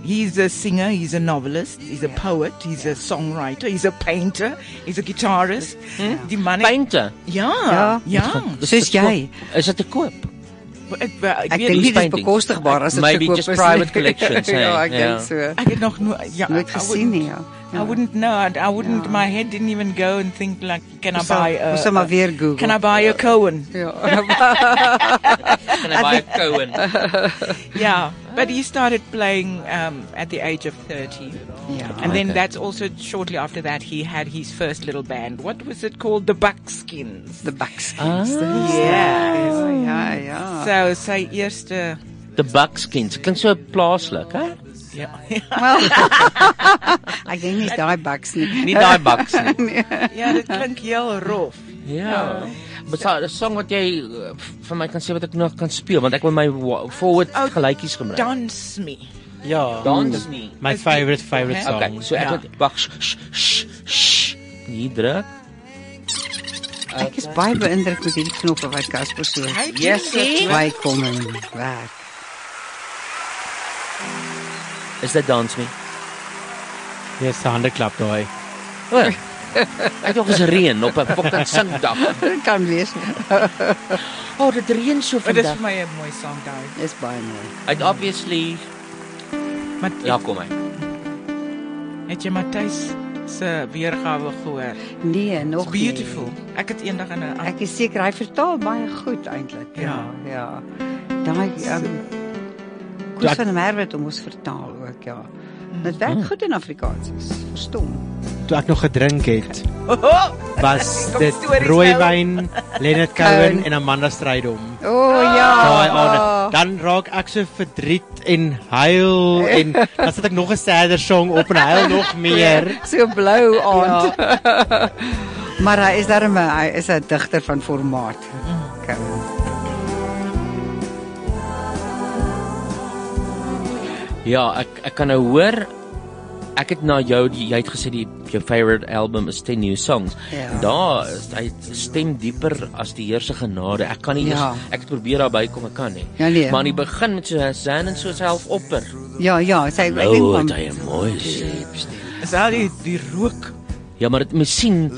S4: he's a singer he's a novelist he's a poet he's a songwriter he's a painter he's a guitarist die man painter
S2: Ja.
S4: ja ja
S2: *laughs* Soos jy. Is dit te koop?
S4: ek, ek,
S2: Ek dink nie dit is bekostigbaar as dit Maybe te koop just is nie. *laughs* private collections, hey, Ja, ek dink ja. so.
S4: Ek het nog no, ja,
S20: Nooit
S4: I
S20: gesien nie, ja.
S4: wouldn't- I wouldn't know. I, I wouldn't. My head didn't even go and think like, can I
S20: Ons sal-
S4: buy a?
S20: ons sal maar
S4: a-
S20: weer Google. Ja,
S4: Can I buy a uh, Cohen?
S20: *laughs*
S4: *laughs*
S2: Can I buy a Cohen?
S4: yeah, but he started playing um, at the age of 30.
S20: Yeah.
S4: And then
S20: Okay.
S4: that's also shortly after that he had his first little band. What was it called? The Buckskins.
S20: The Buckskins.
S2: Ah.
S4: Oh, Yeah.
S20: Ja, ja, ja.
S4: So sy *laughs* eerste
S2: The Buckskins. Klink so plaaslik, hè?
S4: ja. *laughs*
S20: Wel. *laughs* ek dink nie daai baks nie.
S2: Nie daai baks nie.
S20: *laughs*
S4: *laughs*
S20: Nee.
S4: Ja, dit klink heel rof.
S2: Ja. Maar die song wat jy uh, vir my kan sê wat ek nog kan speel want ek wil my wa- forward
S4: Oh,
S2: gelykies gebruik.
S4: Dance Me.
S22: Ja.
S2: Dance me.
S22: My favorite favorite
S2: Hè?
S22: song.
S2: Okay, so ek
S22: Ja.
S2: het wag. sh- sh- sh- sh. Hier druk.
S20: Ek is baie beïndruk met hierdie knoppe wat Casper so.
S2: Hy doen Yes, dit, hè?
S20: Baie kom en werk.
S2: Is dit dance me?
S22: Dis se hande klap daai.
S2: O. Ek dink is reën op 'n fucking singdag.
S20: *laughs* kan wees.
S2: O, *laughs* oh, dit reën so
S4: Maar dis
S2: vandag.
S4: vir my 'n mooi song daai.
S20: Dis baie mooi.
S2: I'd obviously
S4: Maar
S2: Ja, kom hy.
S4: het jy Matthys se weergawe gehoor?
S20: Nee, nog
S4: It's beautiful. Ek het eendag in 'n
S20: Ek is seker hy vertaal baie goed eintlik. Ja, ja. Daai um, Koos van der Merwe het hom ons vertaal ook, ja. Dit
S2: Mhm.
S20: werk goed in Afrikaans. is Verstom.
S2: *laughs*
S22: Toe ek nog gedrink het, was
S20: Kom
S22: dit
S20: stories
S4: nou.
S22: rooiwyn, Leonard Cohen
S20: Cohen.
S22: en Amanda Strydom.
S20: O oh, ja.
S22: Daai aan. Dan raak ek so verdriet en huil en
S20: *laughs*
S22: dan sit ek nog 'n sadder song op en huil nog meer.
S20: *laughs*
S22: Ja.
S20: So blou aand. *laughs* maar hy is darem 'n- hy is 'n digter van formaat. Cohen.
S2: Ja, ek ek kan nou hoor ek het na jou die, jy het gesê die jou favorite album is 10 new songs.
S20: Ja.
S2: Daar is hy stem dieper as die Here se genade. Ek kan nie
S20: Ja.
S2: eers, ek het probeer daarby kom ek kan nie.
S20: Ja, nee.
S2: Maar in die begin met Susan en so self opper.
S20: Ja, ja, sy ek
S2: Nou,
S20: dink
S2: het
S20: hom.
S2: hy 'n mooi
S20: ja.
S2: stem.
S4: Is al die die rook.
S2: Ja, maar dit mens sien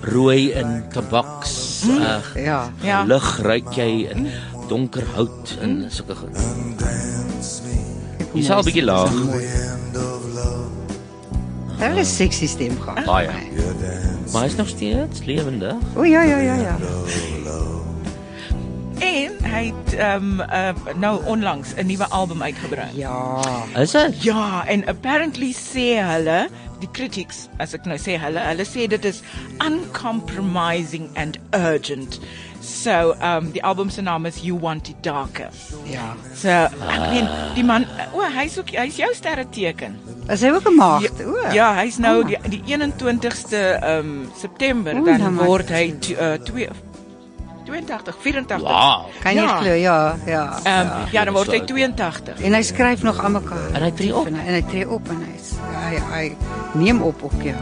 S2: rooi in tabaks.
S4: Mm.
S2: Uh,
S20: Ja.
S4: Ja.
S2: Lig ruik jy in donker hout en sulke goed. Jy sal
S20: nou
S2: 'n bietjie laag.
S20: Hy het 'n sexy stem gehad.
S2: Baie. Maar hy is nog steeds lewendig.
S20: O ja, ja, ja, ja.
S4: En hy het ehm uh, nou onlangs 'n nuwe album uitgebring.
S20: Ja.
S2: Is dit?
S4: Ja, en apparently sê hulle die critics, as ek nou sê hulle, hulle sê dit is uncompromising and urgent. So, um die album se naam is You Want It Darker.
S20: Ja.
S4: So, ek meen die man, o, oh, hy's ook hy's jou sterre teken.
S20: Is hy ook 'n maagd? O.
S4: Ja, hy's nou
S20: Ah.
S4: die, die 21ste um September
S20: Oei, dan
S4: dan
S20: maak
S4: word hy t- uh, twee- 82 84.
S20: Kan jy glo? Ja, ja.
S4: Ehm ja, dan word hy 82.
S20: En hy skryf nog aan mekaar.
S2: En hy tree op.
S20: En hy, en hy tree op en hy is- hy hy neem op ook ja.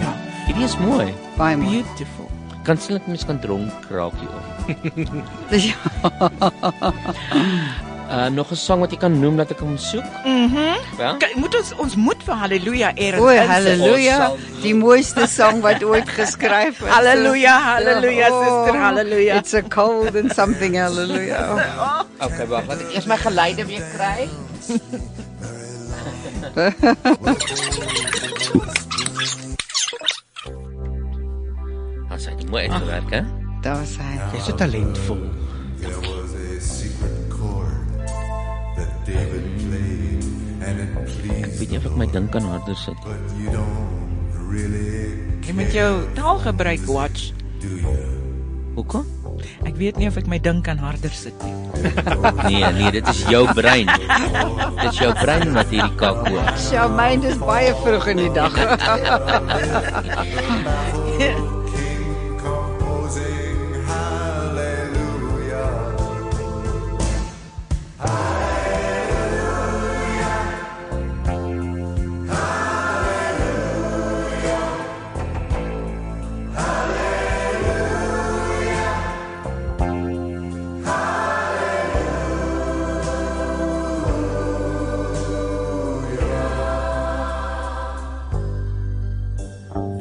S2: Ja, Hierdie is mooi.
S20: Baie mooi.
S4: Beautiful.
S2: Kan sien ek mens kan dronk raak hier op.
S20: *laughs* Dis
S2: *laughs*
S20: ja.
S2: uh, nog 'n sang wat jy kan noem dat ek hom soek?
S4: Mhm.
S2: Ja?
S4: Kyk, moet ons ons moet vir haleluja eer.
S20: O, haleluja. Die mooiste sang wat ooit geskryf is. Ja.
S4: Halleluja, halleluja, suster, halleluja.
S20: It's a cold and something *laughs* haleluja.
S2: Okay, wag, laat ek
S23: Eers my geleide weer
S2: *laughs*
S23: kry.
S2: Ons het mooi uitgewerk, hè?
S20: Daar's hy.
S22: Jy's so talentvol.
S24: There was a secret chord that David played, and it
S2: Ek
S24: pleased
S2: weet nie of ek my ding kan harder sit.
S24: you don't really
S4: Jy moet jou taal gebruik watch.
S24: do you.
S2: Hoekom?
S4: Ek weet nie of ek my ding kan harder sit nie.
S2: Nee, nee, dit is jou brein. dit is jou brein wat hierdie kak hoor.
S20: Charmaine, dis Ja, baie vroeg in die *laughs* dag.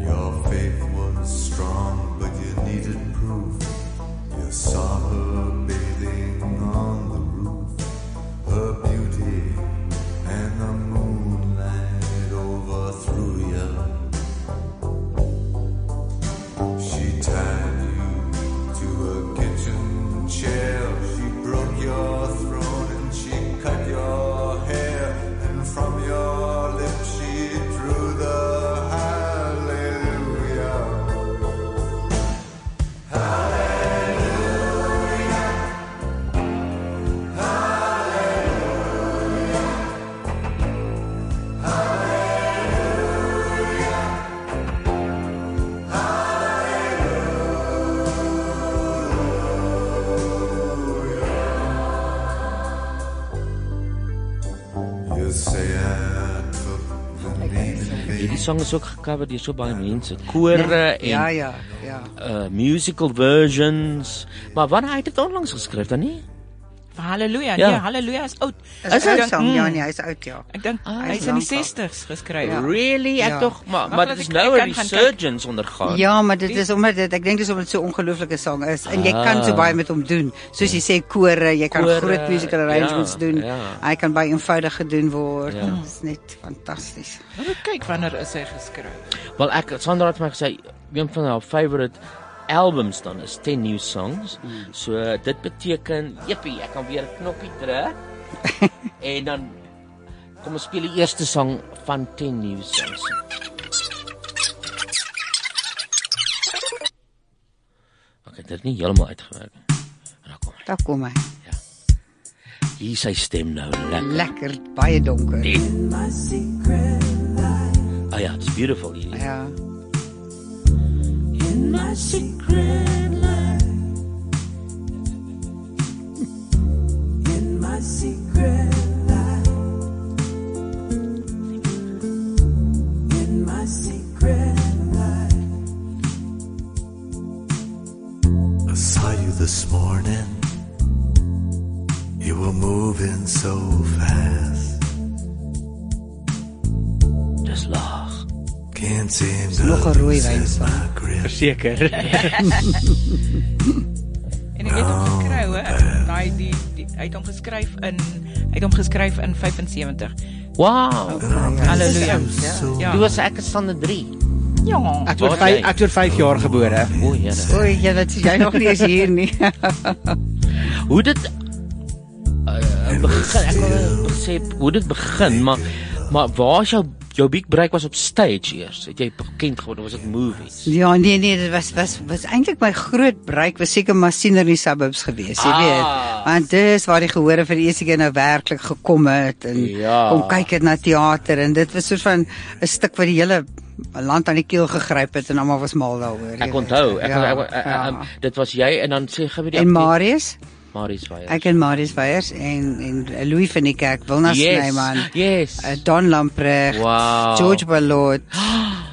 S24: Your faith was strong, but you needed proof. You saw her bathing on the roof, her beauty and the moonlight overthrew you. She tied you to a kitchen chair, she broke your throat and she cut your hair, and from your lips she drew the hallelujah. You say I took the name
S2: Hierdie song is ook gekover deur so baie mense, kore en
S20: Ja, ja, ja.
S2: uh musical versions. Maar wanneer hy het dit onlangs geskryf dan nie?
S4: Halleluja.
S2: Ja.
S4: Ja, nee, halleluja is oud.
S20: Is hy
S4: Ek dink,
S20: song? Ja,
S4: mm,
S20: nee, hy's oud ja.
S4: Ek dink
S20: Ah, hy's
S4: hy's in die
S20: lank al.
S4: 60s geskryf.
S20: Ja.
S2: Nee, Really? Ek
S20: Ja.
S2: tog maar
S20: Wag,
S2: maar
S20: laat
S2: dit is
S20: ek-
S2: nou
S20: ek
S2: 'n
S20: kan gaan kyk.
S2: resurgence ondergaan.
S20: Ja, maar dit is omdat dit ek dink dis dus omdat dit so 'n ongelooflike song is en jy kan so
S2: Ah.
S20: baie met hom doen. Soos jy sê kore, jy kan
S2: Kore,
S20: groot musical arrangements
S2: ja,
S20: doen.
S2: ja.
S20: Hy kan baie eenvoudig gedoen word.
S2: Ja.
S20: Ja. Dit is net fantasties.
S4: Maar ek kyk wanneer is hy geskryf?
S2: Wel ek Sandra het my gesê een van haar favorite albums dan is 10 new songs. Mm. So dit beteken, jippie, ek kan weer 'n knoppie druk
S20: *laughs*
S2: en dan kom ons speel die eerste song van 10 new songs. Ek het dit nie heeltemal uitgewerk nie.
S20: Daar kom hy.
S2: Hier is sy stem nou lekker.
S20: Lekker, baie donker.
S2: Nee.
S1: My secret life,
S2: Ah ja, it's beautiful hier.
S20: Ja.
S1: in my secret life, in my secret life, in my secret life.
S24: I saw you this morning. You were moving so fast.
S2: Dis laag.
S24: Can't seem
S20: Dis
S24: to
S20: nog 'n rooi
S24: loosen
S20: wynspan.
S24: my grip. *laughs*
S22: Verseker.
S4: En hy het hom geskryf, hè? Daai die, die hy het hom geskryf in hy het hom geskryf in 75.
S2: Wow.
S4: Halleluja. Ja.
S2: Dit was ek staan in 3.
S4: Ja.
S22: Ek word vyf- ek word 5 jaar gebore.
S2: O, Here.
S20: Oei, jy weet jy nog nie eens hier nie. *laughs*
S2: Hoe dit uh, begin, ek wil sê hoe dit begin, maar maar waar is jou jou big break was op stage eers? Het jy bekend geword of was dit movies?
S20: ja, nee nee, dit was was was eintlik my groot break was seker maar siener in die suburbs gewees, jy
S2: Ah.
S20: weet. Want dis waar die gehore vir die eerste keer nou werklik gekom het en
S2: Ja.
S20: kom kyk het na teater en dit was soort van 'n stuk wat die hele land aan die keel gegryp het en almal was mal daaroor. jy
S2: Ek
S20: weet.
S2: onthou, ek, ja,
S20: Ja,
S2: ek, ek, ek,
S20: ja.
S2: ek, ek dit was jy en dan sê gee vir die
S20: En Marius?
S2: Marius Veyers.
S20: Ek en Marius Veyers en en Louis van die Kerk, Wilna
S2: Yes,
S20: Snyman. eh,
S2: Yes. Ah.
S20: Don Lamprecht,
S2: Wow. *laughs*
S20: George
S2: *gasps*
S20: Ballot,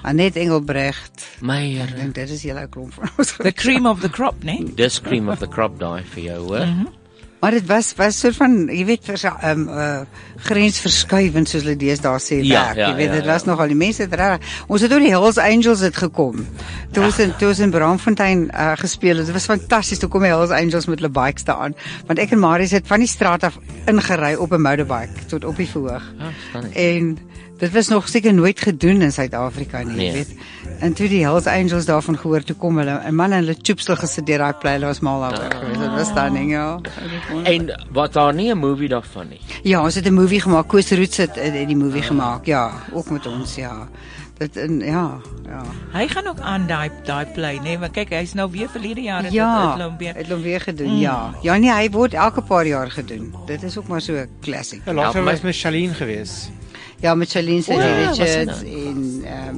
S20: Annette Engelbrecht.
S2: Meyer.
S20: Ek dink dit is julle klomp van ons.
S4: The cream of the crop, né? Nee? Mhm.
S2: Dis cream of the crop daai vir jou, hoor. Mm -hmm.
S20: Mhm. Maar dit was was soort van, jy weet, vers, um, uh, grensverskuivend soos hulle deesdae sê
S2: Ja,
S20: werk.
S2: ja,
S20: jy weet,
S2: ja,
S20: dit
S2: ja.
S20: was nogal die mense het reg. Ons het oor die Hells Angels het gekom. Toe ons
S2: Ah.
S20: in toe ons in Braamfontein uh, gespeel het. Dit was fantasties. Toe kom die Hells Angels met hulle bikes daaraan, want ek en Marius het van die straat af ingery op 'n motorbike tot op die verhoog.
S2: Ah,
S20: En dit was nog seker nooit gedoen in Suid-Afrika
S4: Ja,
S20: nie,
S2: Nee.
S20: jy weet. En toe die Hells Angels daarvan gehoor toe kom hulle, 'n man en hulle choopsel gesit deur daai plek, hulle was mal
S2: Ah.
S20: daaroor geweest. Dit was stunning, ja.
S2: En wat daar nie 'n movie daarvan nie.
S20: eh, Ja, ons het 'n movie gemaak. Koos Roots het, het die movie gemaak. Ja, ook met ons, ja. dit in ja, ja.
S4: Hy gaan ook aan daai daai play, nê, nee, want kyk, hy's nou weer verlede jaar het
S20: Ja,
S4: dit hom weer.
S20: Het hom weer gedoen,
S4: Mm.
S20: ja. Ja nee, hy word elke paar jaar gedoen. Dit is ook maar so 'n classic.
S3: Ja, laatst was met Shaleen geweest.
S20: Ja, met Celine St.
S2: O, ja, was hy
S20: Richards
S2: nou?
S20: en ehm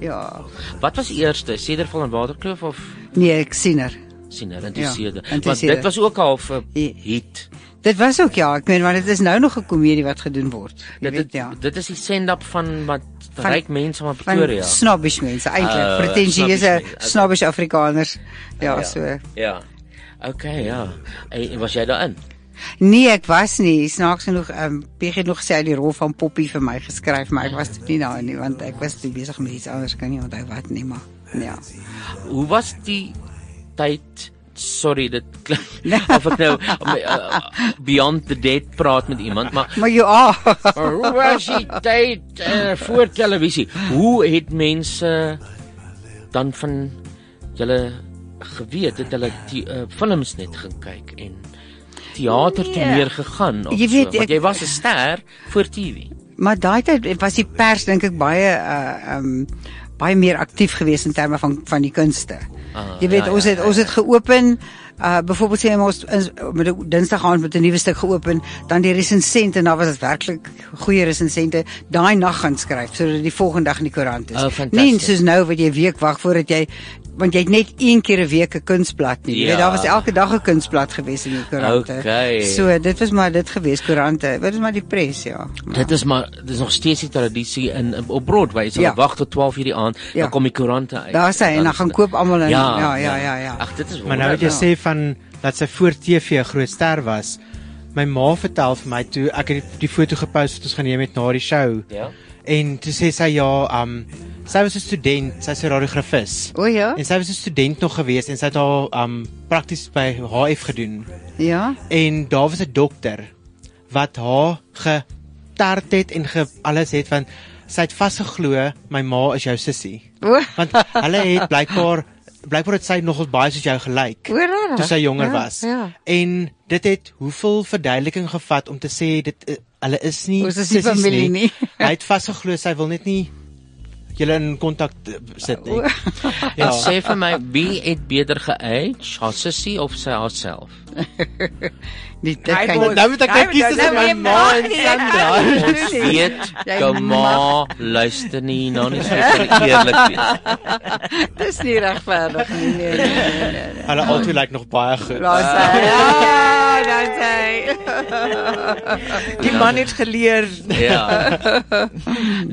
S20: ja,
S2: Wat was eerste, Cederval en Waterkloof of
S20: nee, ek sien haar.
S2: Siener en die
S20: Ja,
S2: Ceder?
S20: en die
S2: Want
S20: Ceder.
S2: dit was ook al 'n hit.
S20: Dit was ook ja, ek meen want dit is nou nog 'n komedie wat gedoen word. Jy
S2: Dit
S20: weet ja.
S2: Dit is die send-up van wat
S20: Van-
S2: ryk mense van Pretoria.
S20: Van snobbish mense eintlik,
S2: Oh,
S20: uh, pretensieuse
S2: snobbish
S20: snobbish,
S2: mense, okay.
S20: snobbish Afrikaners. Ja,
S2: Ja.
S20: ja, so.
S2: Ja. Okay, ja. En was jy daarin?
S20: Nee, ek was nie. Snaaks genoeg, ehm um, Peg het nog gesê hy het die rol van Poppy vir my geskryf, maar ek was toe nie daarin nie want ek was toe besig met iets anders, kan nie onthou wat nie, maar ja.
S2: Hoe was die tyd? Sorry, dit
S20: *laughs* Nee.
S2: klink of ek nou uh, beyond the dead praat met iemand, maar
S20: Maar jy ah.
S2: *laughs* Maar hoe was die tyd uh, voor televisie? Hoe het mense dan van julle geweet het hulle die uh, films net gaan kyk en teater toe
S20: Nee.
S2: meer gegaan of
S20: Jy weet, ek-
S2: so? want jy was 'n ster voor TV.
S20: Maar daai tyd was die pers dink ek baie uh um baie meer aktief geweest in terme van van die kunste.
S2: Ah,
S20: Jy weet
S2: ja,
S20: ons
S2: ja,
S20: het ons het geopen uh byvoorbeeld sê ons ons- met 'n Dinsdag aand met 'n nuwe stuk geopen, dan die resensente en daar was dit werklik goeie resensente daai nag gaan skryf sodat die volgende dag in die koerant is.
S2: Oh, fantasties.
S20: nie soos nou wat jy 'n week wag voordat jy want jy het net een keer 'n week 'n kunstblad nie. Jy weet
S2: Ja.
S20: daar was elke dag 'n kunstblad geweest in die koerante.
S2: Okay.
S20: So dit was maar dit geweest koerante. Dit is maar die pres ja.
S2: Dit is maar dis nog steeds die tradisie in op Broadway.
S20: Ja.
S2: Jy ja. wag tot 12:00 die aand, ja.
S20: Ja.
S2: dan kom die koerante uit.
S20: Daar is hy en dan gaan koop almal in.
S2: Ja,
S20: Ja, ja,
S2: ja.
S20: ja, ja.
S2: Ag, dit is
S3: Maar nou wat jy sê van dat sy voor TV 'n groot ster was. My ma vertel vir my toe ek het die foto gepost wat ons geneem het na die show.
S2: Ja.
S3: En toe sê sy ja, um sy was 'n student, sy's 'n radiografis.
S20: O ja.
S3: En sy was 'n student nog geweest en sy het haar um prakties by HF gedoen.
S20: Ja.
S3: En daar was 'n dokter wat haar getart het en ge alles het van sy het vasgeglo my ma is jou sussie.
S20: O.
S3: Want hulle het blykbaar blykbaar het sy nogal baie soos jou gelyk
S20: O, regtig?
S3: toe sy jonger
S20: Ja,
S3: was.
S20: ja.
S3: En dit het hoeveel verduideliking gevat om te sê dit eh, hulle is nie
S20: Ons is nie
S3: sissies
S20: familie nie.
S3: *laughs* Hy het vasgeglo sy wil net nie julle in kontak eh, sit nie.
S2: Ja. Sê vir my, wie het beter geage, haar sussie of
S20: *laughs*
S2: sy haarself?
S20: Die
S2: Hy kan- moet-
S3: nou moet ek
S2: hy
S3: nou
S2: moet
S3: kies tussen my
S2: nou
S3: ma en
S2: nie-
S3: Sandra.
S2: Ons weet, jou ma luister nie, nou nie so *laughs* kan eerlik wees.
S20: *laughs* Dis nie regverdig nie. Nee, nee, nee, nee.
S3: Hulle albei lyk nog baie goed.
S20: Daar's hy.
S2: Ah.
S3: *laughs*
S20: Ja, daar's
S2: *laughs*
S20: hy. *laughs*
S4: Die man het geleer.
S2: Ja.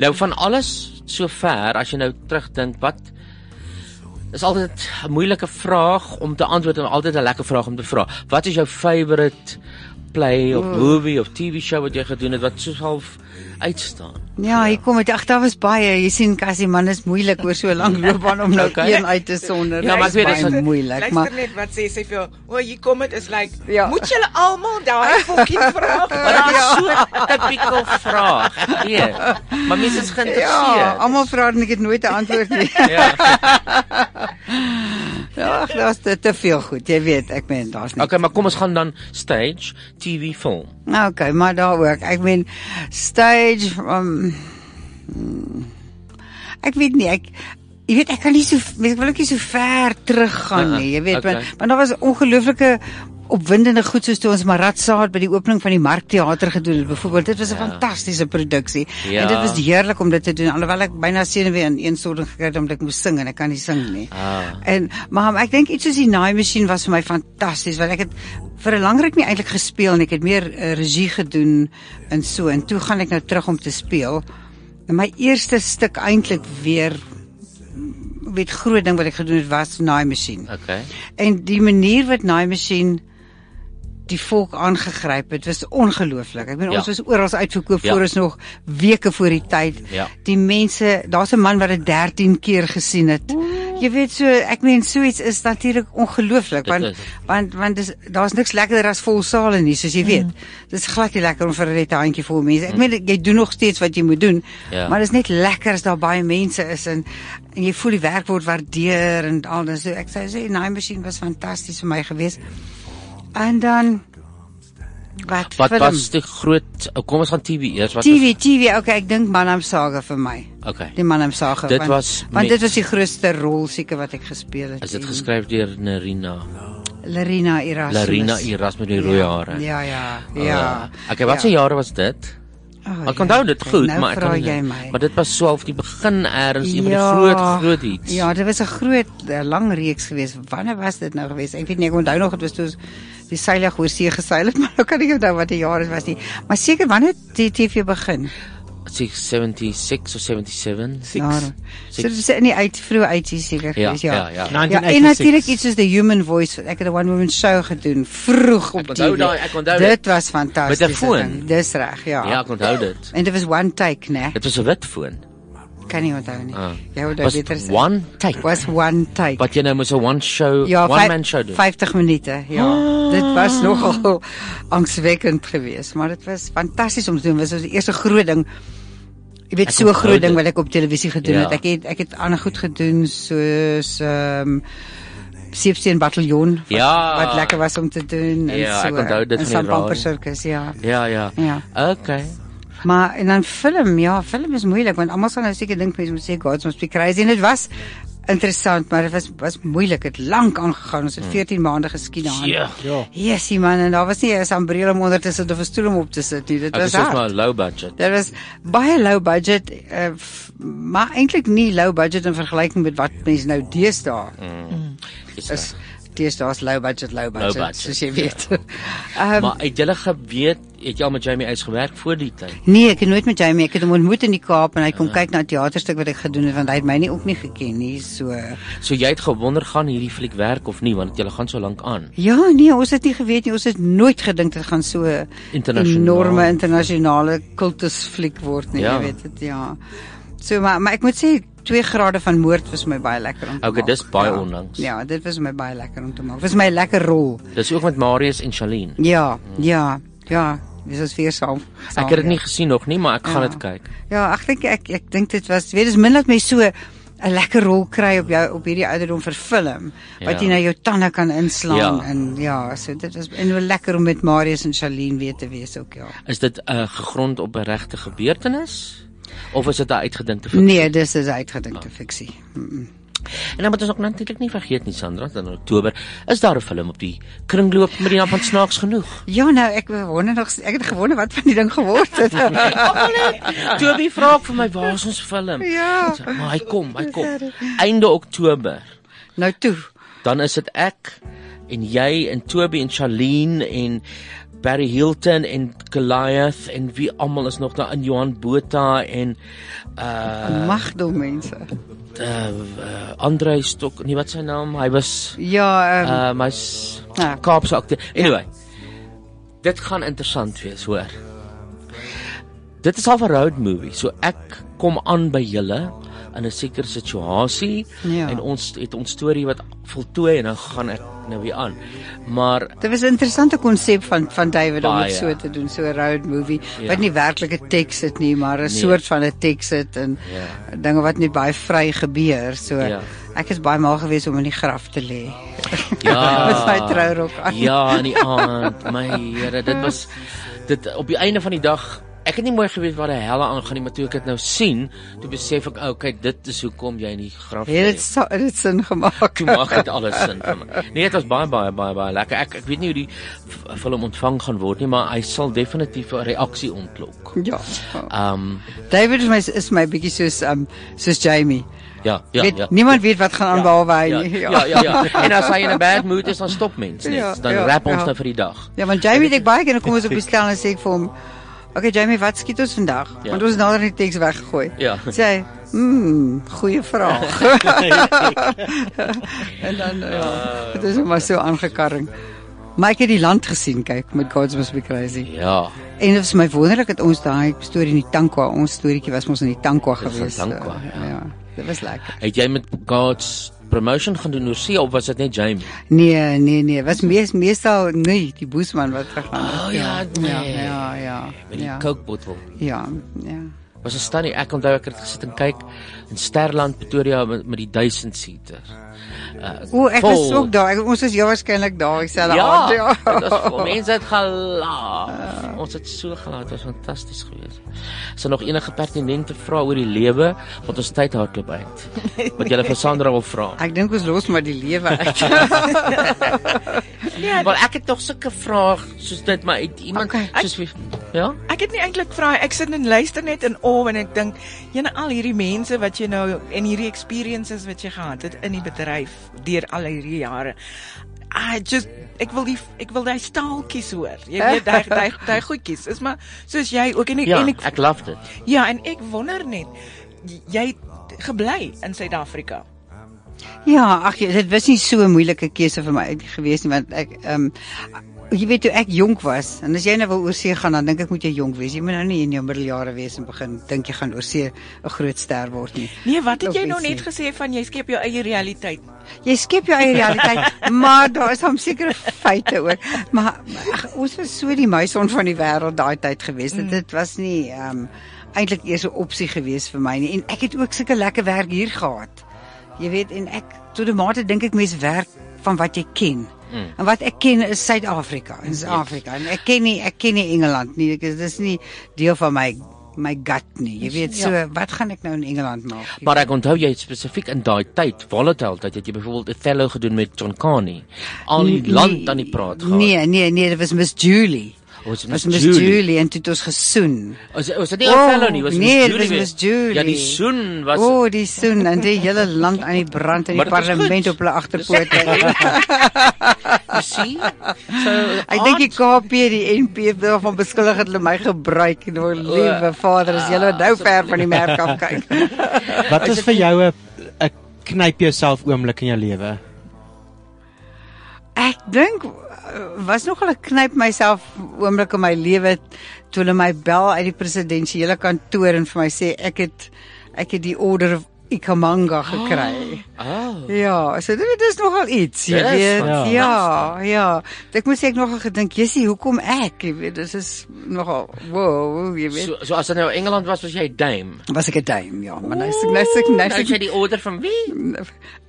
S2: Nou van alles sover, as jy nou terugdink, wat is altyd 'n moeilike vraag om te antwoord en altyd 'n lekker vraag om te vra. Wat is jou favourite play of
S20: Oeh.
S2: movie of TV show wat jy gedoen het wat so half uitstaan?
S20: Ja, hier kom dit. Ag, daar was baie. Jy sien Cassie man is moeilik oor so lank loopbaan om nou
S2: *laughs* Okay.
S20: okay. een uit te sonder.
S2: Ja, maar ek weet,
S20: Dit is
S2: dis-
S20: baie moeilik,
S4: Luister
S20: maar
S4: net wat sê sy vir jou. O, hier kom dit is like ja. moet julle almal daai fokkie vra.
S2: Maar dit is so 'n typical vraag, ek weet. Maar mense is
S20: Ja,
S2: geïnteresseerd.
S20: almal vra en ek het nooit 'n antwoord nie.
S2: Ja.
S20: *laughs* *laughs* Ja, ag, daar's te, te veel goed. Jy weet, ek meen daar's nie.
S2: Okay, maar kom ons gaan dan stage, TV, film.
S20: Nou, okay, maar daar ook. Ek meen stage um hmm, Ek weet nie, ek jy weet ek kan nie so ek wil ook nie so ver teruggaan nie, jy weet,
S11: Uh-uh,
S20: okay.
S11: okay.
S20: want, want daar was ongelooflike opwindende goed soos toe ons Maratsaad by die opening van die Markteater gedoen het. Byvoorbeeld, dit was 'n
S11: Ja.
S20: fantastiese produksie
S11: Ja.
S20: ja. en dit was heerlik om dit te doen alhoewel ek byna senuwee in eensording gekry het omdat ek moes sing en ek kan nie sing nie.
S11: Ah.
S20: En maar ek dink iets soos die naaimasjien was vir my fantasties want ek het vir 'n lang ruk nie eintlik gespeel en ek het meer uh, regie gedoen en so en toe gaan ek nou terug om te speel. En my eerste stuk eintlik weer mm, weet groot ding wat ek gedoen het was naaimasjien.
S2: Okay.
S20: En die manier wat naaimasjien die volk aangegryp het was ongelooflik. Ek bedoel
S11: Ja.
S20: ons was oral uitverkoop
S11: Ja.
S20: voor ons nog weke voor die tyd
S11: Ja.
S20: die mense, daar's 'n man wat dit 13 keer gesien het. Jy weet so, ek meen so iets is natuurlik ongelooflik
S11: Dit
S20: want
S11: is.
S20: want want dis daar's niks lekkerder as vol sale nie, soos jy weet. Dis glad nie lekker om vir 'n rette handjie vol mense. Ek
S11: Mm.
S20: meen jy doen nog steeds wat jy moet doen,
S11: Ja.
S20: maar dit is net lekker as daar baie mense is en en jy voel die werk word waardeer en al dan so ek sou sê Nine Machine was fantasties vir my geweest. En dan Wat
S2: Wat
S20: film?
S2: was die groot oh, Kom ons gaan TV eers. Wat
S20: TV, TV. Okay, ek dink Manam Saga vir my.
S2: Is, okay.
S20: Die Manam Saga.
S2: Dit
S20: want,
S2: was
S20: want
S2: met-
S20: dit was die grootste rol seker wat ek gespeel het.
S2: Is dit
S20: en-
S2: geskryf deur Nerina?
S20: Larina Erasmus.
S2: Larina Erasmus met die rooi hare.
S20: Ja, ja, ja.
S2: Uh, okay, wat se jare was dit?
S20: Oh,
S2: ek onthou dit
S20: ja,
S2: goed,
S20: nou
S2: maar ek
S20: vra
S2: kan
S20: jy
S2: nie,
S20: my.
S2: maar dit was so half die begin eers een van die
S20: Ja.
S2: groot groot iets.
S20: Ja, dit was 'n groot eh, lang reeks geweest. Wanneer was dit nou geweest? Ek weet nie, ek onthou nog dit was toe ons die seilig oor see geseil het, *laughs* maar nou kan ek nie onthou wat die jaar dit was nie. Maar seker wanneer het die TV begin?
S2: Sê 76 of 77?
S20: Jare. Ja. So dit is in die uit vroeë 80's seker
S2: Ja,
S20: geweest, ja.
S2: ja, ja.
S20: en
S2: 1986.
S20: natuurlik iets soos The Human Voice. want Ek het 'n one woman show gedoen vroeg op
S2: onthou
S20: TV.
S2: daai, ek onthou
S20: dit
S2: dit.
S20: was fantasties.
S2: Met 'n foon.
S20: Dis reg, ja.
S2: Ja, ek onthou dit.
S20: En dit was one take, né?
S2: Dit was 'n wit foon.
S20: Kan nie onthou nie.
S2: Ah.
S20: Nee. Jy onthou
S2: Was
S20: beter as ek.
S2: one take.
S20: Was one take.
S2: Wat jy nou moes 'n one show,
S20: Ja,
S2: one
S20: vyf-
S2: man show doen. Ah.
S20: 50 minute, ja. Dit was nogal *laughs* angswekkend geweest, maar dit was fantasties om te doen. Dit was ons eerste groot ding. Jy
S2: Ek
S20: weet so
S2: onthou
S20: groot ding
S2: dit.
S20: wat ek op televisie gedoen
S2: Ja.
S20: het. Ek het ek het ander goed gedoen soos ehm um, Seepsteen Bataljon wat,
S2: Ja.
S20: wat lekker was om te doen en
S2: Ja,
S20: so.
S2: ek onthou
S20: en
S2: dit van die
S20: Sam
S2: radio.
S20: Pamper Circus, ja.
S2: Ja, ja.
S20: Ja.
S2: Okay.
S20: Maar en dan film, ja, film is moeilik want almal sal nou seker dink mense moet sê God's must be crazy en dit was interessant, maar dit was was moeilik. Dit lank aangegaan. Ons het
S19: Hmm.
S20: 14 maande geskied daaraan.
S2: Ja. Ja.
S20: Jesusie man, en daar was nie 'n sambreel om onder te sit of 'n stoel om op te sit nie. Dit
S2: Ek
S20: was
S2: is maar
S20: hard.
S2: low budget.
S20: Dit was baie low budget, uh, f- maar eintlik nie low budget in vergelyking met wat mense nou deesdae
S2: Mm. Is
S20: is. Deesdae's low budget, low budget,
S2: budget,
S20: soos jy
S2: ja.
S20: weet.
S2: Um,
S20: Ehm,
S2: maar het julle geweet het jy al met Jamie Eyes gewerk voor die tyd?
S20: Nee, ek het nooit met Jamie, ek het hom ontmoet in die Kaap en hy
S2: Ah.
S20: kom kyk na 'n teaterstuk wat ek gedoen het want hy het my nie ook nie geken nie. So
S2: So jy het gewonder gaan hierdie fliek werk of nie want julle gaan so lank aan.
S20: ja, nee, ons het nie geweet nie. Ons het nooit gedink dit gaan so 'n
S2: Internasionaal.
S20: enorme internasionale kultusfliek word nie,
S2: Ja.
S20: jy weet dit, ja. So maar maar ek moet sê 2 grade van moord was my baie lekker om te
S2: Okay,
S20: maak.
S2: dis baie
S20: ja.
S2: onlangs.
S20: Ja, dit was my baie lekker om te maak. Was my lekker rol.
S2: Dis ook met Marius en Shaline.
S20: Ja, ja, ja. Dis ons weer saam. saam
S2: Ek het dit
S20: weer.
S2: nie gesien nog nie, maar ek gaan
S20: Ja.
S2: dit kyk.
S20: Ja, ek dink ek ek dink dit was weet dis min dat mens so 'n lekker rol kry op jou op hierdie ouderdom vir film
S2: Ja.
S20: wat jy nou jou tande kan inslaan
S2: Ja.
S20: en ja, so dit was en hoe lekker om met Marius en Charlene weer te wees ook ja.
S2: Is dit 'n uh, gegrond op 'n regte gebeurtenis of is dit 'n uitgedinkte fiksie? Ja.
S20: Nee, dis is uitgedinkte fiksie. Mm -mm.
S2: En dan moet ons ook natuurlik nie vergeet nie Sandra, dat in Oktober is daar 'n film op die kringloop met die naam van Snaaks genoeg.
S20: Ja nou, ek wonder nog ek het gewonder wat van die ding geword
S2: *laughs*
S20: het.
S2: Toby vra ook vir my, "Waar is ons film?"
S20: Ja.
S2: Ek sê, Maar hy kom, hy kom. Einde Oktober.
S20: Nou toe.
S2: Dan is dit ek en jy en Toby en Charlene en Barry Hilton en Goliath en wie almal is nog daar in Johan Botha en uh
S20: Magdom mense.
S2: uh, uh Andre Stok, nee wat sy naam, hy was
S20: Ja, ehm nou.
S2: uh my ja. Kaapse akteur. Anyway. Dit gaan interessant wees, hoor. Dit is half 'n road movie. So ek kom aan by julle in 'n sekere situasie
S20: Ja.
S2: en ons het ons storie wat voltooi en dan gaan ek nou weer aan. Maar
S20: Dit was 'n interessante konsep van van David om
S2: Baie.
S20: dit so te doen, so 'n road movie
S2: Ja.
S20: wat nie werklike teks het nie, maar 'n
S2: Nee.
S20: soort van 'n teks het en
S2: Ja.
S20: dinge wat nie baie vry gebeur. So
S2: Ja.
S20: ek is baie mal gewees om in die graf te lê. *laughs*
S2: Ja.
S20: Met my trourok aan.
S2: Ja, in die aand. My Here, dit was dit op die einde van die dag Ek het nie mooi geweet wat die helle aangaan nie, maar toe ek dit nou sien, toe besef ek, okay, dit is hoekom jy in die graf
S20: Het dit sa- het dit sin gemaak.
S2: Toe maak dit alles sin vir my. Nee, dit was baie baie baie baie lekker. Ek ek weet nie hoe die f- film ontvang gaan word nie, maar hy sal definitief 'n reaksie ontlok.
S20: Ja.
S2: Um
S20: David is my is my bietjie soos um soos Jamie.
S2: ja, ja,
S20: weet,
S2: ja.
S20: Niemand weet wat gaan aan behalwe hy
S2: ja,
S20: nie.
S2: ja, ja, ja.
S20: *laughs*
S2: En as hy in 'n bad mood is, dan stop mens net.
S20: Ja,
S2: dan
S20: ja,
S2: rap ons
S20: ja.
S2: nou vir die dag.
S20: Ja, want Jamie
S2: *laughs*
S20: het ek baie keer kom ons op die stel en sê ek vir hom, "Oké okay, Jamie, wat skiet ons vandag?"
S2: Ja.
S20: Want ons het nader die teks weggegooi.
S2: Ja.
S20: Sê hy, "Mm, goeie
S2: *laughs*
S20: vraag." en dan ja,
S2: Ah,
S20: dit is hom maar so aangekarring. Maar ek het die land gesien kyk met God's Must Be Crazy.
S2: Ja.
S20: En dit is my wonderlik dat ons daai storie in die Tankwa, ons storieetjie was mos in die Tankwa
S2: Dit is in
S20: gewees.
S2: Tankwa,
S20: ja. ja. Dit was lekker.
S2: Het jy met God's promotion gaan doen oor see of was dit net Jamie?
S20: Nee, nee, nee, was mees meestal nee, die boesman wat gegaan het.
S2: Oh ja, nee.
S20: ja, ja, ja.
S2: Met die
S20: ja.
S2: Coke-bottel.
S20: Ja, ja.
S2: Was 'n stunning. Ek onthou ek het gesit en kyk in Sterland Pretoria met, met die 1000 seater. Uh,
S20: O, ek
S2: vol-
S20: was ook daar. Ek, ons is heel waarskynlik daar dieselfde
S2: Ja,
S20: aand.
S2: dit was
S20: *laughs*
S2: vol. Mense het gelaag. Ons Ah, het so gelaag, dit was fantasties geweest. As daar nog enige pertinente vrae oor die lewe, want ons tyd
S20: *laughs*
S2: hardloop uit. Wat jy vir Sandra wil vra.
S20: Ek dink ons los maar die lewe uit.
S4: Nee,
S2: Ja, *laughs* maar ek het tog sulke vrae soos dit maar uit iemand okay. soos wie ja?
S4: Ek het nie eintlik vrae, ek sit en luister net in awe en ek dink, jene al hierdie mense wat jy nou en hierdie experiences wat jy gehad het in die bedryf deur al hierdie jare. I just ek wil die ek wil daai staaltjies hoor. Jy weet
S2: *laughs*
S4: daai daai daai goedjies. Is maar soos jy ook en ek,
S2: Ja,
S4: en
S2: ek, ek love dit.
S4: Ja, en ek wonder net j- jy het gebly in Suid-Afrika.
S20: Ja, ag jy, dit was nie so 'n moeilike keuse vir my gewees nie want ek ehm jy weet toe ek jonk was en as jy nou wil oorsee gaan dan dink ek moet jy jonk wees. Jy moet nou nie in jou middeljare wees en begin dink jy gaan oorsee 'n groot ster word nie.
S4: Nee, wat het
S20: Of
S4: jy nou
S20: iets
S4: net
S20: nie.
S4: gesê van jy skep jou eie realiteit?
S20: Jy skep jou eie
S2: *laughs*
S20: realiteit, maar daar is hom sekere feite ook. Maar maar, ag, ons was so die muison van die wêreld daai tyd gewees. Dit
S4: Mm.
S20: dit was nie ehm eintlik eers 'n opsie gewees vir my nie en ek het ook sulke lekker werk hier gehad. Jy weet en ek tot 'n mate dink ek mens werk van wat jy ken.
S1: Mm.
S20: En wat ek ken is Suid-Afrika, in Suid-Afrika. En ek ken nie ek ken nie Engeland nie. Ek is dis nie deel van my my gut nie. Jy weet so,
S2: Ja.
S20: wat gaan ek nou in Engeland maak?
S2: Maar ek onthou jy het spesifiek in daai tyd, volatile tyd, het jy byvoorbeeld Othello gedoen met John Carney. Al die
S20: Nee,
S2: land aan die praat gehad. Oh,
S20: Nee, nee, nee, dit was Miss Julie.
S2: Ons
S20: was Miss Julie. en toe het ons gesoen.
S2: Ons ons het nie Othello nie, was
S20: nee,
S2: Miss
S20: dit
S2: Julie.
S20: was
S2: geweest.
S20: Miss Julie.
S2: Ja, die soen was
S20: O, oh, die soen en die hele land aan die brand en die
S2: Maar dit is
S20: parlement op hulle agterpote.
S2: *laughs* You see? So
S20: Ek dink die KP en die NP het daarvan beskuldig dat hulle my gebruik en oor liewe Vader, as julle nou ver van die merk af kyk.
S22: *laughs* Wat is vir jou 'n 'n knyp jouself oomblik in jou lewe?
S20: Ek dink uh, was nogal 'n knyp myself oomblik in my lewe toe hulle my bel uit die presidensiële kantoor en vir my sê ek het ek het die order of Ikamanga gekry.
S2: Oh.
S20: Ja, so dit dit is nogal iets, jy
S2: Dit is
S20: weet. Ja,
S2: fantasties.
S20: ja, ja. Ek moes ek nogal gedink, "Jessie, hoekom ek?" Jy weet, dit is nogal wow, jy weet.
S2: So, so as dit nou Engeland was, was jy 'n duim.
S20: Was ek 'n duim, ja, maar nou is ek nou is ek nou
S2: Nou
S20: is
S2: het jy
S20: ek
S2: die order van wie?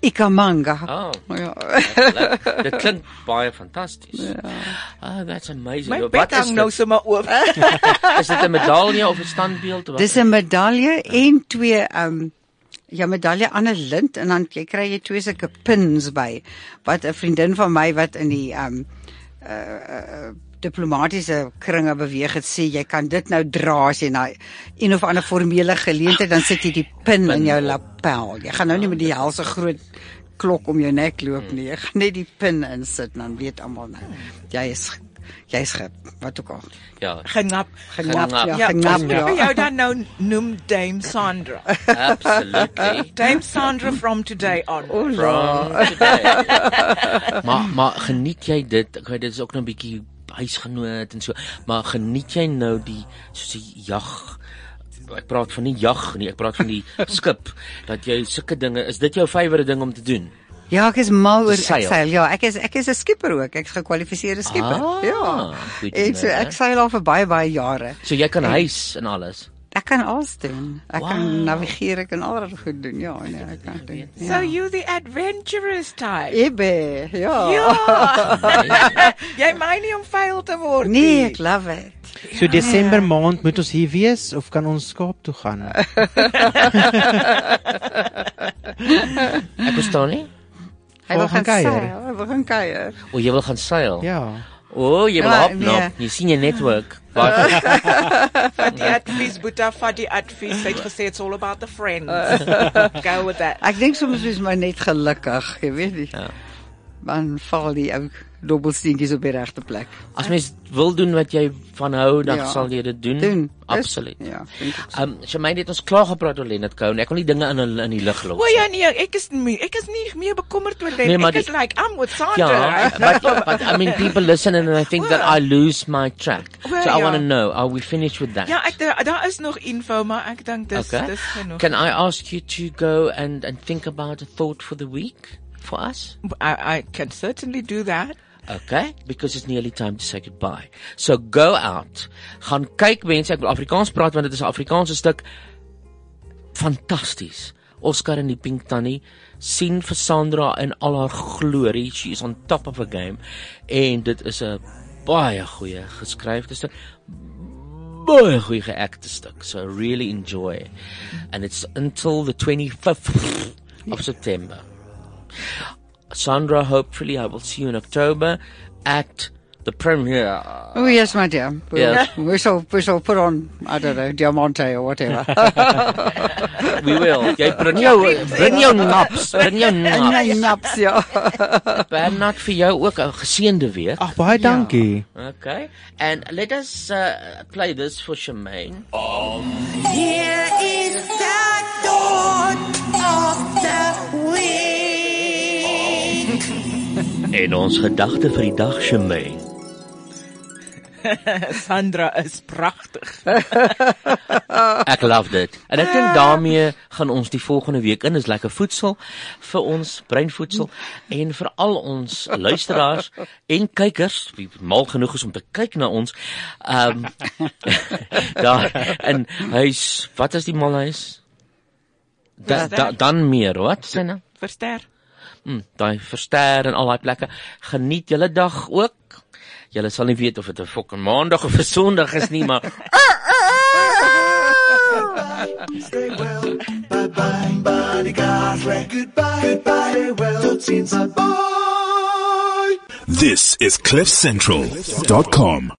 S20: Ikamanga.
S2: Oh.
S20: Ja.
S2: Dit- Dit klink baie fantasties. Ja. Ah, that's amazing.
S4: My
S2: Wat
S4: bed
S2: is
S4: hang nou
S2: dit?
S4: sommer oop.
S2: *laughs* is dit 'n medalje of 'n standbeeld? Wat
S20: Dis
S2: is
S20: 'n medalje en twee ehm um, ja medalje aan 'n lint en dan jy kry jy twee sulke pins by wat 'n vriendin van my wat in die ehm um, uh, uh diplomatiese kringe beweeg het sê jy kan dit nou dra as jy na een of ander formele geleentheid dan sit jy die pin in jou lapel. Jy gaan nou nie met die helse groot klok om jou nek loop nie. Jy gaan net die pin insit en dan weet almal nou. Jy is jy's ge- wat ook al.
S2: Ja.
S4: Genap.
S20: Genap, ja,
S4: Ja,
S20: genap,
S4: ons
S20: ja.
S4: moet jou dan nou noem Dame Sandra.
S2: Absolutely.
S4: *laughs* Dame Sandra from today on. Oh,
S2: From today.
S4: *laughs*
S2: *laughs* maar maar geniet jy dit? Ek weet dit is ook nou 'n bietjie huisgenoot en so, maar geniet jy nou die soos die jag Ek praat van nie jag nie, ek praat van die
S20: *laughs*
S2: skip dat jy sulke dinge, is dit jou favourite ding om te doen?
S20: Ja, ek is mal oor
S2: Dis seil.
S20: ek seil. Ja, ek is ek is 'n skipper ook. Ek's gekwalifiseerde skipper.
S2: Ah,
S20: ja.
S2: goed om
S20: Ek
S2: te
S20: so
S2: weet,
S20: ek
S2: hè?
S20: seil al vir baie baie jare.
S2: So jy kan
S20: En-
S2: huis en alles.
S20: Ek kan alles doen. Ek wow. kan navigeer, ek kan alles goed doen. Ja, nee, ek kan doen.
S4: So you the adventurous type.
S20: Ebe, ja.
S4: Ja. jy my nie om vuil te word
S20: Nee, ek love it. Ja, nee.
S22: So
S20: *laughs*
S22: Desember maand moet ons hier wees of kan ons Kaap toe gaan?
S2: Ek verstaan nie.
S20: Hy wil gaan seil, hy wil gaan kuier.
S2: O, jy wil gaan seil.
S22: Ja.
S2: O, jy wil
S20: Ja,
S2: hop nou.
S20: nee.
S2: Jy sien jou
S20: *laughs*
S2: netwerk. Wat? *laughs*
S4: Vat die advies, Boeta, vat die advies. Hy het gesê it's all about the
S20: *laughs*
S4: friends. Go with that.
S20: Ek dink soms is my net gelukkig, jy weet nie. Ja. Dan val die ou dobbelsteentjies op die regte plek.
S2: As mens wil doen wat jy van hou, dan
S20: Ja.
S2: ja. sal jy dit doen.
S20: Doen. Dis-
S2: Absoluut.
S20: Ja.
S2: Ehm um, Shamaine het ons klaar gepraat oor Leonard Cohen. Ek wil nie dinge in in die lug los.
S4: O ja nee, ek is nie, ek is nie meer bekommerd oor dit.
S2: Nee,
S4: Nee,
S2: maar
S4: ek is
S2: die-
S4: like I'm with Sandra.
S2: Ja, but, but I mean
S4: *laughs*
S2: people listen and I think that I lose my track.
S4: Well,
S2: so I want to
S4: yeah.
S2: know, are we finished with that?
S4: Ja, ek daar is nog info, maar ek dink dis
S2: okay.
S4: dis genoeg.
S2: Can I ask you to go and and think about a thought for the week for us?
S4: I I can certainly do that.
S2: Okay, because it's nearly time to say goodbye. So go out. Gaan kyk mense, ek wil Afrikaans praat want dit is 'n Afrikaanse stuk. Fantasties. Oscar en die pink tannie sien vir Sandra in al haar glorie. She is on top of her game en dit is 'n baie goeie geskryfde stuk. Baie goeie geacte stuk. So I really enjoy. And it's until the 25th of September. Sandra, hopefully I will see you in October at the premiere.
S20: Oh yes, my dear. We,
S2: Yes.
S20: we shall we shall put on I don't know Diamante or whatever.
S2: We will. *laughs* Jy bring jou Ja, bring jou naps, bring jou naps.
S20: Nee, naps
S2: *laughs*
S20: ja.
S2: Bernard vir jou ook 'n geseënde week. Ag
S22: Baie dankie.
S2: Okay. And let us uh, play this for Shemaine.
S1: Here is the dawn of the week.
S2: En ons gedagte vir die dag Shemaine.
S4: *laughs* Sandra is pragtig.
S2: *laughs* Ek love dit. En ek dink daarmee gaan ons die volgende week in is lekker voedsel vir ons breinvoedsel en vir al ons luisteraars en kykers wie mal genoeg is om te kyk na ons. Ehm *laughs* um, daar in huis, wat is die malhuis? Da, da, dan meer, wat? Sy naam?
S4: Verster.
S2: Mm, daai verster en al daai plekke. Geniet julle dag ook. Julle sal nie weet of dit 'n fucking maandag of 'n sonderdag is nie, maar
S1: Stay well, bye bye, bodyguard. Goodbye, goodbye. Stay well, tot ziens, bye bye.
S7: This is CliffCentral.com.